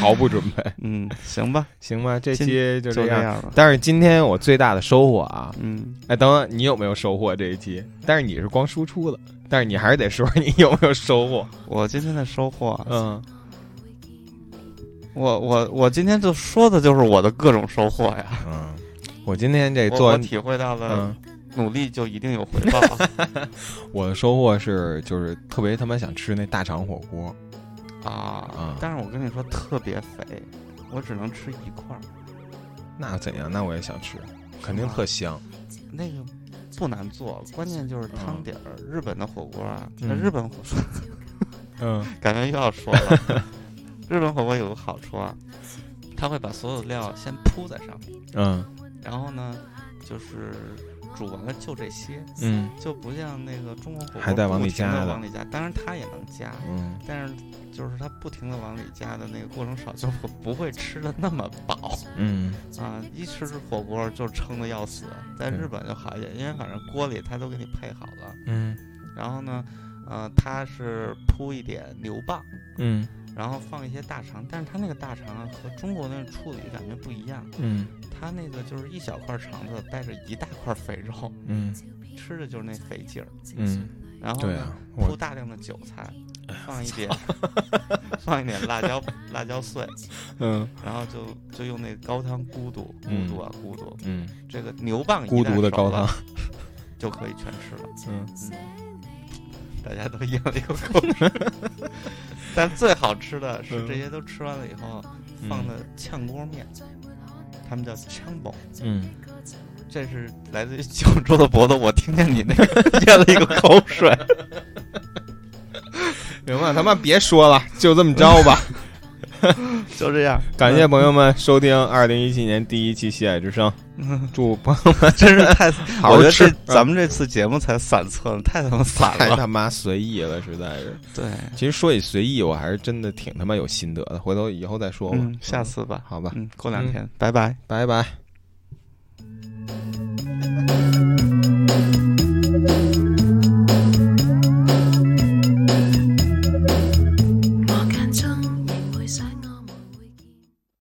[SPEAKER 6] 毫不准备，
[SPEAKER 2] 嗯，行吧，
[SPEAKER 3] 行吧，这
[SPEAKER 2] 今
[SPEAKER 3] 期就
[SPEAKER 2] 就
[SPEAKER 3] 这
[SPEAKER 2] 这
[SPEAKER 3] 样。
[SPEAKER 2] 样吧，
[SPEAKER 3] 但是今天我最大的收获啊，
[SPEAKER 2] 嗯，
[SPEAKER 3] 哎，等等，你有没有收获这一期？但是你是光输出了，但是你还是得说你有没有收获。
[SPEAKER 2] 我今天的收获啊，
[SPEAKER 3] 嗯，
[SPEAKER 2] 我我我今天就说的就是我的各种收获呀，
[SPEAKER 3] 嗯，我今天
[SPEAKER 2] 我
[SPEAKER 3] 这哎做
[SPEAKER 2] 我
[SPEAKER 3] 完，
[SPEAKER 2] 体会到了
[SPEAKER 3] 嗯，
[SPEAKER 2] 努力就一定有回 报，
[SPEAKER 3] 我的收获是就是特别他妈想吃那大肠火锅，
[SPEAKER 2] 啊
[SPEAKER 3] 啊！
[SPEAKER 2] 但是我跟你说，特别肥，我只能吃一块儿，
[SPEAKER 3] 那怎样？那我也想吃，肯定特香。
[SPEAKER 2] 那个不难做，关键就是汤底儿。日本的火锅啊，
[SPEAKER 3] 嗯
[SPEAKER 2] 那日本火锅
[SPEAKER 3] 嗯
[SPEAKER 2] 感觉又要说 了，日本火锅有个好处啊，它会把所有料先铺在上面，
[SPEAKER 3] 嗯
[SPEAKER 2] 然后呢，就是煮完了就这些，
[SPEAKER 3] 嗯
[SPEAKER 2] 就不像那个中国火锅
[SPEAKER 3] 还在往里
[SPEAKER 2] 不停地
[SPEAKER 3] 加的
[SPEAKER 2] 往里加，当然它也能加，
[SPEAKER 3] 嗯，
[SPEAKER 2] 但是就是它不停的往里加的那个过程少，就不不会吃的那么饱。
[SPEAKER 3] 嗯，
[SPEAKER 2] 啊，一吃火锅就撑的要死，在日本就好一点，因为反正锅里它都给你配好了。
[SPEAKER 3] 嗯
[SPEAKER 2] 然后呢，呃，它是铺一点牛蒡，
[SPEAKER 3] 嗯
[SPEAKER 2] 然后放一些大肠，但是它那个大肠啊和中国那个处理感觉不一样，
[SPEAKER 3] 嗯
[SPEAKER 2] 它那个就是一小块肠子带着一大块肥肉，
[SPEAKER 3] 嗯
[SPEAKER 2] 吃的就是那肥劲儿。
[SPEAKER 3] 嗯，
[SPEAKER 2] 然后
[SPEAKER 3] 对
[SPEAKER 2] 呢，
[SPEAKER 3] 啊，
[SPEAKER 2] 铺
[SPEAKER 3] 我哎
[SPEAKER 2] 大量的韭菜，放一 点放一点辣椒辣椒碎，
[SPEAKER 3] 嗯
[SPEAKER 2] 然后就就用那个高汤咕嘟咕
[SPEAKER 3] 嗯
[SPEAKER 2] 嘟啊咕嘟，
[SPEAKER 3] 嗯，
[SPEAKER 2] 这个牛蒡一
[SPEAKER 3] 孤
[SPEAKER 2] 旦
[SPEAKER 3] 独的
[SPEAKER 2] 熟
[SPEAKER 3] 高
[SPEAKER 2] 了
[SPEAKER 3] 汤，
[SPEAKER 2] 就可以全吃了。
[SPEAKER 3] 嗯
[SPEAKER 2] 大家都咽了一口口水。 但最好吃的是这些都吃完了以后
[SPEAKER 3] 嗯
[SPEAKER 2] 放的炝锅面，他们叫炝煲，
[SPEAKER 3] 嗯，
[SPEAKER 2] 嗯这是来自于九州的脖子。我听见你那个咽了一个口 水，
[SPEAKER 3] 行吧，他妈别说了，就这么着 吧。
[SPEAKER 2] 就这样，
[SPEAKER 3] 感谢朋友们收听二零一七年第一期《西海之声》，祝朋友们
[SPEAKER 2] 嗯 真是 太……
[SPEAKER 3] 好
[SPEAKER 2] 我觉
[SPEAKER 3] 好
[SPEAKER 2] 得这
[SPEAKER 3] 吃。
[SPEAKER 2] 咱们这次节目才散策呢，太他妈散
[SPEAKER 3] 太
[SPEAKER 2] 了。
[SPEAKER 3] 他妈随意了，实在 是。
[SPEAKER 2] 对，
[SPEAKER 3] 其实说起随意，我还是真的挺他妈有心得的，回头以后再说吧。
[SPEAKER 2] 嗯，下次吧，
[SPEAKER 3] 好吧，
[SPEAKER 2] 嗯，过两天，拜拜。
[SPEAKER 3] 拜拜。
[SPEAKER 8] 「